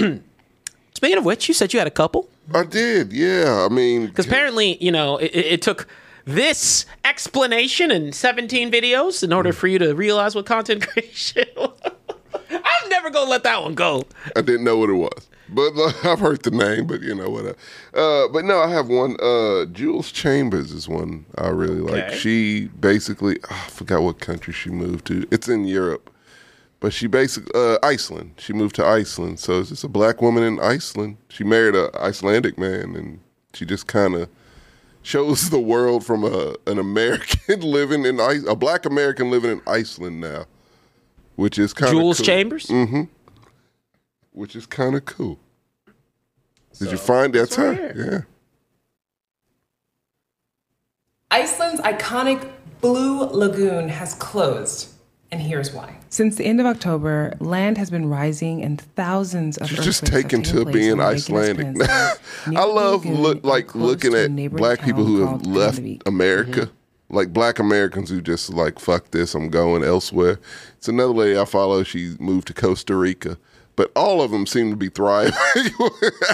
A: speaking of which, you said you had a couple.
B: I did. Yeah. I mean,
A: because apparently, you know, it, it it took this explanation and 17 videos in
B: Mm.
A: order for you to realize what content creation. was. I'm never gonna let that one go.
B: I didn't know what it was, but like, I've heard the name. But you know what? Uh, but no, I have one. Uh, Jules Chambers is one I really like.
E: Okay.
B: She basically ah, I forgot what country she moved to. It's in Europe, but she basically uh, Iceland. She moved to Iceland, so it's just a black woman in Iceland. She married a Icelandic man, and she just kind of shows the world from a an American living in Ice, a black American living in Iceland now, which is kind of
A: Jules Chambers?
B: hmm which is kind of cool. Did you find that
I: it's right
B: time?
I: here. Iceland's iconic Blue Lagoon has closed, and here's why.
J: Since the end of October, land has been rising and thousands of
B: Yeah, just
J: earthquakes have
B: taken
J: taken
B: to
J: place on
B: being
J: the Reykjanes
B: Icelandic.
J: Peninsula.
B: I love look like looking
J: to a
B: at
J: neighboring
B: black people
J: town
B: who
J: called
B: have left
J: Keflavik.
B: America, like black Americans who just like fuck this, I'm going elsewhere. It's another lady I follow. She moved to Costa Rica, but all of them seem to be thriving.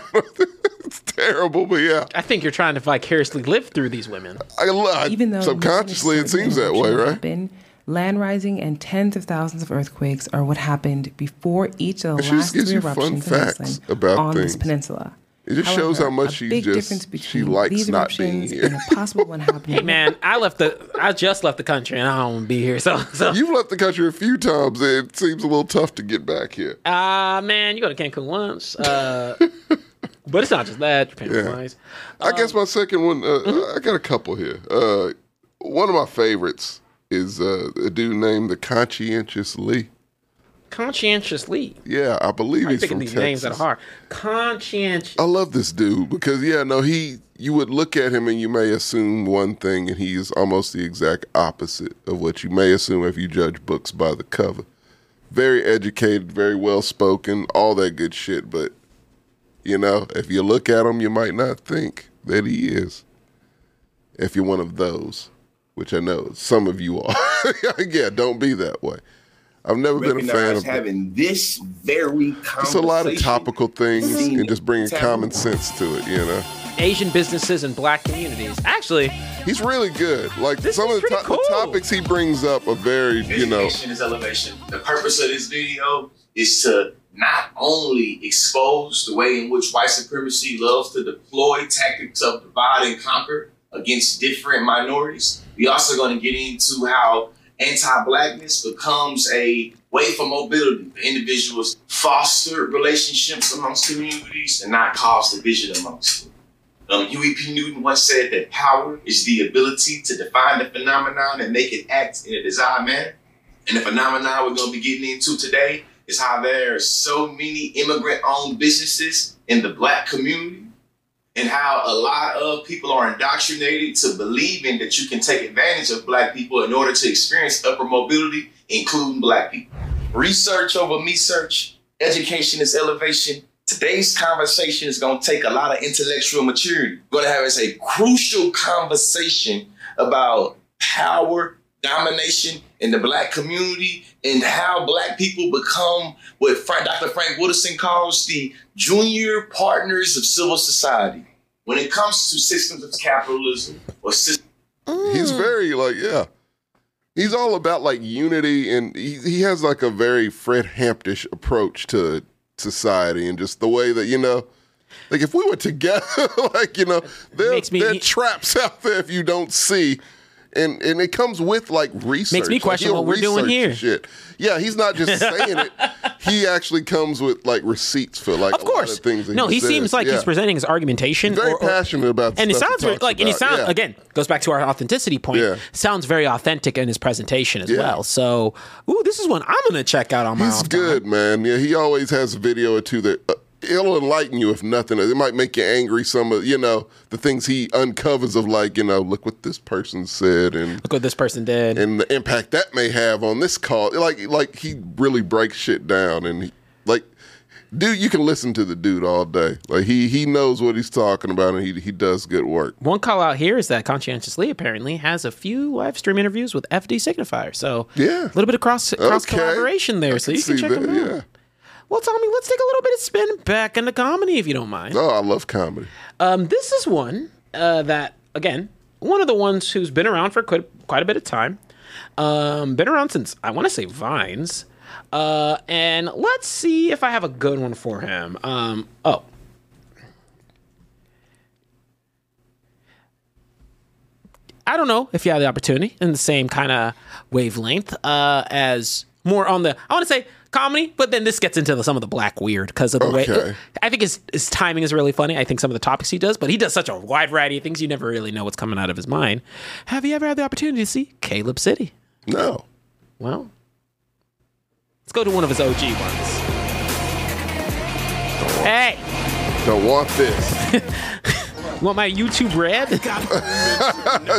B: it's terrible, but yeah.
A: I think you're trying to vicariously live through these women.
B: I love.
J: Even though
B: Subconsciously, it seems that way, right?
J: Happen, land rising and tens of thousands of earthquakes are what happened before each of the
B: It just
J: last
B: gives
J: three
B: you fun
J: eruptions in
B: facts
J: Iceland
B: about
J: on this
B: things.
J: peninsula.
B: It just shows how
J: However,
B: much
J: a
B: she
J: big
B: just-
J: difference
B: she
J: between
B: likes
J: these
B: not being
J: eruptions
B: here.
J: and a possible one happening
A: Hey man, I left the I just left the country and I don't want to be here. So, so
B: You've left the country a few times, and it seems a little tough to get back here.
A: uh man, you go to Cancun once. Uh, but it's not just that. Japan was
B: Yeah.
A: nice.
B: I guess
A: Um,
B: my second one. Uh,
A: mm-hmm.
B: I got a couple here. Uh, one of my favorites is uh, a dude named the Conscientious Lee.
A: Conscientious Lee.
B: Yeah, I believe
A: I'm
B: he's
A: picking
B: from
A: these
B: Texas.
A: names out of heart. Conscientious.
B: I love this dude because yeah, no, he you would look at him and you may assume one thing and he is almost the exact opposite of what you may assume if you judge books by the cover. Very educated, very well spoken, all that good shit, but you know, if you look at him you might not think that he is. If you're one of those, which I know some of you are. yeah, don't be that way. I've never been a fan
K: recognize
B: of
K: having this very conversation.
B: It's a lot of topical things and just bringing
K: Taboo.
B: common sense to it, you know.
A: Asian businesses and black communities. Actually,
B: he's really good. Like some of the, to- the topics he brings up are very, you know,
K: Education is elevation. The purpose of this video is to not only expose the way in which white supremacy loves to deploy tactics of divide and conquer against different minorities, we also going to get into how anti-blackness becomes a way for mobility for individuals, foster relationships amongst communities, and not cause division amongst them. Um, Huey P. Newton once said that power is the ability to define a phenomenon and make it act in a desired manner. And the phenomenon we're going to be getting into today is how there are so many immigrant owned businesses in the black community, and how a lot of people are indoctrinated to believing that you can take advantage of black people in order to experience upper mobility, including black people. Research over me search, education is elevation. Today's conversation is going to take a lot of intellectual maturity. We're going to have is a crucial conversation about power, domination in the black community, and how black people become what Frank, Dr. Frank Wooderson calls the junior partners of civil society. When it comes to systems of capitalism or systems
A: Mm.
B: he's very like, yeah. He's all about like unity and he, he has like a very Fred Hamptish approach to society and just the way that, you know, like if we were together, like, you know, there, there are traps out there if you don't see. And and it comes with like research.
A: me
B: Like,
A: question
B: he'll
A: what we're doing
B: research
A: here.
B: Shit. Yeah, he's not just saying it. He actually comes with like receipts for like
A: of course.
B: a lot of things. That
A: no, he,
B: says.
A: seems like he's
B: Yeah.
A: presenting his argumentation.
B: very
A: or- or-
B: passionate about the
A: and he
B: stuff
A: sounds
B: he
A: very,
B: talks
A: like, and he
B: about,
A: sounds
B: yeah.
A: again goes back to our authenticity point. Sounds very authentic in his presentation as
B: Yeah.
A: well. So, ooh, this is one I'm gonna check out on my
B: He's
A: own.
B: good, man. Yeah, he always has a video or two that uh, it'll enlighten you if nothing. else. It might make you angry. Some of you know the things he uncovers of like you know look what this person said and
A: look what this person did
B: and the impact that may have on this call. Like like he really breaks shit down and he, like dude, you can listen to the dude all day. Like he he knows what he's talking about, and he he does good work.
A: One call out here is that Conscientious Lee apparently has a few live stream interviews with FD Signifier. So
B: yeah,
A: a little bit of cross cross
B: Okay.
A: collaboration there.
B: I
A: so
B: can
A: you can
B: see
A: check
B: that,
A: them out.
B: yeah.
A: Well, Tommy, let's take a little bit of spin back into comedy if you don't mind.
B: Oh, I love comedy.
A: Um, this is one uh, that, again, one of the ones who's been around for quite, quite a bit of time. Um, been around since, I want to say, Vines. Uh, and let's see if I have a good one for him. Um, oh. I don't know if you have the opportunity in the same kind of wavelength uh, as more on the, I want to say comedy, but then this gets into some of the black weird because of the way.
B: Okay.
A: I think his, his timing is really funny. I think some of the topics he does, but he does such a wide variety of things, you never really know what's coming out of his mind. Have you ever had the opportunity to see Caleb City?
B: No.
A: Well, let's go to one of his OG ones. Hey!
B: Don't want this.
A: Want my YouTube red?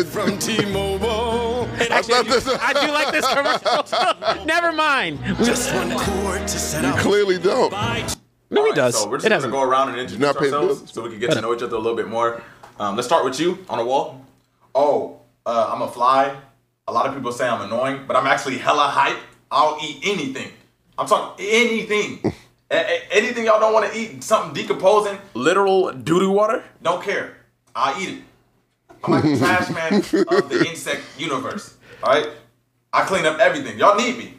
B: From
A: T-Mobile. I, do like this commercial. Never mind. Just one chord to set
B: You clearly don't.
A: No, he does.
U: So we're just
A: It
U: going to
A: hasn't-
U: go around and introduce
B: Not paying
U: ourselves so we can get to know each other a little bit more. Um, let's start with you on the wall. Oh, uh, I'm a fly. A lot of people say I'm annoying, but I'm actually hella hype. I'll eat anything. I'm talking anything. A- a- anything y'all don't want to eat, something decomposing, literal doo doo water. Don't care. I'll eat it. I'm like the trash man of the insect universe. All right, I clean up everything. Y'all need me.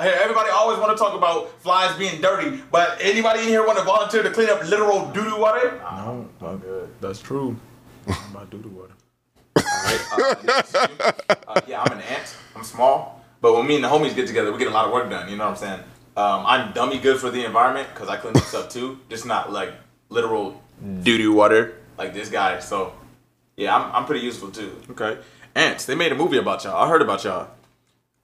U: I hear everybody always want to talk about flies being dirty, but anybody in here want to volunteer to clean up literal doo doo water? No, I'm good. That's true. I'm not doodle water. Uh, yeah, I'm an ant. I'm small, but when me and the homies get together, we get a lot of work done. You know what I'm saying? Um, I'm dummy good for the environment because I clean this up too. Just not like literal doo doo water like this guy. So yeah, I'm, I'm pretty useful too. Okay, ants. They made a movie about y'all. I heard about y'all.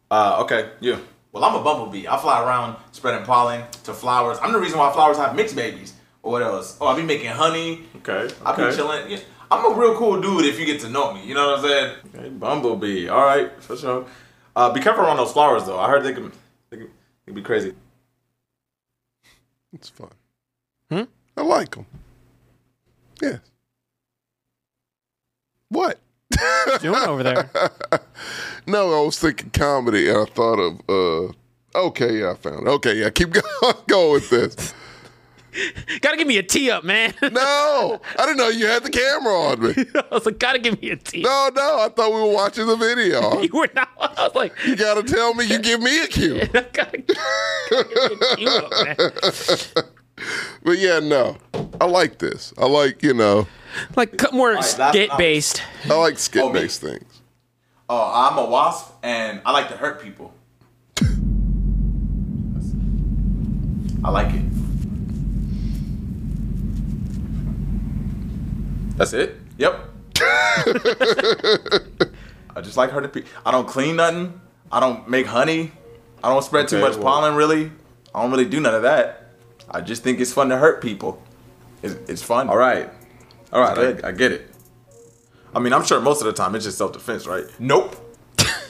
U: Uh, okay, yeah. Well, I'm a bumblebee. I fly around spreading pollen to flowers. I'm the reason why flowers have mixed babies. Or what else? Oh, I be making honey. Okay. I be okay. chilling. Yeah, I'm a real cool dude if you get to know me. You know what I'm saying? Okay, bumblebee. All right, for sure. Uh, be careful around those flowers though. I heard they can, they can, they can be crazy.
B: It's fun.
A: Hmm?
B: I like him. Yeah. What?
A: doing over there?
B: No, I was thinking comedy, and I thought of uh. Okay, yeah, I found it. Okay, yeah, keep going, going with this.
A: Gotta give me a tee up, man.
B: No, I didn't know you had the camera on me.
A: I was like, gotta give me a tee.
B: No, no, I thought we were watching the video.
A: you were not. I was like,
B: you gotta tell me. You give me a cue. but yeah, no, I like this. I like you know,
A: like cut more skit based.
B: I like skit based things.
U: Oh, I'm a wasp and I like to hurt people. I like it. That's it? Yep. I just like hurting people. I don't clean nothing. I don't make honey. I don't spread too Okay, much well- pollen, really. I don't really do none of that. I just think it's fun to hurt people. It's, it's fun. All right. All right. I, I get it. I mean, I'm sure most of the time it's just self defense, right? Nope.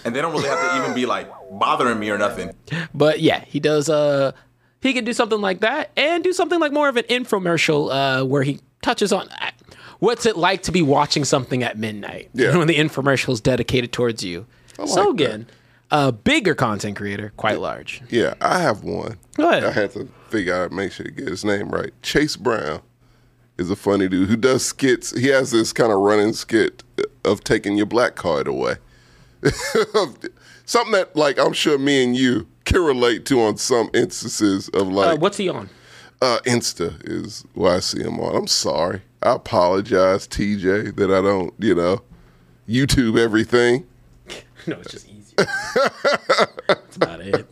U: and they don't really have to even be like bothering me or nothing.
A: But yeah, he does. Uh, he can do something like that, and do something like more of an infomercial, uh, where he touches on uh, what's it like to be watching something at midnight.
B: Yeah.
A: when the infomercial is dedicated towards you.
B: I like
A: so again, a bigger content creator, quite large.
B: Yeah, I have one.
A: Go ahead.
B: I had to figure out make sure to get his name right. Chase Brown is a funny dude who does skits. He has this kind of running skit of taking your black card away. Something that like I'm sure me and you can relate to on some instances of like
A: uh, what's he on?
B: uh, Insta is where I see him on. I'm sorry. I apologize, TJ, that I don't, you know, YouTube everything.
A: No, it's just easier. That's about it.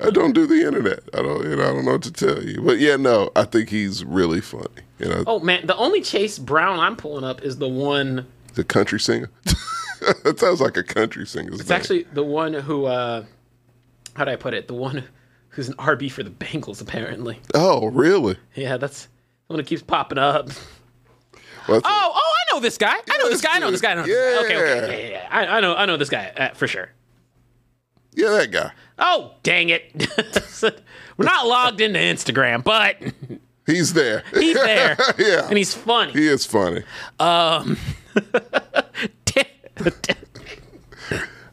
B: I don't do the internet. I don't, you know, I don't know what to tell you. But yeah, no, I think he's really funny. You know,
A: Oh man, the only Chase Brown I'm pulling up is the one.
B: the country singer. that sounds like a country singer's
A: It's
B: name.
A: actually the one who. Uh, how do I put it? The one who's an RB for the Bengals, apparently.
B: oh, really?
A: Yeah, that's the one that keeps popping up.
B: Well, that's-
A: Oh, oh, I know this guy. I know this guy. I know this guy. I know this guy. Okay, okay,
B: Yeah.
A: yeah, yeah, yeah. I, I know, I know this guy uh, for sure.
B: Yeah, that guy.
A: Oh, dang it. We're not logged into Instagram, but
B: he's there.
A: He's there.
B: yeah.
A: And he's funny.
B: He is funny.
A: Um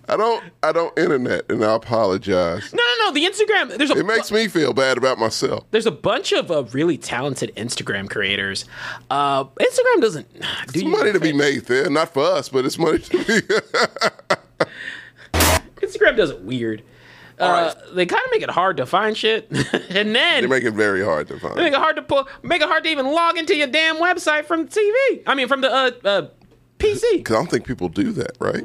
B: I don't I don't internet and I apologize.
A: No, no, no. The Instagram there's a
B: It makes me feel bad about myself.
A: there's a bunch of uh, really talented Instagram creators. Uh, Instagram doesn't do
B: It's money to be made there, not for us, but it's money to be
A: Instagram does it weird. Uh, They kind of make it hard to find shit, and then
B: They make it very hard to
A: They
B: find.
A: make it hard to pull, make it hard to even log into your damn website from TV. I mean, from the uh, uh, PC.
B: Because I don't think people do that, right?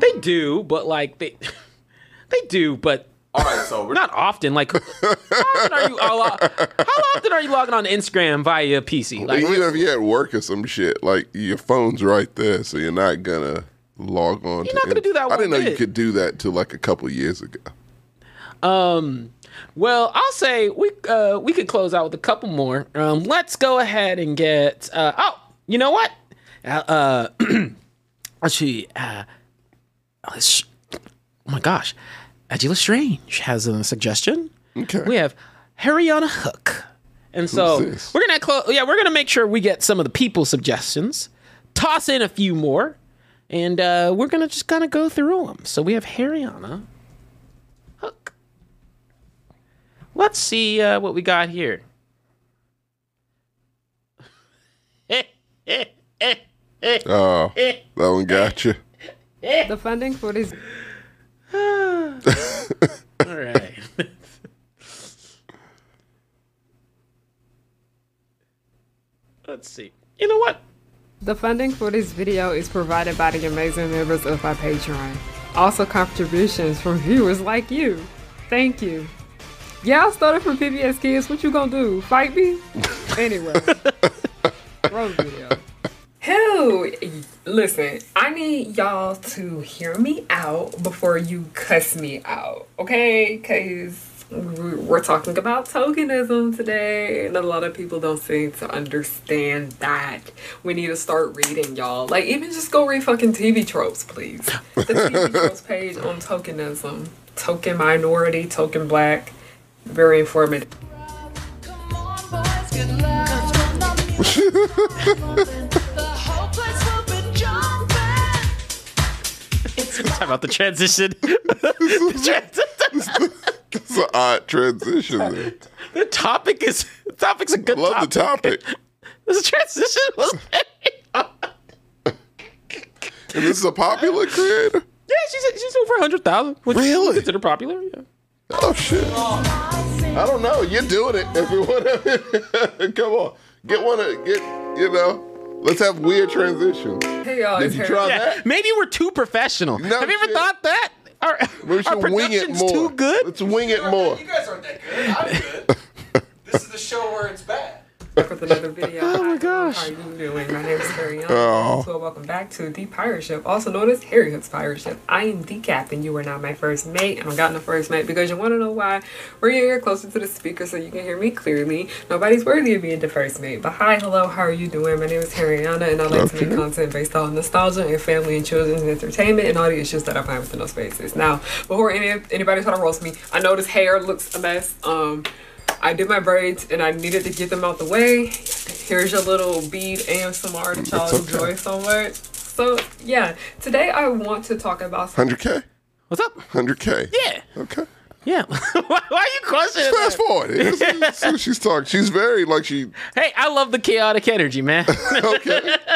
A: They do, but like they, they do, but
E: all right. So we're
A: not often. Like, how often are you all, How often are you logging on to Instagram via PC? Like,
B: Even if you're at work or some shit, like your phone's right there, so you're not gonna log on. You're to
A: not gonna
B: any-
A: do that
B: I didn't
A: one
B: know you
A: bit.
B: could do that till like a couple years ago.
A: Um, well, I'll say we uh, we could close out with a couple more. Um, let's go ahead and get. Uh, oh, you know what? Uh, uh, actually, uh, let's- oh my gosh, Angela Strange has a suggestion.
B: Okay,
A: we have Harriana Hook, and so
E: Who's this?
A: we're gonna close. Yeah, we're gonna make sure we get some of the people suggestions. Toss in a few more, and uh, we're gonna just kind of go through them. So we have Harriana. Let's see uh, what we got here.
B: Oh, that one got you.
F: The funding for this.
A: All right. Let's see. You know what?
F: The funding for this video is provided by the amazing members of our Patreon. Also, contributions from viewers like you. Thank you. Y'all started from PBS Kids. What you gonna do? Fight me? Anyway. Road video.
I: Who? Listen, I need y'all to hear me out before you cuss me out, okay? Because we're talking about tokenism today, and a lot of people don't seem to understand that. We need to start reading, y'all. Like, even just go read fucking TV tropes, please. The TV tropes page on tokenism, token minority, token black, very informative.
A: Talk about the transition. the, transi-
B: It's an odd transition. There.
A: the topic is the topic's a good
B: Love
A: topic.
B: the topic.
A: This transition was
B: And this is a popular creator.
A: Yeah, she's she's over hundred thousand. Really? Consider popular? Yeah.
B: Oh shit. I don't know. You're doing it. If you want, come on, get one. Of, get you know. Let's have weird transitions.
I: Hey, y'all.
B: Did
I: it's
B: you
I: Harry.
B: try
A: Yeah,
B: that?
A: Maybe we're too professional. Have you ever thought that? Our,
B: Maybe we
A: our
B: should wing it
A: production's
B: more.
A: too good.
B: Let's wing it more.
E: guys aren't that good. I'm good. this is the show where it's bad.
I: with another video. Oh my gosh. How are you doing? My name is Harry Young.
E: Oh.
I: So welcome back to The Pirate Ship, also known as Harry Hood's Pirate Ship. I am the captain. You are not my first mate. I don't got no first mate because you want to know why. We're here closer to the speaker so you can hear me clearly. Nobody's worthy of being the first mate. But hi, hello, how are you doing? My name is Harriana and I like to make content based on nostalgia and family and children's entertainment and all the issues that I find within those spaces. Now, before any, anybody try to roast me, I know this hair looks a mess. Um, I did my braids and I needed to get them out the way. Here's your little bead ASMR that y'all enjoy so much. So yeah, today I want to talk about some-
B: 100k.
A: What's up?
B: 100k.
A: Yeah.
B: Okay.
A: Yeah. why, why are you questioning? that?
B: Fast forward. It's- it's- it's- she's talking. She's very like she.
A: Hey, I love the chaotic energy, man.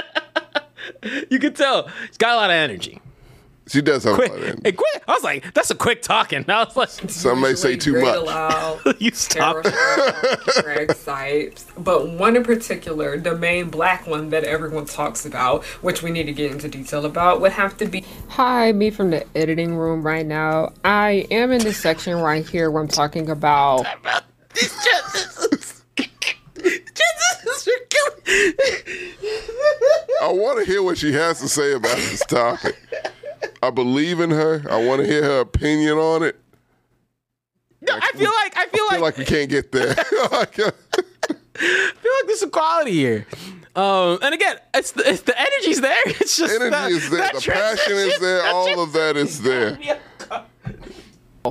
A: you can tell she's got a lot of energy.
B: She does have
A: Quick,
B: a lot of energy.
A: hey, quick! I was like, that's a quick talking. I was like,
B: Some may say too
I: read
B: much.
I: aloud,
A: you stop.
I: Greg Sipes, but one in particular, the main black one that everyone talks about, which we need to get into detail about, would have to be
F: Hi, me from the editing room right now. I am in this section right here where I'm talking about.
B: I want to hear what she has to say about this topic. I believe in her. I want to hear her opinion on it.
A: No, I feel like I feel
B: I feel
A: like
B: like we can't get there.
A: I feel like there's some quality here. Um, and again, it's the, it's the energy's there. It's just
B: Energy
A: that,
B: is there.
A: that
B: The passion is
A: transition-
B: there.
A: that
B: All of that is there.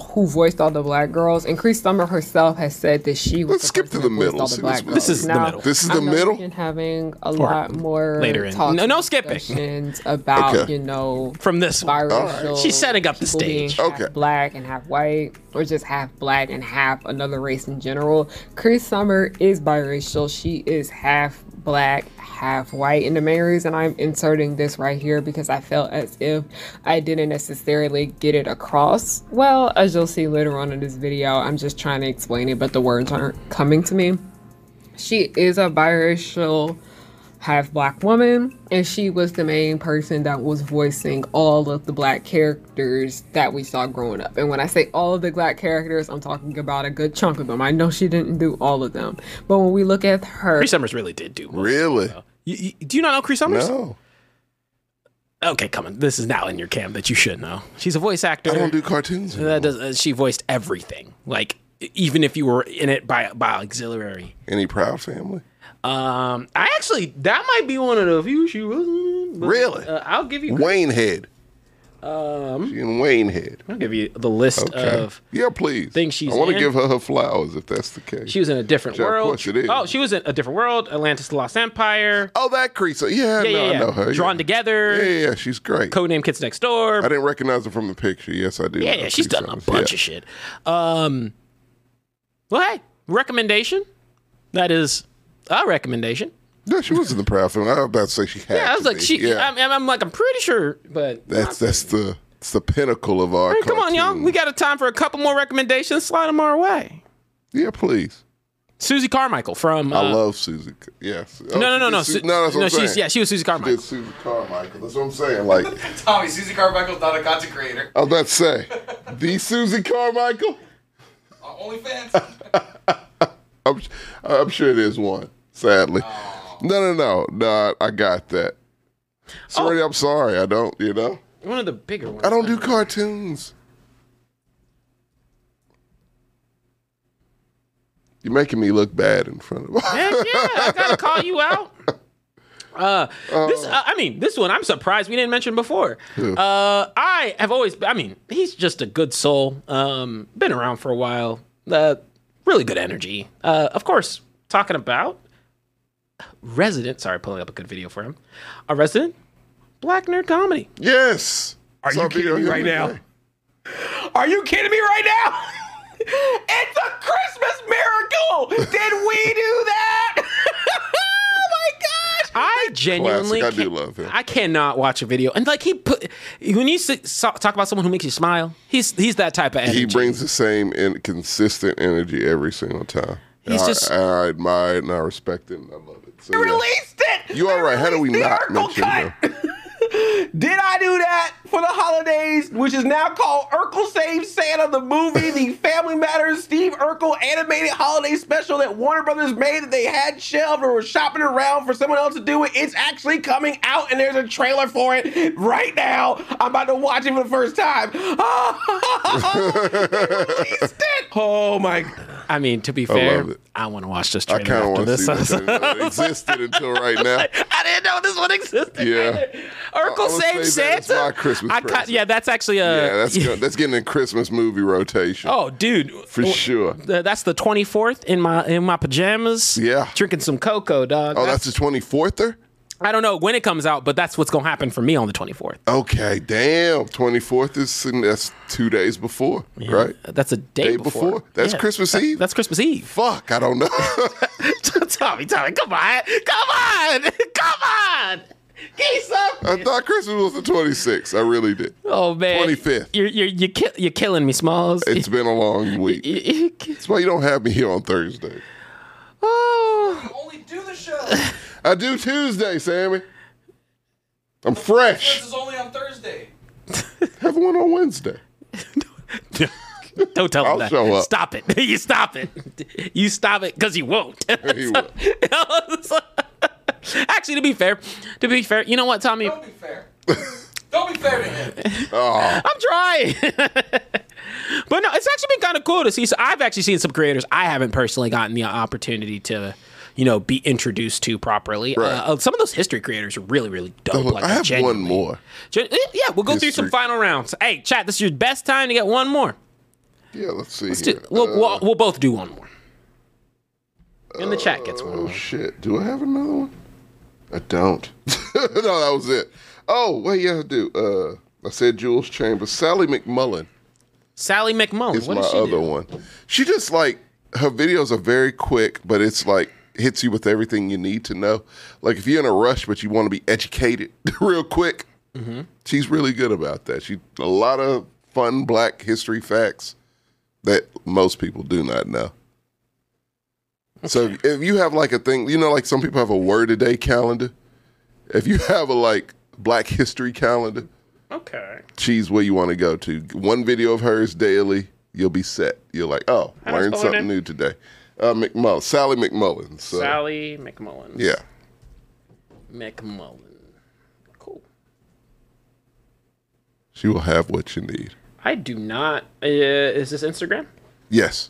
I: who voiced all the black girls, and Cree Summer herself has said that she was. Let's skip to the
B: middle,
I: the
B: since
I: black
B: this- this
I: girls.
B: is the middle. This is
I: I
B: the
I: know
B: middle?
I: We've been having a
B: Or
I: lot more
A: later in.
I: Talks
A: No-
I: and
A: no skipping.
I: discussions about
A: Okay.
I: you know
A: from this one.
I: biracial
A: All right. She's setting up the
I: people being
A: stage.
I: half
A: Okay.
I: black and half white, or just half black and half another race in general. Cree Summer is biracial. She is half black, half white. And the main reason I'm inserting this right here because I felt as if I didn't necessarily get it across. Well, as you'll see later on in this video, I'm just trying to explain it, but the words aren't coming to me. She is a biracial half black woman and she was the main person that was voicing all of the black characters that we saw growing up and when i say all of the black characters i'm talking about a good chunk of them i know she didn't do all of them but when we look at her
A: Cree Summers really did do.
B: Really?
A: You, you, do you not know Cree Summers?
B: No.
A: Okay, come on. This is now in your camp that you should know. She's a voice actor.
B: I don't do cartoons.
A: That does, uh, she voiced everything. Like e, even if you were in it by by auxiliary.
B: Any proud family?
A: Um, I actually that might be one of the few she wasn't. in, but,
B: Really?
A: uh, I'll give you
B: Wayne Head.
A: Um,
B: She in Wayne Head.
A: I'll give you the list of
B: yeah, please.
A: things she's
B: I want to
A: in.
B: give her her flowers if that's the case.
A: She was in a different
B: Sure, of
A: world.
B: course it is.
A: Oh, she was in a different world. Atlantis: The Lost Empire.
B: Oh, that Crease. Yeah, no, I know her. yeah.
A: Drawn together.
B: Yeah, yeah, yeah, she's great.
A: Codename Kids Next Door.
B: I didn't recognize her from the picture. Yes, I did.
A: Yeah, yeah, she's done a bunch of shit. Um, well, hey, recommendation. That is a recommendation.
B: Yeah, she was in the proud family. I was about to say she had.
A: yeah, I was
B: to
A: like,
B: be.
A: she.
B: Yeah,
A: I'm, I'm- I'm like, I'm pretty sure, but
B: that's that's the it's the pinnacle of our.
A: Hey, come on,
B: cartoon.
A: y'all. We got a time for a couple more recommendations. Slide them our way.
B: Yeah, please.
A: Susie Carmichael from.
B: I
A: uh,
B: love Susie. C- Yes. Oh,
A: No, no, no, no.
B: Su-
A: Su-
B: no, that's what
A: no,
B: I'm
A: she's-
B: saying.
A: yeah, she was Susie Carmichael.
B: She did Susie Carmichael. That's what I'm saying. Like,
E: Tommy, Susie Carmichael's not a content creator.
B: I was about to say, the Susie Carmichael. I'm, s- I'm sure there's one. Sadly,
A: Oh.
B: no, no, no, no. I I got that.
A: Oh.
B: Sorry, I'm sorry. I don't. You know,
A: One of the bigger ones.
B: I don't do cartoons. You're making me look bad in front of.
A: Heck yeah, I gotta call you out. Uh, this, uh, I mean, this one I'm surprised we didn't mention before.
B: Who?
A: Uh, I have always, I mean, he's just a good soul. Um, been around for a while. Uh, really good energy. Uh, of course, talking about resident. Sorry, pulling up a good video for him. A resident black nerd comedy.
B: Yes.
A: Are
B: Saw a
A: you
B: video
A: kidding me
B: of him
A: right now?
B: today.
A: Are you kidding me right now?
J: It's a Christmas miracle! Did we do that? oh my gosh!
A: I genuinely
B: Classic. I do
A: can't-
B: love him.
A: I cannot watch a video and like he put when you s- so- talk about someone who makes you smile. He's he's that type of energy.
B: He brings the same and consistent energy every single time. And
A: He's
B: I,
A: just-
B: and I admire it and I respect it and I love it. So, yeah.
J: Released it!
B: You are right. How do we not
J: Miracle
B: mention him?
J: Did I do that for the holidays, which is now called Urkel Saves Santa, the movie, the Family Matters Steve Urkel animated holiday special that Warner Brothers made that they had shelved or were shopping around for someone else to do it? It's actually coming out, and there's a trailer for it right now. I'm about to watch it for the first time.
A: Oh my! I mean, to be fair,
B: love it.
A: I, want to watch this
B: I
A: trailer
B: kind
A: after
B: of want to
A: this.
B: see this. thing that existed until right now.
A: I didn't know this one existed.
B: Yeah.
A: Urkel
B: I would
A: saves
B: say that is
A: Santa.
B: my Christmas
A: I ca-
B: present.
A: yeah, that's actually a.
B: yeah, that's go- that's getting a Christmas movie rotation.
A: Oh, dude,
B: for sure.
A: Th- that's the twenty fourth in my in my pajamas. Yeah, drinking some cocoa, dog.
B: Oh, that's the twenty fourth. There.
A: I don't know when it comes out, but that's what's gonna happen for me on the twenty fourth.
B: Okay, damn. Twenty fourth is and that's two days before, right?
A: That's a day, before.
B: That's
A: Yeah,
B: Christmas
A: that-
B: Eve.
A: That's Christmas Eve.
B: Fuck, I don't know.
A: Tommy, Tommy, come on, come on, come on. Give some.
B: I thought Christmas was the twenty sixth. I really did.
A: Oh man,
B: Twenty fifth.
A: You're you're you're, kill- you're killing me, Smalls.
B: It's been a long week. That's why you don't have me here on Thursday.
A: Oh,
B: I do Tuesday, Sammy. I'm fresh.
E: is only on Thursday.
B: Have one on Wednesday.
A: don't tell him
B: I'll
A: that.
B: show up.
A: Stop it. You stop it. You stop it because you won't.
B: He will.
A: Actually, to be fair, to be fair, you know what, Tommy? Don't be fair.
E: Don't be fair to him.
B: Oh.
A: I'm trying. but no, it's actually been kind of cool to see. So I've actually seen some creators I haven't personally gotten the opportunity to, you know, be introduced to properly.
B: Right.
A: Uh, some of those history creators are really, really dope.
B: Look,
A: like
B: I
A: that,
B: have
A: genuinely.
B: one more.
A: Gen- eh, Yeah, we'll go through some
B: History.
A: final rounds. Hey, chat, this is your best time to get one more.
B: Yeah, let's see.
A: Let's
B: here.
A: do, we'll,
B: Uh,
A: we'll, we'll both do one more. And the chat gets one.
B: Oh shit! Do I have another one? I don't. no, that was it. Oh wait, yeah, I do. Uh, I said Jules Chambers, Sally McMullen.
A: Sally McMullen.
B: is
A: what
B: my
A: does she
B: other
A: do?
B: one. She just like her videos are very quick, but it's like hits you with everything you need to know. Like if you're in a rush, but you want to be educated real quick,
A: Mm-hmm.
L: Mhm.
B: she's really good about that. She a lot of fun Black history facts that most people do not know. So if you have like a thing, you know, like some people have a word a day calendar. If you have a like Black History calendar,
A: Okay.
B: she's where you want to go to. One video of hers daily, you'll be set. You're like, oh,
A: How do I
B: learned
A: spell her name?
B: something new today. Uh, McMullen, Sally McMullen. So,
A: Sally McMullen.
B: yeah,
A: McMullen.
B: she will have what you need.
A: I do not. Uh, is this Instagram?
B: Yes,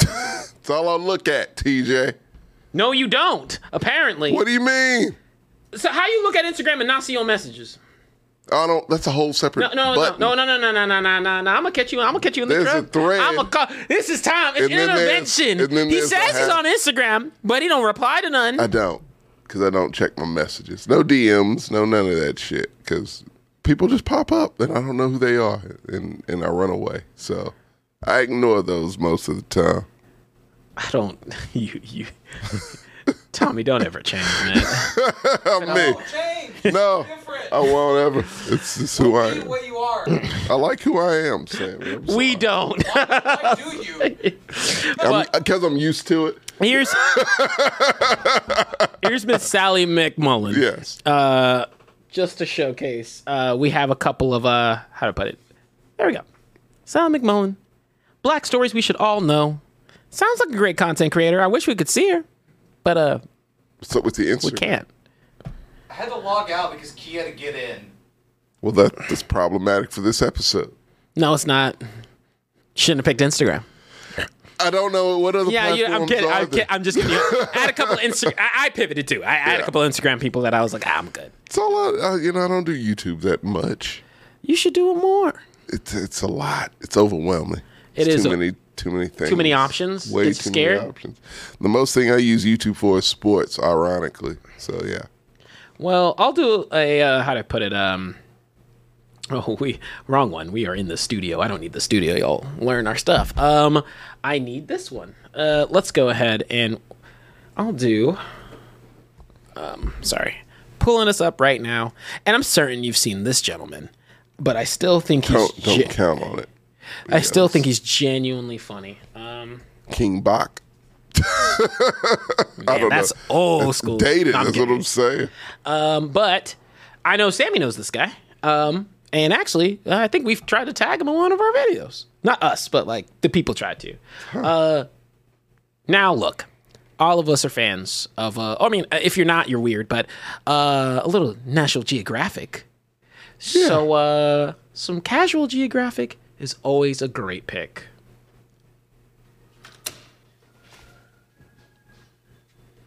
B: it's all I look at, TJ.
A: No, you don't. Apparently.
B: What do you mean?
A: So how you look at Instagram and not see your messages?
B: I don't. Oh, That's a whole separate.
A: No, no,
B: button.
A: no, no, no, no, no, no, no, no, no. I'm gonna catch you. I'm gonna catch you in the
B: There's a
A: drug.
B: thread.
A: I'm gonna call. This is time. It's
B: And then there's-
A: intervention.
B: and then
A: He
B: there's the
A: says he's
B: hat.
A: on Instagram, but he don't reply to none.
B: I don't, because I don't check my messages. No DMs, no none of that shit. Because people just pop up, and I don't know who they are, and and I run away. So I ignore those most of the time.
A: I don't. You you. Tommy, don't ever change, man.
B: Me. No, I won't ever. It's just who I am.
A: where
B: you are. I like who I am, Sam.
A: We don't.
B: Because uh, I'm, used to it.
A: Here's here's Miss Sally McMullen.
B: Yes.
A: Uh, just to showcase, uh, we have a couple of uh, how to put it. There we go. Sally McMullen, Black stories we should all know. Sounds like a great content creator. I wish we could see her, but uh,
B: What's up with the Instagram?
A: we can't.
M: I had to log out because Key had to get in.
B: Well, that, that's problematic for this episode.
A: No, it's not. Shouldn't have picked Instagram.
B: I don't know what other
A: Yeah, yeah, I'm
B: platforms
A: kidding.
B: are
A: I'm,
B: there.
A: kidding. I'm just kidding. I had a couple of Instagram. I, I pivoted too. I, I had a couple of Instagram people that I was like, ah, I'm good.
B: It's all I, I, you know. I don't do YouTube that much.
A: You should do it more.
B: It's it's a lot. It's overwhelming.
A: It
B: it's
A: is
B: too
A: o-
B: many too many things.
A: Too many options.
B: Way
A: Gets
B: too
A: you scared.
B: many options. The most thing I use YouTube for is sports, ironically. So yeah,
A: Well, I'll do a uh, how to put it. Um, oh, we wrong one. We are in the studio. I don't need the studio. Y'all learn our stuff. Um, I need this one. Uh, let's go ahead and I'll do. Um, sorry, pulling us up right now, and I'm certain you've seen this gentleman, but I still think he's.
B: don't don't
A: ge-
B: count on it.
A: I still think he's genuinely funny. Um,
B: King Bach. I
A: Man,
B: don't
A: that's
B: know.
A: old
B: That's
A: school.
B: Dated.
A: No, I'm
B: that's what I'm saying.
A: Um, but I know Sammy knows this guy. Um, and actually, uh, I think we've tried to tag him in one of our videos. Not us, but like the people tried to. Uh, now, look, all of us are fans of, uh, I mean, if you're not, you're weird, but uh, a little National Geographic. So, uh, some casual Geographic is always a great pick.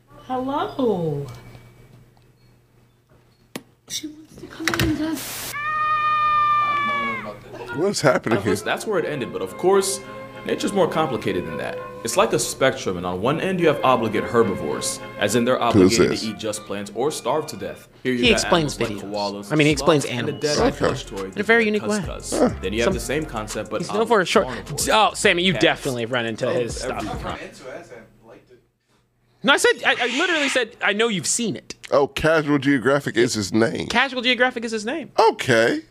I: Oh.
N: Hello. She wants to come in and just.
B: What's happening
L: here? That's where it ended, but of course, nature's more complicated than that. It's like a spectrum, and on one end you have obligate herbivores, as in they're obligated
B: this?
L: to eat just plants or starve to death. Here you
A: He
L: got
A: explains
L: animals like
A: videos.
L: koalas,
A: I mean, he explains
L: sloths, and
A: animals
L: the dead
A: Okay.
L: flesh toy,
A: in a very unique way.
L: cuscus.
A: Huh.
L: Then you have
A: Some-
L: the same concept, but
A: He's known for a short. Oh, Sammy, you
L: Cats.
A: definitely run
L: Oh,
A: into his stuff. No, I said, I, I literally said, I know you've seen it.
B: Oh, Casual Geographic is his name.
A: Casual Geographic is his name.
B: Okay.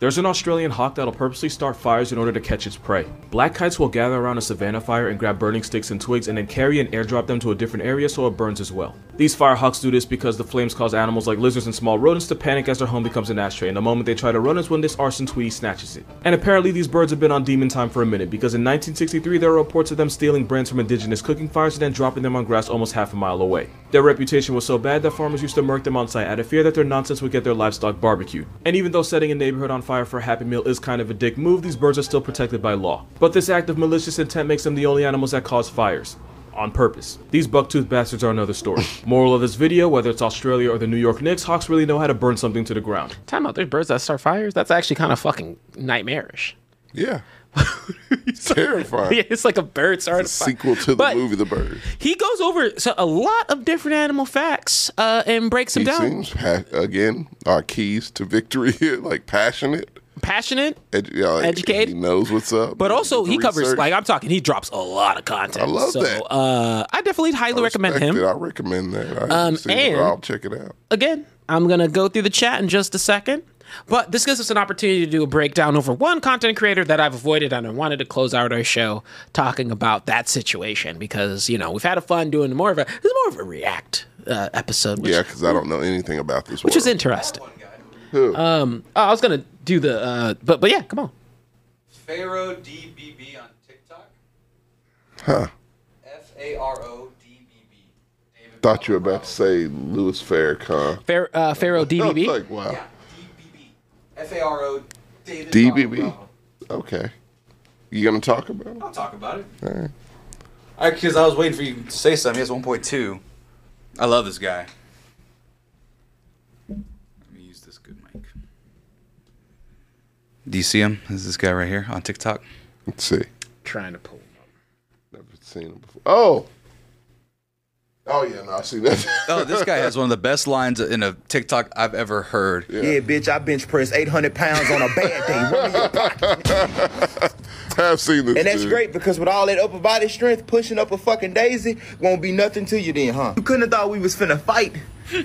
L: There's an Australian hawk that'll purposely start fires in order to catch its prey. Black kites will gather around a savannah fire and grab burning sticks and twigs and then carry and airdrop them to a different area so it burns as well. These firehawks do this because the flames cause animals like lizards and small rodents to panic as their home becomes an ashtray, and the moment they try to run is when this arson Tweety snatches it. And apparently these birds have been on demon time for a minute because in 1963 there were reports of them stealing brands from indigenous cooking fires and then dropping them on grass almost half a mile away. Their reputation was so bad that farmers used to murk them on sight out of fear that their nonsense would get their livestock barbecued. And even though setting a neighborhood on fire for a happy meal is kind of a dick move, these birds are still protected by law. But this act of malicious intent makes them the only animals that cause fires. On purpose. These bucktooth bastards are another story. Moral of this video, whether it's Australia or the New York Knicks, hawks really know how to burn something to the ground.
A: Time out. There's birds that start fires. That's actually kind of fucking nightmarish.
B: Yeah.
A: It's
B: terrifying.
A: yeah, it's like a bird's artifact.
B: Sequel to the
A: But-
B: movie The Bird.
A: He goes over so, a lot of different animal facts uh, and breaks them
B: He
A: down.
B: seems pa- again our keys to victory here, like passionate,
A: passionate,
B: edu- yeah, like,
A: Educated.
B: He knows what's up,
A: But also, he covers
B: Research.
A: like I'm talking. He drops a lot of content.
B: I love
A: so,
B: that.
A: Uh, I definitely highly recommend
B: respect
A: him.
B: it. I recommend that. I haven't
A: Um,
B: seen it, but
A: and-
B: I'll check it out.
A: Again, I'm gonna go through the chat in just a second. But this gives us an opportunity to do a breakdown over one content creator that I've avoided, and I wanted to close out our show talking about that situation because you know we've had a fun doing more of a this is more of a react uh, episode, which,
B: yeah, because I don't know anything about this.
A: which
B: world.
A: is interesting. Um, oh, I was gonna do the, uh, but but yeah, come on.
E: Pharaoh DBB on TikTok.
B: Huh?
E: F A R O D.
B: Thought you were about to say Louis Farrakhan.
A: Fair, uh, Pharaoh DBB.
B: like, wow.
E: F A R O David.
B: DBB. Okay. You gonna talk about? it?
E: I'll talk about it.
B: All right.
E: All right, because I was waiting for you to say something. He has 1.2. I love this guy. Let me use this good mic. Do you see him? Is this guy right here on TikTok?
B: Let's see.
A: Trying to pull him
E: up.
B: Never seen him before. Oh. Oh yeah, no, I see that.
E: oh, this guy has one of the best lines in a TikTok I've ever heard.
G: Yeah. bitch, I bench press 800 pounds on a bad day. What in your pocket?
B: I've seen this.
G: And that's
B: dude.
G: great because with all that upper body strength, pushing up a fucking daisy won't be nothing to you then, huh? You couldn't have thought we was finna fight.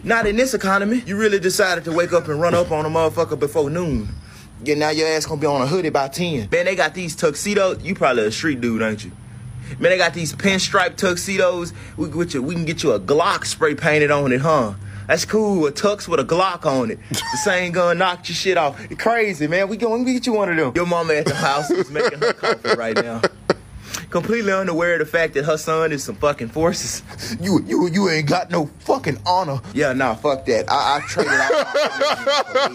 G: Not in this economy. You really decided to wake up and run up on a motherfucker before noon. Yeah, now your ass gonna be on a hoodie by 10. Man, they got these tuxedos. You probably a street dude, ain't you? Man, they got these pinstripe tuxedos. We, can get you- we can get you a Glock spray painted on it, huh? That's cool. A tux with a Glock on it. The same gun knocked your shit off. Crazy, man. We going to get you one of them. Your mama at the house is making her coffee right now. Completely unaware of the fact that her son is some fucking forces. You you you ain't got no fucking honor. Yeah, nah, fuck that. I, I traded out my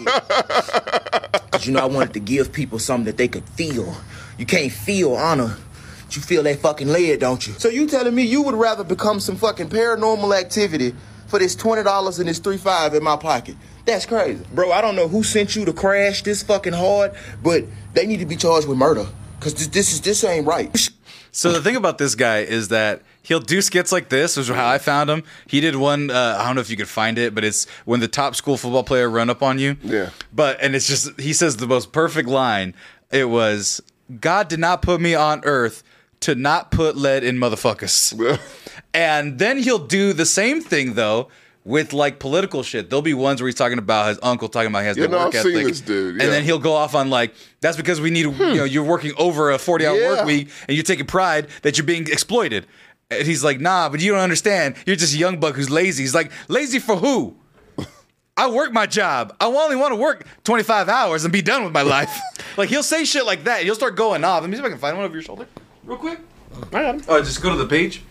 G: Cause you know I wanted to give people something that they could feel. You can't feel honor. but You feel that fucking lead, don't you? So you telling me you would rather become some fucking paranormal activity for this twenty dollars and this three five in my pocket? That's crazy, bro. I don't know who sent you to crash this fucking hard, but they need to be charged with murder. Cause this, this is this ain't right.
E: So the thing about this guy is that he'll do skits like this, which is how I found him. He did one. Uh, I don't know if you could find it, but it's when the top school football player run up on you.
B: Yeah.
E: But and it's just he says the most perfect line. It was God did not put me on earth to not put lead in motherfuckers. and then he'll do the same thing though. With like political shit, there'll be ones where he's talking about his uncle talking about he has
B: Yeah,
E: no
B: no,
E: work
B: I've
E: ethic,
B: seen this dude, yeah.
E: and then he'll go off on like that's because we need you know you're working over a forty hour
B: Yeah.
E: work week and you're taking pride that you're being exploited. And he's like, nah, but you don't understand. You're just a young buck who's lazy. He's like, lazy for who? I work my job. I only want to work 25 hours and be done with my life. like he'll say shit like that. He'll start going off. Let me see if I can find one over your shoulder, real quick. Oh, just go to the page.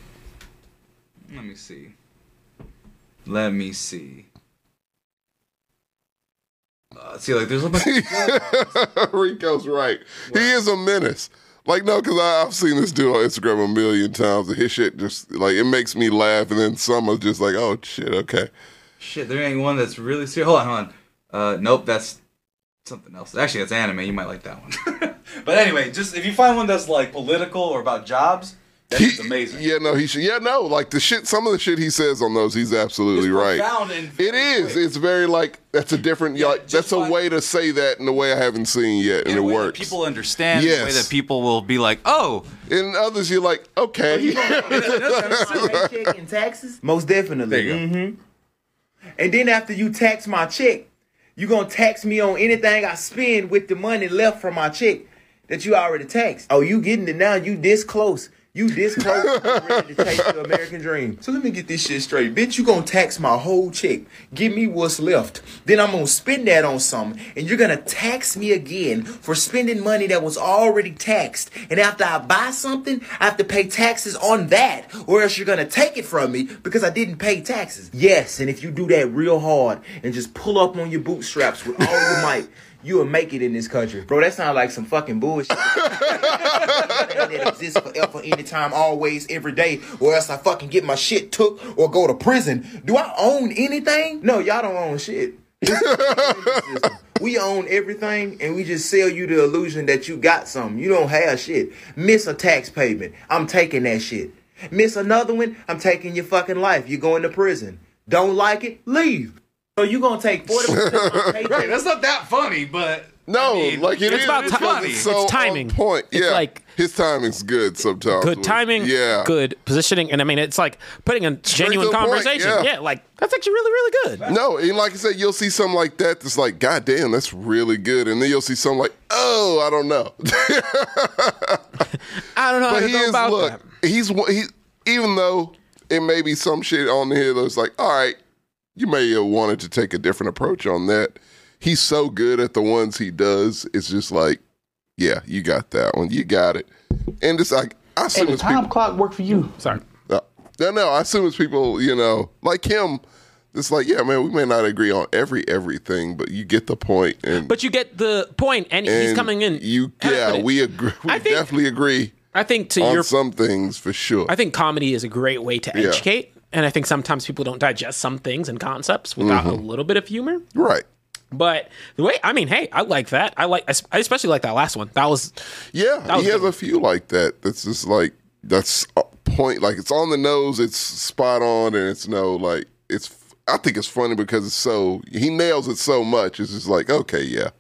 E: Let me see. Let me see. Uh, see, like there's a bunch.
B: Rico's right. He is a menace. Like no, because I've seen this dude on Instagram a million times, and his shit just like it makes me laugh, and then some are just like, "Oh shit, okay."
E: Shit, there ain't one that's really serious. Hold on, hold on. Uh, nope, that's something else. Actually, that's anime. You might like that one. but anyway, just if you find one that's like political or about jobs, that's amazing.
B: Yeah, no, he should. Yeah, no, like the shit. Some of the shit he says on those, he's absolutely right.
E: profound and
B: it is. It's very like that's a different. like, that's a way to say that in a way I haven't seen yet, and it works.
E: People understand the way
B: Yes.
E: that people Oh, will be like, oh.
B: In others, you're like, okay.
G: paycheck in taxes? Most definitely. Mm-hmm. And then after you tax my check, you gonna tax me on anything I spend with the money left from my check that you already taxed. Oh, you getting it now? You this close? You this close? to ready to taste the American dream. So let me get this shit straight, bitch. You gonna tax my whole check? Give me what's left. Then I'm gonna spend that on something, and you're gonna tax me again for spending money that was already taxed. And after I buy something, I have to pay taxes on that, or else you're gonna take it from me because I didn't pay taxes. Yes, and if you do that real hard and just pull up on your bootstraps with all your might, you will make it in this country, bro. That sounds like some fucking bullshit that exists forever, anytime, always, every day, or else I fucking get my shit took or go to prison. Do I own anything? No, y'all don't own shit. We own everything and we just sell you the illusion that you got something. You don't have shit. Miss a tax payment. I'm taking that shit. Miss another one. I'm taking your fucking life. You're going to prison. Don't like it? Leave. So you going to take 40%
M: Right, that's not that funny, but
B: No, like it
G: it's
B: is,
G: about
B: it's
G: ti-
B: funny.
G: it's
B: so
A: timing.
B: On point.
A: It's
B: Yeah,
A: like-
B: his timing's good sometimes.
A: Good timing,
B: Yeah,
A: good positioning, and I mean it's like putting a
B: to
A: genuine
B: the point,
A: conversation.
B: yeah.
A: yeah. like that's actually really, really good.
B: No, and like I said, you'll see something like that that's like, God damn, that's really good. And then you'll see something like, oh, I don't know.
A: I don't know how to go about that.
B: He's one- he, even though it may be some shit on here that's like, all right, you may have wanted to take a different approach on that. He's so good at the ones he does. It's just like, yeah, you got that one. You got it. And it's like, I
P: Hey,
B: assume
P: the
B: it's people.
P: time clock work for you.
A: Sorry.
B: No, Uh, no, no. I assume it's people, you know, like him. It's like, yeah, man, we may not agree on every everything, but you get the point, and
A: But you get the point, and, he's
B: and
A: coming in.
B: You,
A: how do I
B: yeah,
A: put it?
B: we agree. We definitely agree.
A: I think to
B: on
A: your-
B: some things for sure.
A: I think comedy is a great way to
B: Yeah.
A: educate, and I think sometimes people don't digest some things and concepts without a
B: Mhm.
A: little bit of humor.
B: Right.
A: But the way, I mean, hey, I like that. I like, I especially like that last one. That was,
B: yeah,
A: that was
B: he has a few like that. That's just like that's a point. Like it's on the nose. It's spot on, and it's no like it's. I think it's funny because it's so he nails it so much. It's just like okay, yeah,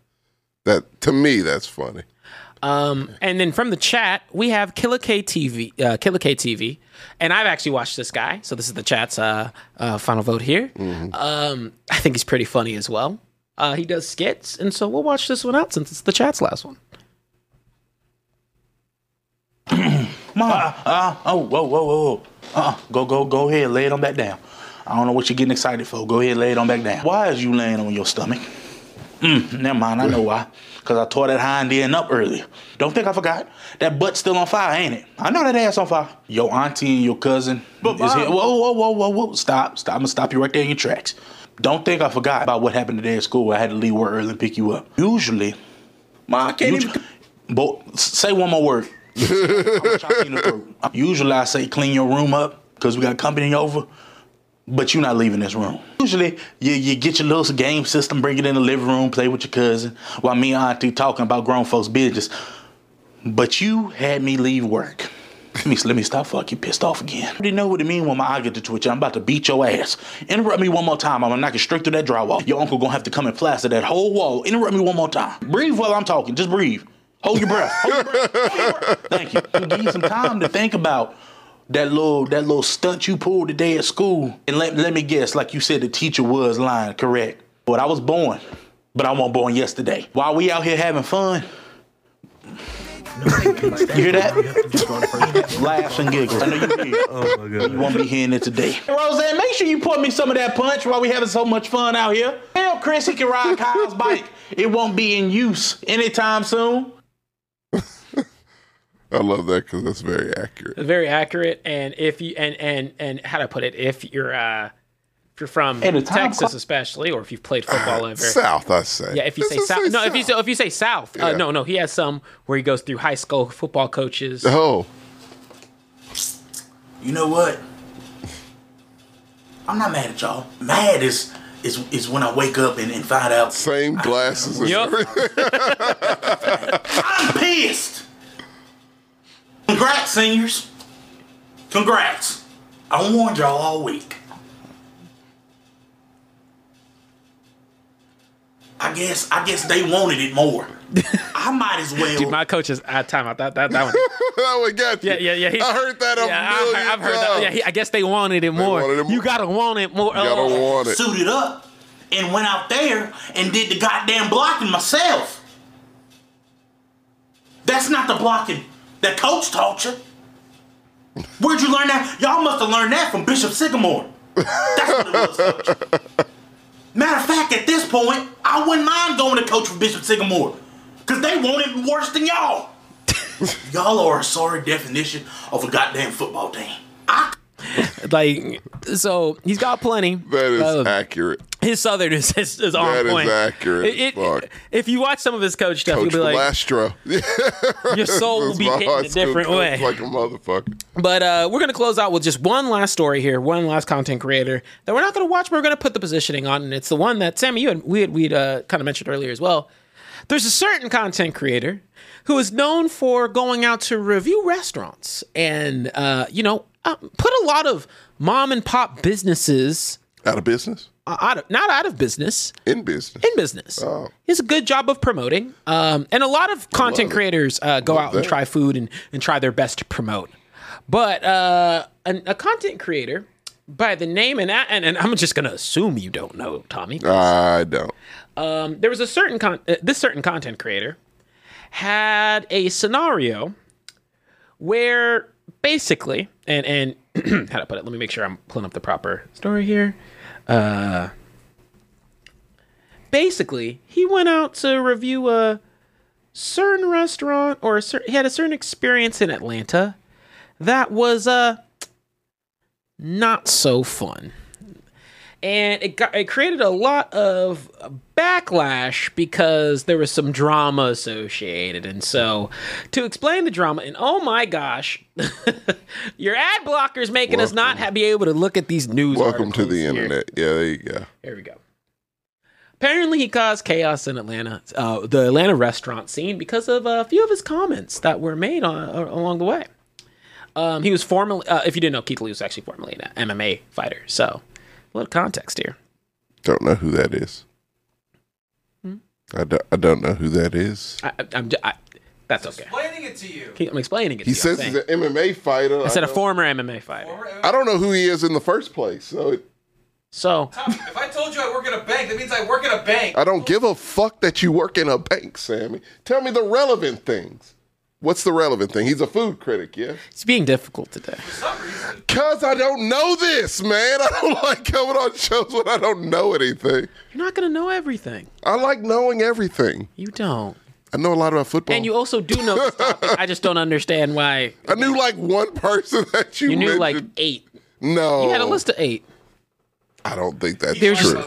B: that to me that's funny.
A: Um, and then from the chat, we have Killer K TV, uh, Killer K TV, and I've actually watched this guy. So this is the chat's uh, uh, final vote here.
B: Mm-hmm.
A: Um, I think he's pretty funny as well. Uh, he does skits, and so we'll watch this one out since it's the chat's last one.
P: Mom. Uh, uh, oh, whoa, whoa, whoa, whoa. Uh, go, go, go ahead, lay it on back down. I don't know what you're getting excited for. Go ahead, lay it on back down. Why is you laying on your stomach? Mm, never mind, I know why. Because I tore that hind end up earlier. Don't think I forgot. That butt's still on fire, ain't it? I know that ass on fire. Your auntie and your cousin is here. Whoa, whoa, whoa, whoa, whoa. Stop, stop. I'm going to stop you right there in your tracks. Don't think I forgot about what happened today at school. I had to leave work early and pick you up. Usually, Ma, I can't even. Bo- s- say one more word. I'ma chop you in the throat. Usually I say clean your room up because we got company over, but you're not leaving this room. Usually you, you get your little game system, bring it in the living room, play with your cousin, while me and auntie talking about grown folks' business. But you had me leave work. Let me, let me stop fucking pissed off again. You already know what it mean when my eye get to twitch. I'm about to beat your ass. Interrupt me one more time. I'm gonna knock you straight through that drywall. Your uncle gonna have to come and plaster that whole wall. Interrupt me one more time. Breathe while I'm talking. Just breathe. Hold your breath. Hold your breath. Hold your breath. Thank you. You Give you some time to think about that little that little stunt you pulled today at school. And let, let me guess, like you said, the teacher was lying, correct? But I was born, but I wasn't born yesterday. While we out here having fun, you hear that? Laughs and giggles. I know you did. Oh my god. You won't be hearing it today. Hey, Roseanne, make sure you pour me some of that punch while we having so much fun out here. Hell, Chris, he can ride Kyle's bike. It won't be in use anytime soon.
B: I love that because that's very accurate.
A: Very accurate, and if you and and and how to put it, if you're uh, if you're from
B: And the time
A: Texas,
B: clock-
A: especially, or if you've played football ever,
B: South, I say.
A: Yeah, if you say
B: Let's just
A: south, no, if you say, if you say south, uh,
B: Yeah.
A: no, no, he has some where he goes through high school football coaches.
B: Oh,
P: You know what? I'm not mad at y'all. Mad is is is when I wake up and, and find out.
B: Same glasses. and
P: I'm pissed. Congrats, seniors. Congrats. I warned y'all all week. I guess I guess they wanted it more. I might as well.
A: Dude, my coach is out of time. I thought that that one.
B: that one got
A: Yeah, yeah, yeah. he-
B: I heard that a
A: yeah, I've heard-
B: million
A: I've heard that. uh, Yeah,
B: times.
A: he, I guess they wanted it more. You gotta want it more. Oh.
B: gotta want it.
P: Uh, Suited up and went out there and did the goddamn blocking myself. That's not the blocking that coach taught you. Where'd you learn that? Y'all must have learned that from Bishop Sycamore. That's what it was, coach. Matter of fact, at this point, I wouldn't mind going to coach for Bishop Sycamore. Cause they want it worse than y'all. y'all are a sorry definition of a goddamn football team.
A: like, so he's got plenty. That
B: is accurate.
A: His southernness is, is on
B: That is
A: point.
B: accurate
A: It- it-
B: as fuck.
A: if you watch some of his coach stuff,
B: Coach
A: you'll be like,
B: Blastro.
A: your soul will
B: That's
A: be
B: my
A: hit in
B: high
A: a
B: school
A: different
B: coach
A: way.
B: Like a motherfucker.
A: But uh, we're going to close out with just one last story here, one last content creator that we're not going to watch, but we're going to put the positioning on, and it's the one that Sammy, you had we had we'd uh, kind of mentioned earlier as well. There's a certain content creator who is known for going out to review restaurants and uh, you know uh, put a lot of mom and pop businesses
B: out of business,
A: out of, not out of business,
B: in business,
A: in business. He has a good job of promoting, um, and a lot of content creators uh, go out and
B: that.
A: try food and, and try their best to promote. But uh, an, a content creator by the name, and, I, and, and I'm just going to assume you don't know, Tommy.
B: I don't.
A: Um, there was a certain con- uh, this certain content creator had a scenario where basically, and and how to put it? Let me make sure I'm pulling up the proper story here. Uh, basically, he went out to review a certain restaurant or a cer- he had a certain experience in Atlanta that was uh not so fun. And it got it created a lot of backlash because there was some drama associated. And so to explain the drama, and oh my gosh, your ad blockers making us not ha- be able to look at these news
B: Welcome to
A: articles
B: the
A: here.
B: internet. Yeah, there you go.
A: Here we go. Apparently, he caused chaos in Atlanta, uh, the Atlanta restaurant scene, because of a few of his comments that were made on, uh, along the way. Um, he was formerly, uh, if you didn't know, Keith Lee was actually formerly an MMA fighter. So, a little context here.
B: Don't know who that is.
A: Hmm?
B: I, don't, I don't know who that is.
A: I, I- I'm, j- I, that's okay.
B: Explaining it to you.
A: He- I'm explaining it.
B: He
A: to you, I'm
B: says
A: saying.
B: he's an MMA fighter.
A: I said a
B: I don't-
A: former MMA fighter.
B: I don't know who he is in the first place, so it,
A: So
O: If I told you I work at a bank, that means I work at a bank.
B: I don't give a fuck that you work in a bank, Sammy. Tell me the relevant things. What's the relevant thing? He's a food critic, yeah?
A: it's being difficult today.
B: Cuz I don't know this, man. I don't like coming on shows when I don't know anything.
A: You're not gonna know everything.
B: I like knowing everything.
A: You don't.
B: I know a lot about football.
A: And you also do know this topic. I just don't understand why.
B: I knew like one person that you
A: You knew like
B: mentioned. Oh.
A: eight.
B: No.
A: You had a list of eight.
B: I don't think that's
A: There's-
B: true.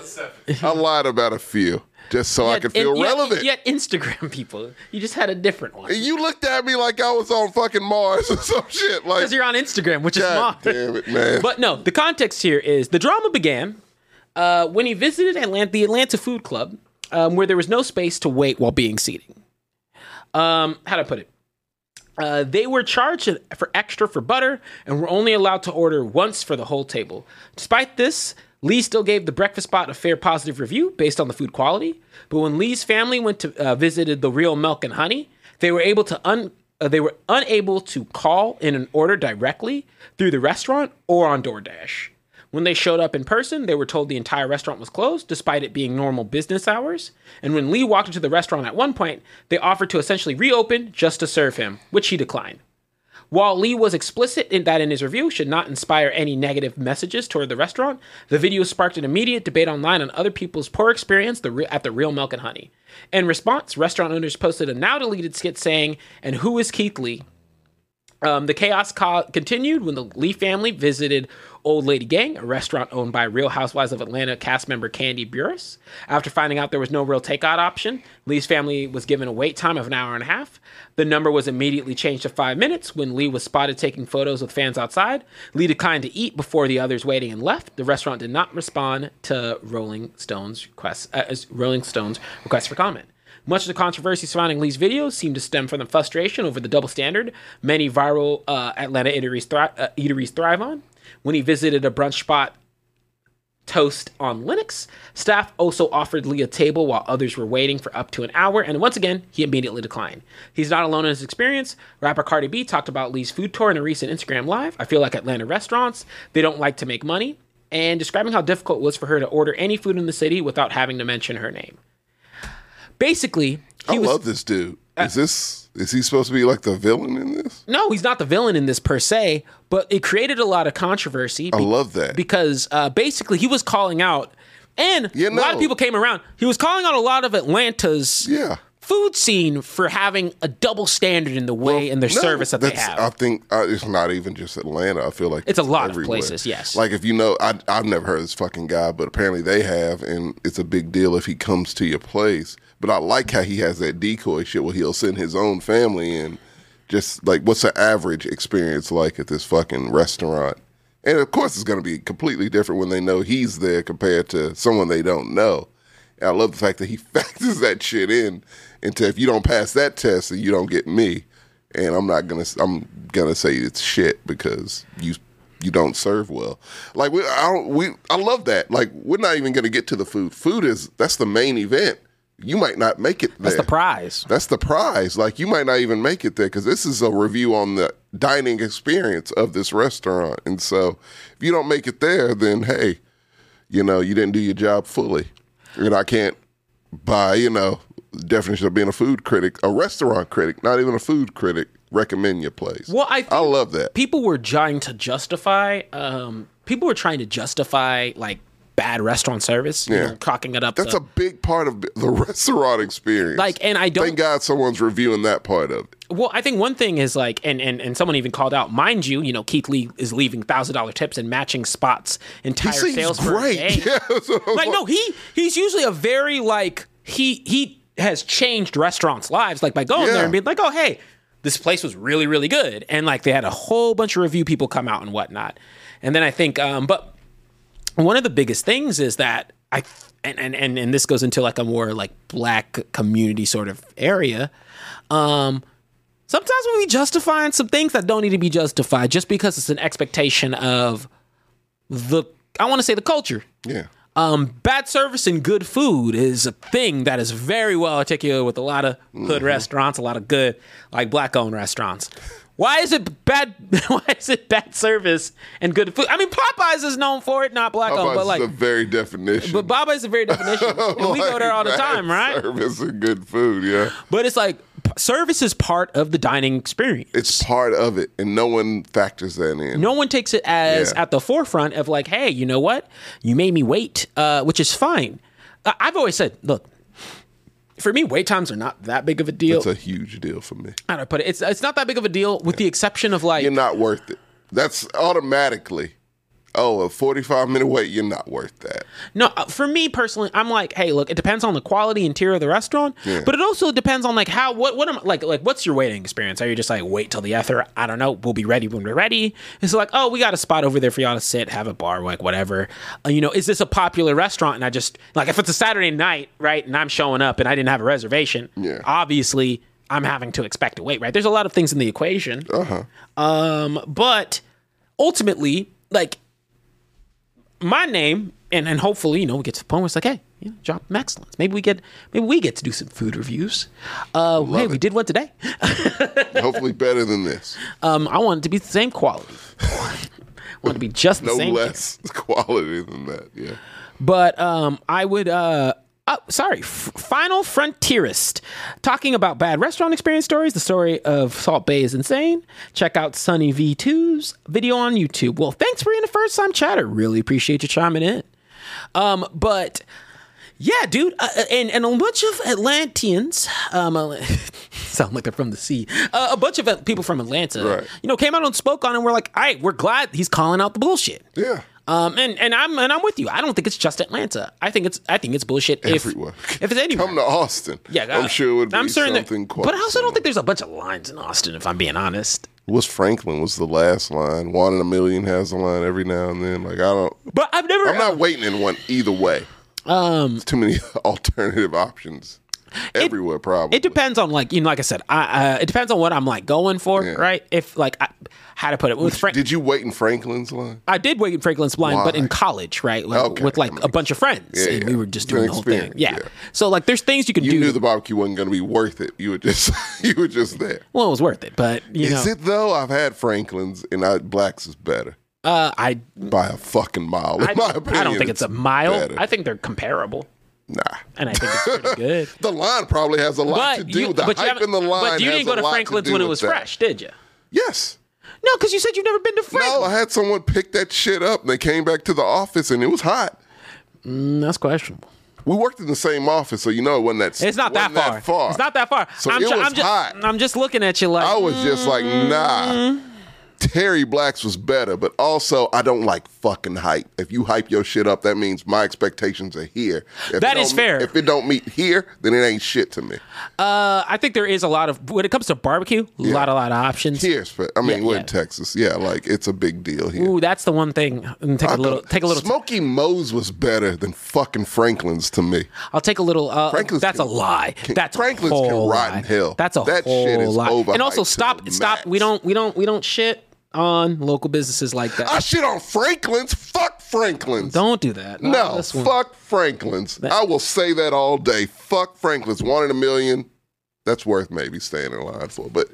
B: I lied about a few just so I could feel
A: And you had-
B: relevant.
A: You had Instagram people. You just had a different one.
B: You looked at me like I was on fucking Mars or some shit. Like
A: Because you're on Instagram, which
B: God
A: is
B: damn it, man.
A: But no, the context here is the drama began uh, when he visited Atlanta, the Atlanta Food Club, um, where there was no space to wait while being seated. Um, how do I put it? Uh, they were charged for extra for butter and were only allowed to order once for the whole table. Despite this, Lee still gave the breakfast spot a fair positive review based on the food quality. But when Lee's family went to uh, visited the real Milk and Honey, they were able to un uh, they were unable to call in an order directly through the restaurant or on DoorDash. When they showed up in person, they were told the entire restaurant was closed, despite it being normal business hours. And when Lee walked into the restaurant at one point, they offered to essentially reopen just to serve him, which he declined. While Lee was explicit in that in his review should not inspire any negative messages toward the restaurant, the video sparked an immediate debate online on other people's poor experience the re- at the Real Milk and Honey. In response, restaurant owners posted a now deleted skit saying, "And who is Keith Lee?" Um, the chaos co- continued when the Lee family visited Old Lady Gang, a restaurant owned by Real Housewives of Atlanta cast member Candy Burris. After finding out there was no real takeout option, Lee's family was given a wait time of an hour and a half. The number was immediately changed to five minutes when Lee was spotted taking photos with fans outside. Lee declined to eat before the others waiting and left. The restaurant did not respond to Rolling Stone's request, uh, uh, Rolling Stone's request for comment. Much of the controversy surrounding Lee's video seemed to stem from the frustration over the double standard many viral uh, Atlanta eateries, thri- uh, eateries thrive on. When he visited a brunch spot, Toast on Linux, staff also offered Lee a table while others were waiting for up to an hour, and once again, he immediately declined. He's not alone in his experience. Rapper Cardi B talked about Lee's food tour in a recent Instagram live. I feel like Atlanta restaurants, they don't like to make money, and describing how difficult it was for her to order any food in the city without having to mention her name. Basically,
B: I love this dude.
A: Uh,
B: Is this is he supposed to be like the villain in this?
A: No, he's not the villain in this per se, but it created a lot of controversy.
B: I love that.
A: because uh, basically he was calling out, and a lot
B: no.
A: of people came around. He was calling out a lot of Atlanta's
B: Yeah.
A: food scene for having a double standard in the way and their
B: No,
A: service that they
B: that's-
A: have.
B: I think uh, it's not even just Atlanta. I feel like
A: It's a lot of
B: everywhere.
A: places, yes.
B: Like if you know, I, I've never heard of this fucking guy, but apparently they have, and it's a big deal if he comes to your place. But I like how he has that decoy shit where he'll send his own family and just like what's the average experience like at this fucking restaurant? And of course, it's going to be completely different when they know he's there compared to someone they don't know. And I love the fact that he factors that shit in into if you don't pass that test, then you don't get me. And I'm not gonna I'm gonna say it's shit because you you don't serve well. Like we I don't we I love that. Like we're not even gonna get to the food. Food is that's the main event. You might not make it. There. That's the
A: prize.
B: That's the prize. Like you might not even make it there because this is a review on the dining experience of this restaurant. And so if you don't make it there, then hey, you know, you didn't do your job fully. And I can't by, you know, definition of being a food critic, a restaurant critic, not even a food critic, recommend your place.
A: Well, I
B: I love that.
A: people were trying to justify um people were trying to justify like bad restaurant service you
B: Yeah.
A: know cocking it up
B: That's
A: to-
B: a big part of the restaurant experience.
A: Like, and I don't-
B: Thank God someone's reviewing that part of it.
A: well i think one thing is like and and, and someone even called out mind you you know keith lee is leaving thousand dollar tips and matching spots entire
B: seems
A: sales for a
B: great.
A: day. like no he he's usually a very like he he has changed restaurants lives like by going there and being like oh hey this place was really really good and like they had a whole bunch of review people come out and whatnot and then i think um but one of the biggest things is that I and and and, and this goes into like a more like black community sort of area. Um sometimes we be justifying some things that don't need to be justified just because it's an expectation of the I want to say the culture.
B: Yeah.
A: Um, bad service and good food is a thing that is very well articulated with a lot of hood
B: Mm-hmm.
A: restaurants, a lot of good like black owned restaurants. Why is it bad? Why is it bad service and good food? I mean, Popeyes is known for it, not black owned,
B: Popeyes
A: but
B: is
A: like
B: the very definition.
A: but Baba is the very definition. and we go there all the
B: Like,
A: time,
B: bad
A: right?
B: Service and good food, yeah.
A: But it's like p- service is part of the dining experience.
B: It's part of it, and no one factors that in.
A: No one takes it as
B: Yeah.
A: at the forefront of like, hey, you know what? You made me wait, uh, which is fine. I- I've always said, look, for me, wait times are not that big of a deal.
B: It's a huge deal for me.
A: How do I put it? It's it's not that big of a deal, with the exception of like
B: you're not worth it. That's automatically. Oh, a 45 minute wait, you're not worth that.
A: No, uh, for me personally, I'm like, hey, look, it depends on the quality and tier of the restaurant,
B: Yeah.
A: but it also depends on like how what what am like like what's your waiting experience? Are you just like wait till the ether? I don't know. We'll be ready when we're ready. It's like, oh, we got a spot over there for y'all to sit, have a bar, like whatever. Uh, you know, is this a popular restaurant? And I just like if it's a Saturday night, right, and I'm showing up and I didn't have a reservation, yeah. obviously I'm having to expect to wait, right? There's a lot of things in the equation.
B: Uh
A: huh. Um, but ultimately, like my name and, and hopefully you know we get to the point where it's like hey you know, drop some excellence maybe we get maybe we get to do some food reviews uh hey we did one today
B: Hopefully better than this.
A: um i want it to be the same quality i want it to be just the
B: No
A: same
B: less quality than that, yeah.
A: but um i would uh Oh, sorry. F- Final Frontierist. Talking about bad restaurant experience stories. The story of Salt Bay is insane. Check out Sunny V2's video on YouTube. Well, thanks for being a first time chatter. Really appreciate you chiming in. Um, but yeah, dude, uh, uh, and and a bunch of Atlanteans, um, uh, sound like they're from the sea. Uh, a bunch of uh, people from Atlanta, you know, came out and spoke on, it and we're like, all right, we're glad he's calling out the bullshit.
B: Yeah.
A: Um, and and I'm and I'm with you. I don't think it's just Atlanta. I think it's I think it's bullshit
B: Everywhere.
A: If, if it's anywhere.
B: Come to Austin.
A: Yeah,
B: I'm sure it would be
A: I'm certain that-
B: something quite
A: But I also don't think there's a bunch of lines in Austin. If I'm being honest.
B: Was Franklin was the last line. One in a million has a line every now and then. Like I don't
A: But I've never
B: I'm not waiting in one either way.
A: Um
B: too many alternative options everywhere probably.
A: It depends on like you know, like I said, I uh, it depends on what I'm like going for, right? If like I, how to put it with Frank.
B: Did you wait in Franklin's line?
A: I did wait in Franklin's line, but
B: Why?
A: in college, right? Like, With like a bunch of friends,
B: Yeah,
A: and
B: yeah.
A: we were just
B: It's an
A: doing the whole thing.
B: experience,
A: Yeah. So like, there's things you can
B: You
A: do.
B: knew the barbecue wasn't gonna be worth it. You were just you were just there.
A: well, it was worth it, but you
B: is
A: know,
B: it though? I've had Franklin's and I, Blacks is better.
A: Uh, I
B: by a fucking mile. In
A: I,
B: my
A: I
B: opinion,
A: don't think it's, a mile.
B: better.
A: I think they're comparable.
B: Nah,
A: and I think it's pretty good.
B: the line probably has a lot
A: But
B: to do
A: you-
B: with the
A: but you
B: hype
A: haven't-
B: in the line.
A: But you
B: has
A: didn't go
B: a
A: to
B: lot
A: Franklin's
B: do
A: when it
B: with
A: was
B: that.
A: fresh, did you?
B: Yes.
A: No, because you said you've never been to Franklin's.
B: No, I had someone pick that shit up. and They came back to the office and it was hot.
A: Mm, that's questionable.
B: We worked in the same office, so you know it wasn't that.
A: It's not that
B: wasn't
A: far. It's not that far.
B: So
A: I'm,
B: it
A: ju-
B: was
A: I'm just,
B: hot.
A: I'm just looking at you like mm,
B: I was just like,
A: Mm-hmm.
B: nah. Terry Blacks was better, but also I don't like fucking hype. If you hype your shit up, that means my expectations are here. If
A: That
B: it
A: is
B: don't-
A: fair.
B: If it don't meet here, then it ain't shit to me.
A: Uh, I think there is a lot of when it comes to barbecue, a lot, a lot of options.
B: Here's, fair. I mean,
A: Yeah,
B: we're
A: yeah.
B: in Texas. Yeah, like it's a big deal here.
A: Ooh, that's the one thing. And Take a little. Take a little.
B: Smokey Moe's was better than fucking Franklin's to me.
A: I'll take a little. Uh, that's a lie. that's
B: Franklin's
A: a whole
B: can rot
A: lie.
B: in hell.
A: That's a
B: That shit
A: whole
B: is
A: lie.
B: overhyped
A: And also,
B: to
A: stop. Stop. We don't. We don't. We don't shit on local businesses like that.
B: I shit on Franklin's. Fuck Franklin's.
A: Don't do that. Not
B: No,
A: this one.
B: fuck Franklin's. I will say that all day. Fuck Franklin's. One in a million. That's worth maybe staying in line for. But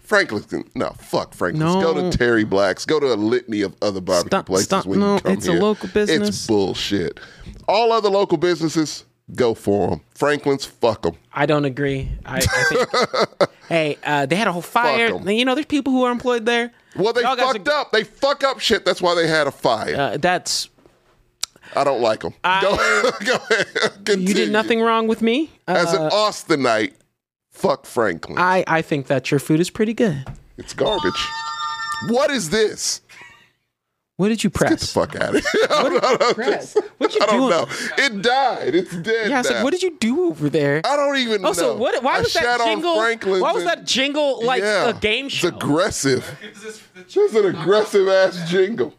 B: Franklin's can, no, fuck Franklin's. Go
A: No.
B: to Terry Black's. Go to a litany of other barbecue
A: Stop-
B: places
A: stop.
B: when
A: No,
B: you come
A: it's a
B: here.
A: local business.
B: It's bullshit. All other local businesses, go for them. Franklin's, fuck them.
A: I don't agree. I, I think, hey, uh, they had a whole fire. You know, there's people who are employed there.
B: Well, they fucked up. They fuck up shit. That's why they had a fire.
A: Uh, that's.
B: I don't like them.
A: You did nothing wrong with me.
B: As an
A: Uh,
B: Austinite, fuck Franklin.
A: I I think that your food is pretty good.
B: It's garbage. What is this?
A: What did you press? Get the
B: fuck out of here. I don't know.
A: What you
B: I
A: doing?
B: don't know. It died. It's dead.
A: Yeah, I was like,
B: now.
A: what did you do over there?
B: I don't even
A: also,
B: know.
A: what? Why
B: I
A: was that
B: shat on
A: jingle?
B: Franklin's
A: Why was
B: and-
A: that jingle like
B: Yeah.
A: a game show?
B: It's aggressive. This is an aggressive ass jingle.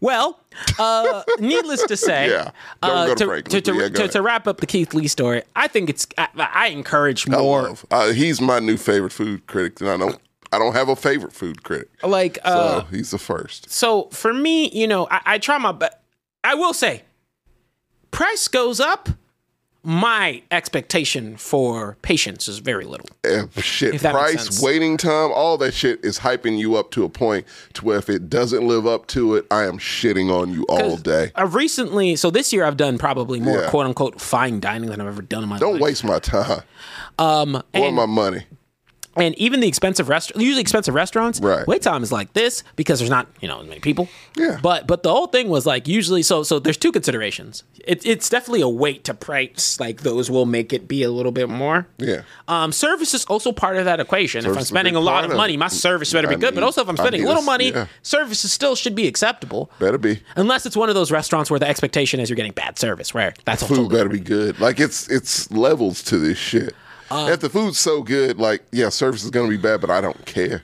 A: Well, uh, needless to say,
B: Yeah. Don't
A: uh,
B: go to
A: to,
B: Franklin.
A: to, to,
B: Yeah, go
A: to,
B: ahead.
A: to wrap up the Keith Lee story, I think it's I, I encourage
B: I
A: more
B: love- uh, he's my new favorite food critic, and I don't. I don't have a favorite food critic.
A: like uh,
B: so he's the first.
A: So for me, you know, I, I try my best. I will say, price goes up. My expectation for patience is very little.
B: Eh, shit,
A: If that makes
B: price,
A: sense.
B: waiting time, all that shit is hyping you up to a point to where if it doesn't live up to it, I am shitting on you all
A: 'Cause
B: day.
A: I've recently, so this year I've done probably more
B: Yeah.
A: quote unquote fine dining than I've ever done in my
B: Don't
A: life.
B: waste my time
A: Um,
B: or
A: and,
B: my money.
A: and even the expensive restaurant, usually expensive restaurants,
B: Right.
A: wait time is like this because there's not you know as many people.
B: Yeah.
A: But but the whole thing was like usually so so there's two considerations. It, it's definitely a wait to price like those will make it be a little bit more.
B: Yeah.
A: Um, service is also part of that equation. if
B: Service
A: I'm
B: is a
A: spending
B: big
A: a lot
B: part
A: of
B: of
A: money,
B: it.
A: my service better be
B: I
A: good. But
B: need-
A: also if I'm
B: I
A: spending
B: need
A: little
B: a-
A: money,
B: yeah.
A: services still should be acceptable.
B: Better be.
A: Unless it's one of those restaurants where the expectation is you're getting bad service, where that's
B: food
A: also
B: better be good. Like it's it's levels to this shit.
A: Uh,
B: if the food's so good, like yeah, service is gonna be bad, but I don't care.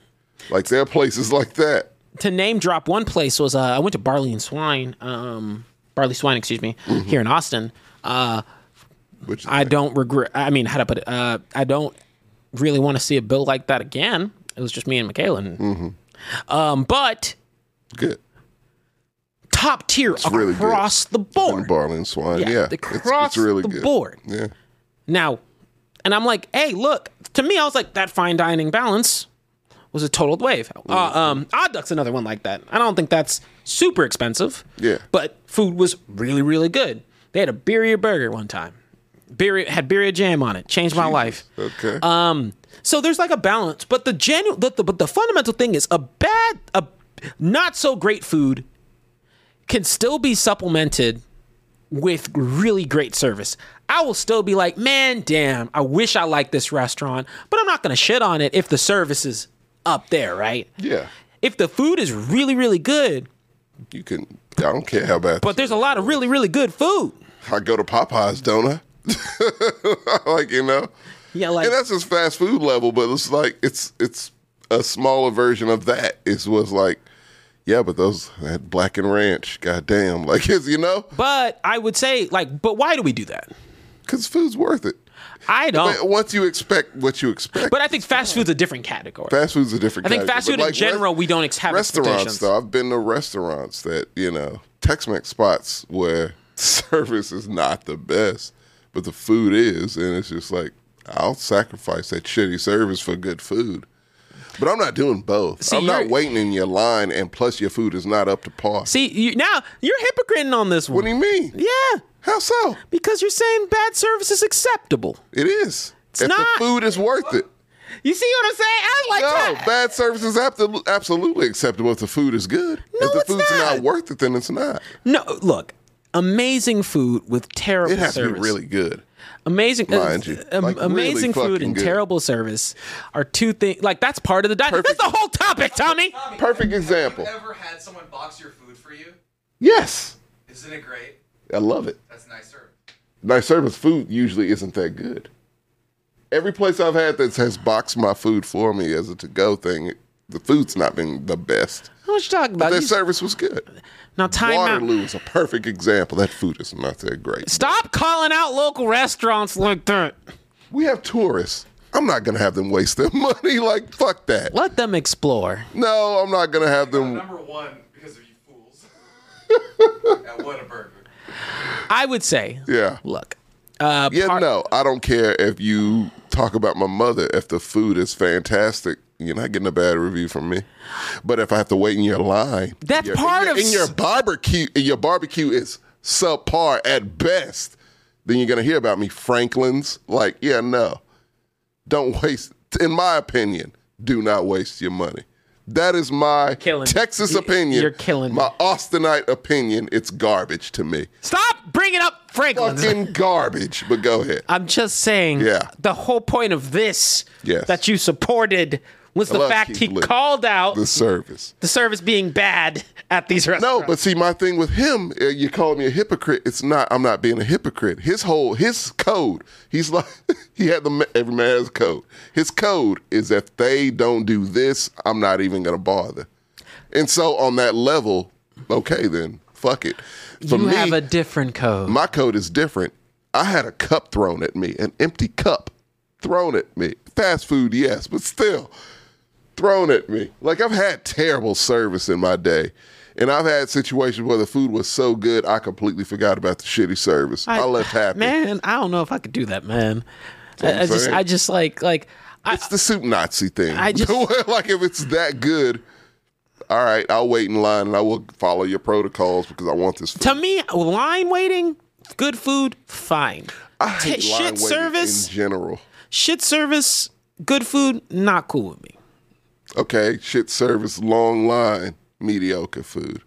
B: Like there are places like that.
A: to name drop one place was uh, I went to Barley and Swine, um, Barley Swine, excuse me,
B: Mm-hmm.
A: here in Austin. Uh, I don't regret. I mean, how to put it? Uh, I don't really want to see a bill like that again. It was just me and Michaela. and- Um, but
B: Mm-hmm. good,
A: top tier
B: It's really good.
A: across the board.
B: And barley and swine.
A: Yeah,
B: Yeah,
A: the- across the board.
B: Yeah,
A: Now, and I'm like, hey, look. To me, I was like, that fine dining balance was a total wave. Uh,
B: Mm-hmm.
A: um, Odd Duck's another one like that. I don't think that's super expensive.
B: yeah.
A: but food was really really good. They had a birria burger one time. Birria had birria jam on it. Changed my life.
B: Okay.
A: Um so there's like a balance, but the genu- the, the but the fundamental thing is a bad a not so great food can still be supplemented with really great service. I will still be like, "Man, damn, I wish I liked this restaurant, but I'm not going to shit on it if the service is up there, right?"
B: Yeah.
A: If the food is really really good,
B: You can. I don't care how bad.
A: but there's a lot of really really good food.
B: I go to Popeyes, don't I? like you know.
A: Yeah, like
B: and that's just fast food level, but it's like it's it's a smaller version of that. It was like, yeah, but those that black and ranch, goddamn, like it's you know,
A: But I would say, like, but why do we do that?
B: because food's worth it.
A: I don't.
B: But once you expect what you expect,
A: But I think fast food's a different category.
B: fast food's a different.
A: I think
B: category,
A: fast
B: but
A: food in
B: like
A: general, we don't ex- have
B: restaurants
A: expectations.
B: though. I've been to restaurants that you know Tex-Mex spots where service is not the best, but the food is, and it's just like I'll sacrifice that shitty service for good food. But I'm not doing both.
A: See,
B: I'm not
A: you're-
B: waiting in your line, and plus your food is not up to par.
A: See, you, now you're hypocriting on this one. What do
B: you mean?
A: Yeah.
B: How so?
A: Because you're saying bad service is acceptable.
B: It is.
A: It's
B: if
A: not.
B: the food is worth it.
A: You see what I'm saying? I like
B: no,
A: that.
B: bad service is abso- absolutely acceptable if the food is good. if the food's not. worth it, then it's not.
A: No, look, amazing food with terrible
B: It has to be
A: service.
B: really good.
A: Amazing, uh,
B: Mind you.
A: am-
B: Like, really
A: amazing food
B: fucking
A: and
B: good.
A: terrible service are two things. Like that's part of the diet. That's the whole topic, Tommy.
B: Perfect example.
O: Ever had someone box your food for you?
B: Yes,
O: Isn't it great?
B: I love it.
O: That's nicer.
B: Nice service food usually isn't that good. Every place I've had that has boxed my food for me as a to-go thing, the food's not been the best.
A: What you talking about?
B: But that
A: You-
B: service was good.
A: Now, time out.
B: Waterloo is a perfect example. That food is not that great.
A: Stop calling out local restaurants like that.
B: We have tourists. I'm not gonna have them waste their money. Like fuck that.
A: Let them explore.
B: No, I'm not gonna
E: Uh,
B: have them.
O: Number one, because of you fools. At Whataburger.
A: I would say.
B: Yeah.
A: Look. Uh,
B: yeah, no, I don't care if you talk about my mother. If the food is fantastic, you're not getting a bad review from me. But if I have to wait in your line,
A: That's
B: your-
A: part
B: in
A: of
B: your, in your
A: s-
B: barbecue. In your barbecue is subpar at best. Then you're gonna hear about me, Franklin's. Like, yeah, no, don't waste. In my opinion, do not waste your money. That is my Texas opinion. You're
A: killing
B: my Austinite opinion. It's garbage to me.
A: Stop bringing up Franklin's.
B: Fucking garbage. But go ahead.
A: I'm just saying.
B: Yeah.
A: The whole point of this
B: Yes.
A: that you supported was
B: I
A: the
B: love
A: fact
B: Keith
A: he
B: Lee.
A: called out
B: The service.
A: the service being bad at these restaurants.
B: No, but see, my thing with him, uh, you call me a hypocrite. It's not. I'm not being a hypocrite. His whole his code. He's like he had the ma- every man has a code. His code is if they don't do this, I'm not even gonna bother. And so on that level, okay, then fuck it. For
A: you
B: me,
A: have a different code.
B: my code is different. I had a cup thrown at me, an empty cup thrown at me. Fast food, yes, but still thrown at me. Like I've had terrible service in my day. And I've had situations where the food was so good I completely forgot about the shitty service. I, left happy.
A: Man, I don't know if I could do that, man.
B: what I'm
A: I, I just,
B: saying.
A: I just like, like,
B: it's the soup Nazi thing.
A: I just-
B: like if it's that good, all right, I'll wait in line and I will follow your protocols because I want this food.
A: to me, line waiting, good food, fine.
B: I hate
A: T-
B: line
A: shit
B: waiting
A: service,
B: in general.
A: shit service, good food, not cool with me.
B: Okay, shit service, long line, mediocre food.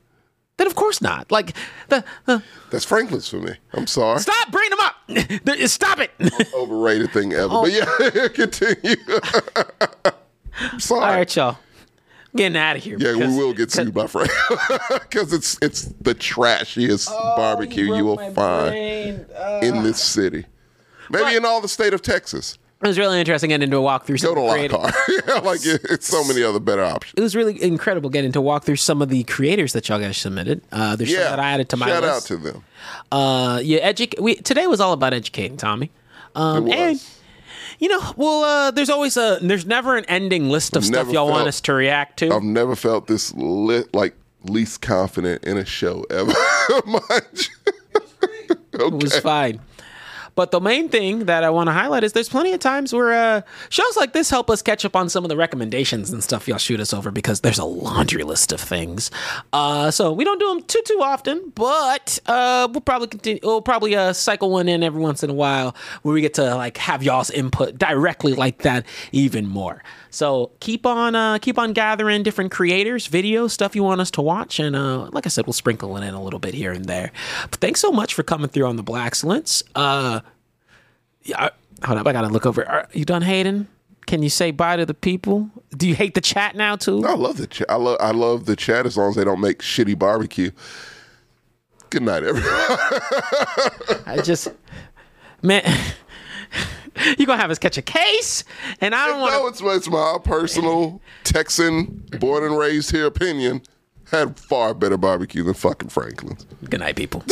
A: Then of course not. Like the uh,
B: that's Franklin's for me. I'm sorry.
A: Stop bringing them up. Stop it.
B: Overrated thing ever.
A: Oh.
B: But yeah, continue. sorry.
A: All right, y'all. Getting out of here.
B: Yeah,
A: because-
B: we will get sued by Frank because it's it's the trashiest
A: Oh,
B: barbecue you, will find in this city, maybe in all the state of Texas.
A: It was really interesting getting into a walkthrough. Go to
B: Lockhart. yeah, like it, it's so many other better options.
A: It was really incredible getting to walk through some of the creators that y'all guys submitted. Uh, there's
B: yeah,
A: some that I added to my
B: shout
A: list.
B: out to them.
A: Uh, yeah, edu- we, today was all about educating Tommy. Um,
B: It was.
A: And you know, well, uh, there's always a there's never an ending list of stuff
B: Never
A: y'all want
B: felt-
A: us to react to.
B: I've never felt this lit like least confident in a show ever.
A: It was fine. But the main thing that I want to highlight is there's plenty of times where uh, shows like this help us catch up on some of the recommendations and stuff y'all shoot us over because there's a laundry list of things. Uh, so we don't do them too too often, but uh, we'll probably continue. We'll probably uh, cycle one in every once in a while where we get to like have y'all's input directly like that even more. So keep on uh, keep on gathering different creators, videos, stuff you want us to watch, and uh, like I said, we'll sprinkle it in a little bit here and there. But thanks so much for coming through on the Black Excellence. Uh, yeah, I- hold up, I gotta look over. Are you done hating? Can you say bye to the people? Do you hate the chat now too?
B: I love the chat. I love I love the chat as long as they don't make shitty barbecue. Good night, everyone. Mm-hmm.
A: I just, man, you gonna have us catch a case, and I don't want.
B: No, it's, it's my personal Texan, born and raised here opinion. Had far better barbecue than fucking Franklin's.
A: Good night, people.